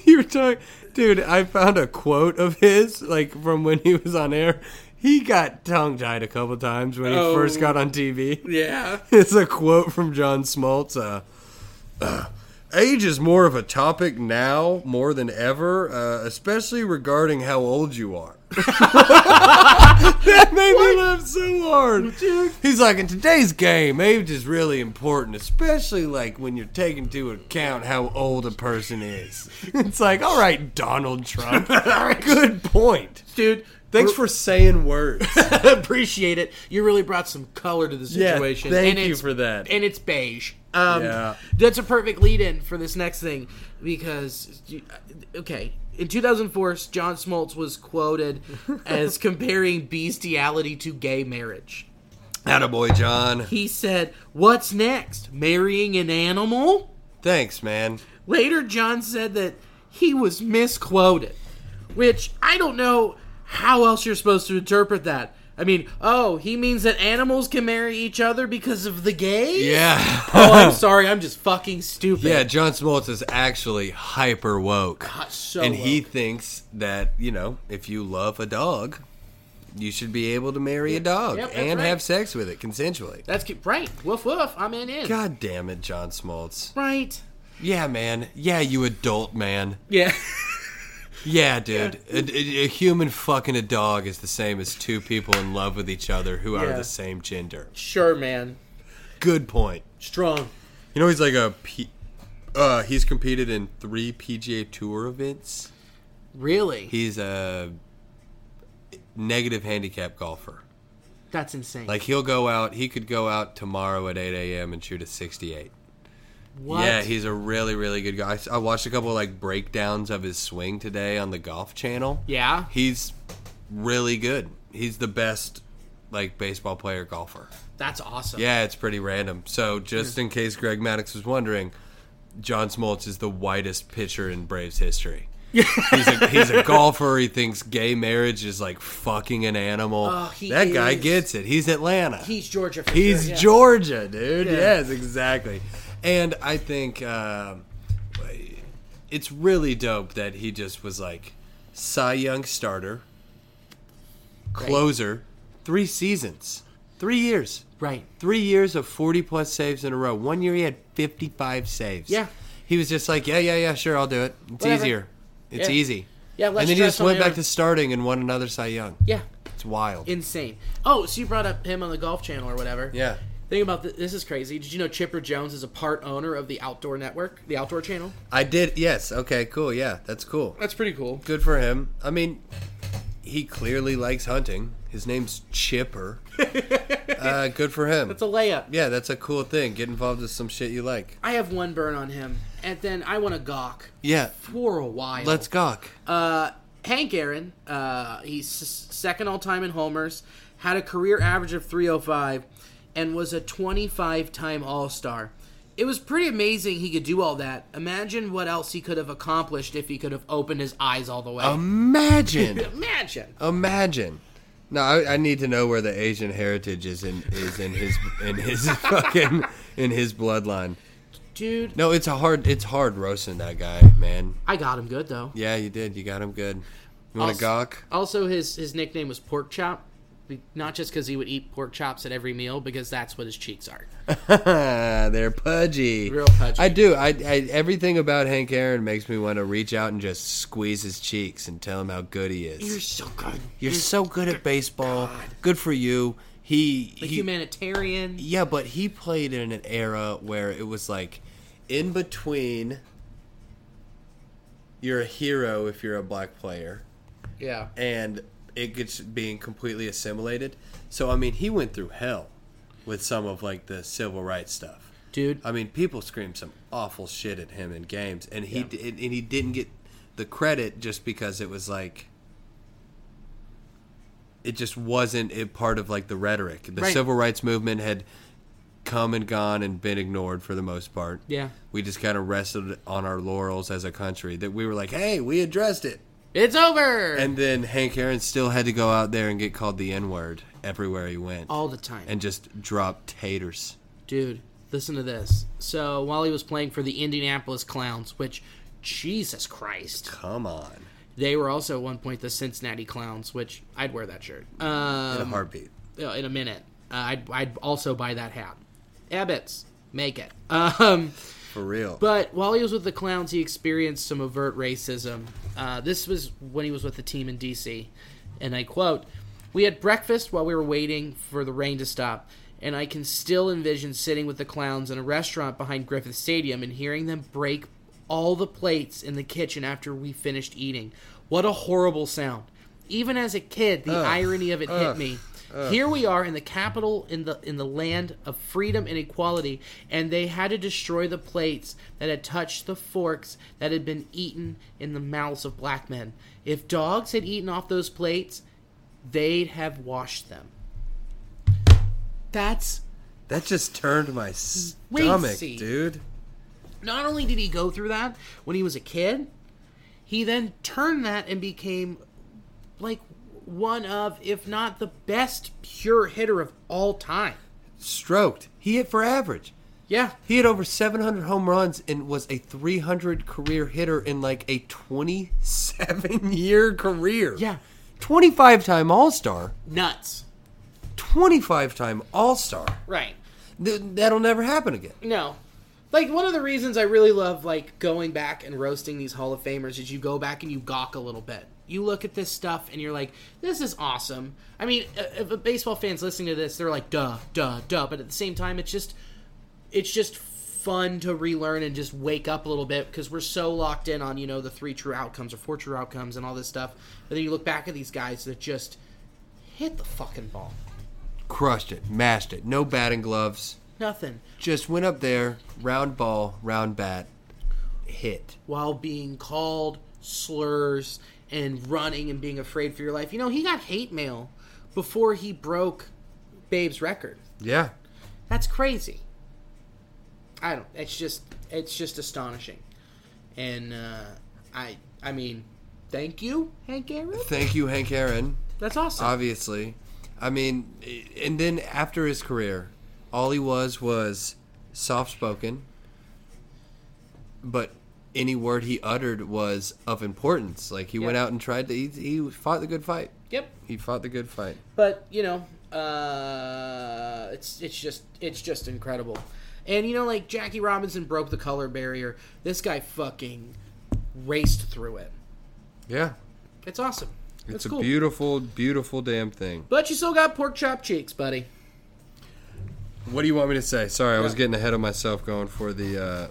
you were talking, dude. I found a quote of his, like from when he was on air. He got tongue tied a couple times when he Oh. first got on TV. (laughs) yeah. It's a quote from John Smoltz. Uh, uh, Age is more of a topic now more than ever, uh, especially regarding how old you are. (laughs) that made me laugh so hard. He's like, in today's game, age is really important, especially like when you're taking into account how old a person is. (laughs) It's like, all right, Donald Trump, good point. Dude, Thanks for saying words. (laughs) (laughs) appreciate it. You really brought some color to the Yeah, situation. thank and you it's- for that. And it's beige. Um, Yeah. That's a perfect lead in for this next thing because, uh, okay, in 2004, John Smoltz was (laughs) quoted as comparing bestiality to gay marriage. Attaboy, John. He said, What's next? Marrying an animal? Thanks, man. Later, John said that he was misquoted, which I don't know how else you're supposed to interpret that. I mean, oh, he means that animals can marry each other because of the gays? Yeah. Oh, (laughs) I'm sorry, I'm just fucking stupid. Yeah, John Smoltz is actually hyper woke. God, Ah, so and he woke. thinks that, you know, if you love a dog, you should be able to marry a dog Yep, that's and right. have sex with it consensually. That's ki- right. Woof woof, I'm in in. God damn it, John Smoltz. Right. Yeah, man. Yeah, you adult man. Yeah. Yeah, dude. A, a- a human fucking a dog is the same as two people in love with each other who are Yeah. the same gender. sure, man. Good point. Strong. You know, he's like a. P- uh, he's competed in three PGA Tour events. Really? he's a negative handicap golfer. That's insane. Like he'll go out, he could go out tomorrow at 8 a.m. and shoot a 68. what? Yeah, he's a really, really good guy. I s- I watched a couple like breakdowns of his swing today on the Golf Channel. Yeah? he's really good. He's the best like baseball player golfer. That's awesome. Yeah, it's pretty random. So just in case Greg Maddox was wondering, John Smoltz is the whitest pitcher in (laughs) Braves history. he's, a, he's a golfer. He thinks gay marriage is like fucking an animal. Oh, he that guy is. gets it. He's Atlanta. He's Georgia. For He's sure, yeah. Georgia, dude. Yeah. Yes, exactly. And I think um, it's really dope that he just was like Cy Young starter, closer, three seasons, three years. Right. Three years of 40 plus saves in a row. One year he had 55 saves. Yeah. He was just like, yeah, yeah, yeah, sure, I'll do it. It's Whatever. easier. It's Yeah. easy. Yeah, let's and then he try just went something back out. to starting and won another Cy Young. Yeah. It's wild. Insane. Oh, so you brought up him on the Golf Channel or whatever. yeah. Think about this. This is crazy. Did you know Chipper Jones is a part owner of the Outdoor Network, the Outdoor Channel? I did. Yes. Okay, cool. Yeah, that's cool. That's pretty cool. Good for him. I mean, he clearly likes hunting. His name's (laughs) Chipper. uh, good for him. It's a layup. yeah, that's a cool thing. Get involved with some shit you like. I have one burn on him, and then I want to gawk Yeah. for a while. Let's gawk. Uh, Hank Aaron, uh, he's s- second all time in homers, had a career average of 305, and was a 25 time All Star. It was pretty amazing he could do all that. Imagine what else he could have accomplished if he could have opened his eyes all the way. (laughs) Imagine. Imagine. Imagine. No, I, I need to know where the Asian heritage is in is in his in his (laughs) fucking in his bloodline. Dude, No, it's a hard it's hard roasting that guy, man. I got him good, though. Yeah, you did. You got him good. You want to Also- gawk? (laughs) Also, his, his nickname was Pork Chop, be- not just because he would eat pork chops at every meal, because that's what his cheeks are. They're pudgy. Real pudgy. I do. I, I everything about Hank Aaron makes me want to reach out and just squeeze his cheeks and tell him how good he is. You're You're, so good. so good at baseball. Good for you. He The he- humanitarian. Yeah, but he played in an era where it was like in between you're a hero if you're a black player Yeah. and it gets being completely assimilated. So I mean, he went through hell with some of like the civil rights stuff. Dude. I mean, people screamed some awful shit at him in games and he d and he didn't get the credit just because it was like it just wasn't a part of like the rhetoric. The Right. civil rights movement had come and gone and been ignored for the most part. Yeah. We just kind of rested on our laurels as a country that we were like, "Hey, we addressed it." It's over. And then Hank Aaron still had to go out there and get called the N word everywhere he went. all the time. and just drop taters. Dude, listen to this. So while he was playing for the Indianapolis Clowns, which Jesus Christ, Come on. they were also at one point the Cincinnati Clowns, which I'd wear that shirt. In a Um, heartbeat. uh, in a minute, uh, I'd I'd also buy that hat. Ebbets, make it. (laughs) Um, For real. but while he was with the Clowns, he experienced some overt racism. Uh, this was when he was with the team in D.C. And I quote We had breakfast while we were waiting for the rain to stop, and I can still envision sitting with the Clowns in a restaurant behind Griffith Stadium and hearing them break all the plates in the kitchen after we finished eating. What a horrible sound. Even as a kid, the irony of it hit me. Here we are in the capital in the in the land of freedom and equality, and they had to destroy the plates that had touched the forks that had been eaten in the mouths of black men. If dogs had eaten off those plates, they'd have washed them. That's that just turned my Wait, stomach, see. dude. not only did he go through that when he was a kid, he then turned that and became like one of, if not the best pure hitter of all time. Stroked. He hit for average. Yeah. He had over 700 home runs and was a 300 career hitter in like a 27 year career. Yeah. 25 time All Star. Nuts. 25 time All Star. Right. Th- that'll never happen again. No. Like one of the reasons I really love like going back and roasting these Hall of Famers is you go back and you gawk a little bit. You look at this stuff and you're like, "This is awesome." I mean, uh, if a baseball fans listening to this, they're like, "Duh, duh, duh," but at the same time, it's just, it's just fun to relearn and just wake up a little bit because we're so locked in on you know the three true outcomes or four true outcomes and all this stuff. But then you look back at these guys that just hit the fucking ball, crushed it, mashed it. No batting gloves. nothing, Just went up there, round ball, round bat, hit. while being called slurs and running and being afraid for your life. You know, he got hate mail before he broke Babe's record. Yeah. That's crazy. I don't. It's just it's just astonishing, and uh, I I mean, thank you, Hank Aaron. Thank you, Hank Aaron. That's awesome. Uh, Obviously, I mean, i- and then after his career, all he was was soft spoken, but any word he uttered was of importance. Like he went Yeah. out and tried to. He, he fought the good fight. Yep. He fought the good fight. But you know, uh, it's it's just it's just incredible. And you know, like Jackie Robinson broke the color barrier. This guy fucking raced through it. Yeah. It's awesome. It's It's a cool. beautiful, beautiful damn thing. but you still got pork chop cheeks, buddy. What do you want me to say? Sorry, I was Yeah. getting ahead of myself going for the uh,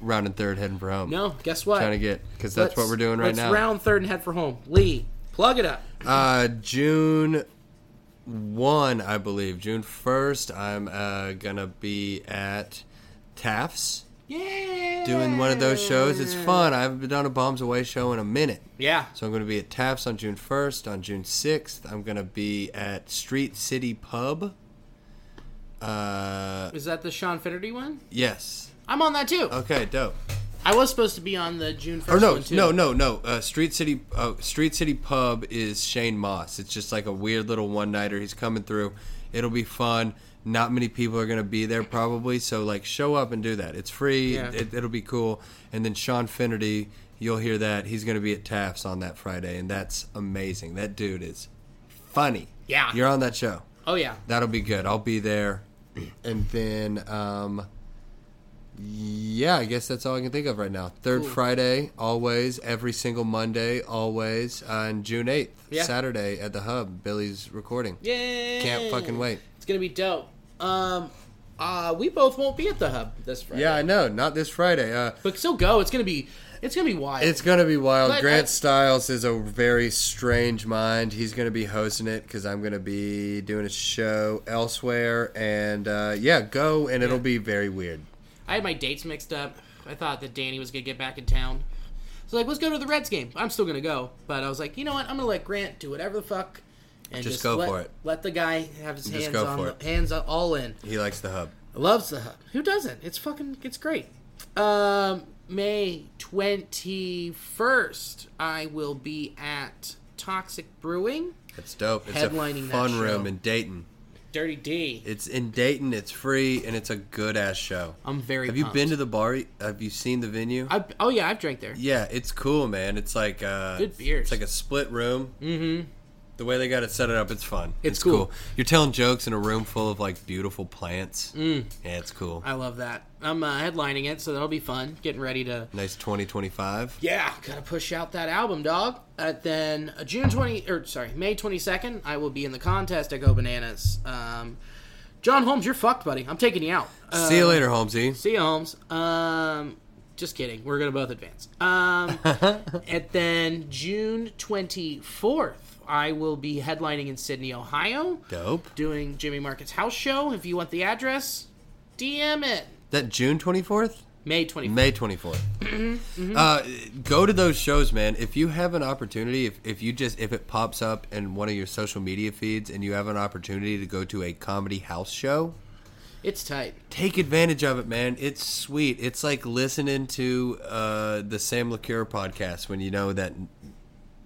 round and third heading for home. No, guess what? Trying to get, because that's what Let's- we're doing right let's now. Round third and head for home. Lee, plug it up. Uh, June 1, I believe. June 1st, I'm uh, going to be at Taft's Yeah. doing one of those shows. It's fun. I haven't done a Bombs Away show in a minute. Yeah. So I'm going to be at Taft's on June 1st. On June 6th, I'm going to be at Street City Pub. Uh, Is that the Sean Finnerty one? yes. I'm on that too. Okay, dope. I was supposed to be on the June Oh. Or first no, one too. no, no, no. Uh, Street City, uh, Street City Pub is Shane Moss. It's just like a weird little one nighter. He's coming through. It'll be fun. Not many people are going to be there probably. So like, show up and do that. It's free. Yeah. It, it'll be cool. And then Sean Finnerty, you'll hear that he's going to be at Taft's on that Friday, and that's amazing. That dude is funny. Yeah. you're on that show. Oh yeah. That'll be good. I'll (clears throat) be there. And then, um, yeah, I guess that's all I can think of right now. Third Friday, always. Every single Monday, always. On June 8th, Yeah. Saturday at the Hub, Billy's recording. Yeah. Can't fucking wait. It's gonna be dope. Um, uh, we both won't be at the hub this Friday. Yeah, I know. Not this Friday. Uh, but still go. It's gonna be. It's gonna be wild. It's gonna be wild. But Grant I- Stiles is a very strange mind. He's gonna be hosting it because I'm gonna be doing a show elsewhere. And uh, yeah, go and it'll be very weird. I had my dates mixed up. I thought that Danny was gonna get back in town. So like, let's go to the Reds game. I'm still gonna go, but I was like, you know what? I'm gonna let Grant do whatever the fuck, and Just go let, for it. Let the guy have his Just hands go on for the, it. hands all in. He likes the Hub. Loves the hub. Who doesn't? It's fucking. It's great. Um, May twenty first, I will be at Toxic Brewing, It's dope. It's Headlining a that fun show. room in Dayton. Dirty D. It's in Dayton. It's free and it's a good ass show. I'm very. Have you pumped. been to the bar? Have you seen the venue? I, oh yeah, I've drank there. yeah, it's cool, man. It's like uh, Good beers. It's like a split room. Mm-hmm. The way they got it set it up, it's fun. It's cool. You're telling jokes in a room full of like beautiful plants. Mm. Yeah, it's cool. I love that. I'm uh, headlining it, so that'll be fun. Getting ready to. nice 2025. Yeah, gotta push out that album, dog. Uh, then uh, June twenty, or sorry, May twenty second, I will be in the contest at Go Bananas. Um, John Holmes, you're fucked, buddy. I'm taking you out. Uh, See you later, Holmesy. See you, Holmes. Um, just kidding. We're gonna both advance. (laughs) Um, and then June twenty fourth, I will be headlining in Sydney, Ohio, Dope. doing Jimmy Market's house show. If you want the address, DM it. That June 24th. May twenty fourth. May 24th. Uh, go to those shows, man. If you have an opportunity, if, if you just if it pops up in one of your social media feeds and you have an opportunity to go to a comedy house show, It's tight. take advantage of it, man. It's sweet. It's like listening to uh, the Sam LaCure podcast when you know that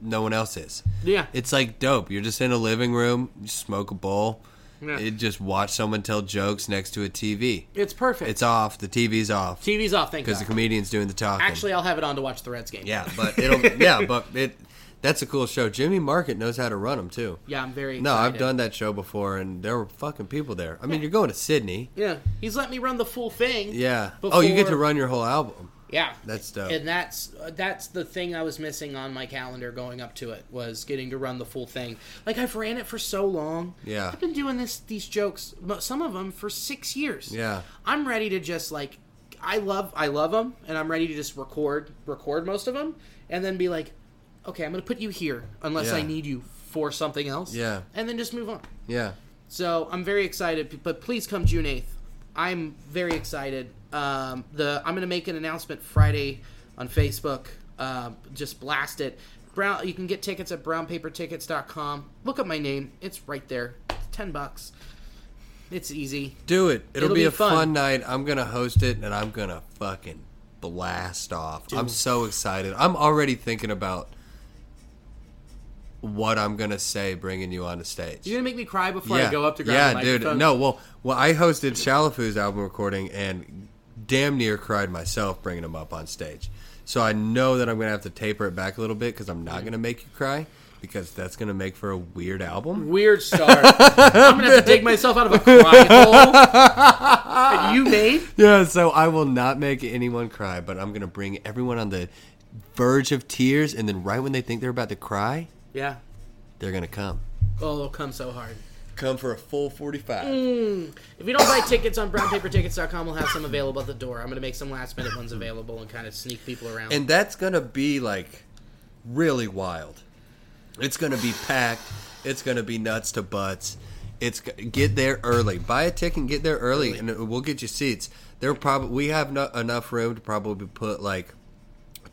no one else is. Yeah. It's like dope. You're just in a living room, you smoke a bowl, Yeah. you just watch someone tell jokes next to a TV. It's perfect. It's off. The TV's off TV's off. Thank because the God. comedian's doing the talking. Actually, I'll have it on to watch the Reds game. Yeah, (laughs) but it'll. yeah, but it. That's a cool show. Jimmy Market knows how to run them too. Yeah, I'm very. No, I've excited. done that show before, and there were fucking people there. I mean, you're going to Sydney. Yeah, he's let me run the full thing. Yeah. Oh, you get to Before- run your whole album. Yeah, That's dope. And that's uh, that's the thing I was missing on my calendar going up to it was getting to run the full thing. Like I've ran it for so long. Yeah. I've been doing this these jokes, mo- some of them for six years. Yeah. I'm ready to just like, I love I love them, and I'm ready to just record record most of them, and then be like, okay, I'm gonna put you here unless Yeah. I need you for something else. Yeah. and then just move on. Yeah. So I'm very excited, but please come June 8th. I'm very excited. Um, the I'm gonna make an announcement Friday on Facebook. Um, just blast it. Brown, you can get tickets at brownpapertickets.com. Look up my name; it's right there. It's Ten bucks. It's easy. Do it. It'll, be, be a fun. fun. night. I'm gonna host it, and I'm gonna fucking blast off. I'm so excited. I'm already thinking about what I'm gonna say, bringing you on the stage. You're gonna make me cry before I go up to grab yeah, the dude. microphone. No, well, well, I hosted Shalafoo's album recording and damn near cried myself bringing him up on stage. So I know that I'm gonna have to taper it back a little bit because I'm not gonna make you cry. because that's going to make for a weird album. Weird (laughs) start. I'm gonna have to dig myself out of a cry hole that (laughs) you made. Yeah, so I will not make anyone cry, but I'm going to bring everyone on the verge of tears, and then right when they think they're about to cry, Yeah. they're going to come. Oh, they'll come so hard. Come for a full 45. Mm. If you don't buy tickets on brownpapertickets.com, we'll have some available at the door. I'm going to make some last minute ones available and kind of sneak people around. And that's going to be like really wild. It's going to be packed. It's going to be nuts to butts. It's g- get there early. Buy a ticket and get there early, and it- we'll get you seats. There probably we have no, enough room to probably put like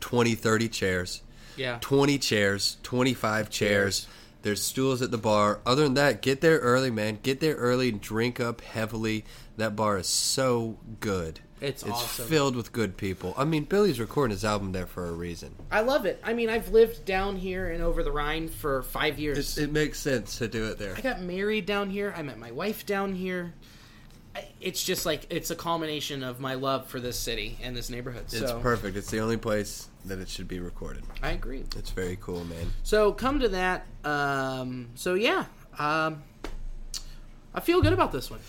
20, 30 chairs. yeah. 20 chairs, 25 chairs. There's stools at the bar. Other than that, get there early, man. Get there early and drink up heavily. That bar is so good. It's awesome. filled with good people. I mean, Billy's recording his album there for a reason. I love it. I mean, I've lived down here and over the Rhine for five years. it makes sense to do it there. I got married down here. I met my wife down here. I- It's just like it's a culmination of my love for this city and this neighborhood. So It's perfect. It's the only place that it should be recorded. I agree. It's very cool, man. So come to that. Um, so yeah, um, I feel good about this one.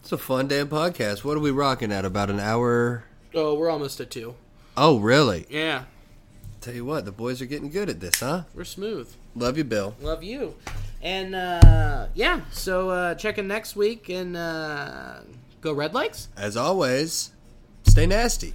It's a fun damn podcast. What are we rocking at? About an hour? Oh, we're almost at two. Oh, really? Yeah, Tell you what, the boys are getting good at this, huh? we're smooth. Love you, Bill. Love you. And uh, yeah, so uh, check in next week and uh, go Red Likes. As always, stay nasty.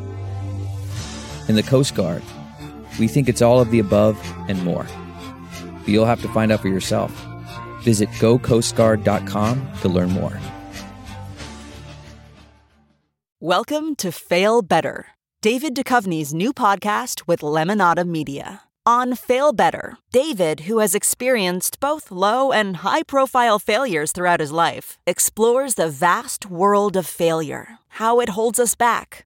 In the Coast Guard, we think it's all of the above and more. But you'll have to find out for yourself. Visit gocoastguard.com to learn more. Welcome to Fail Better, David Duchovny's new podcast with Lemonada Media. On Fail Better, David, who has experienced both low and high profile failures throughout his life, explores the vast world of failure, how it holds us back,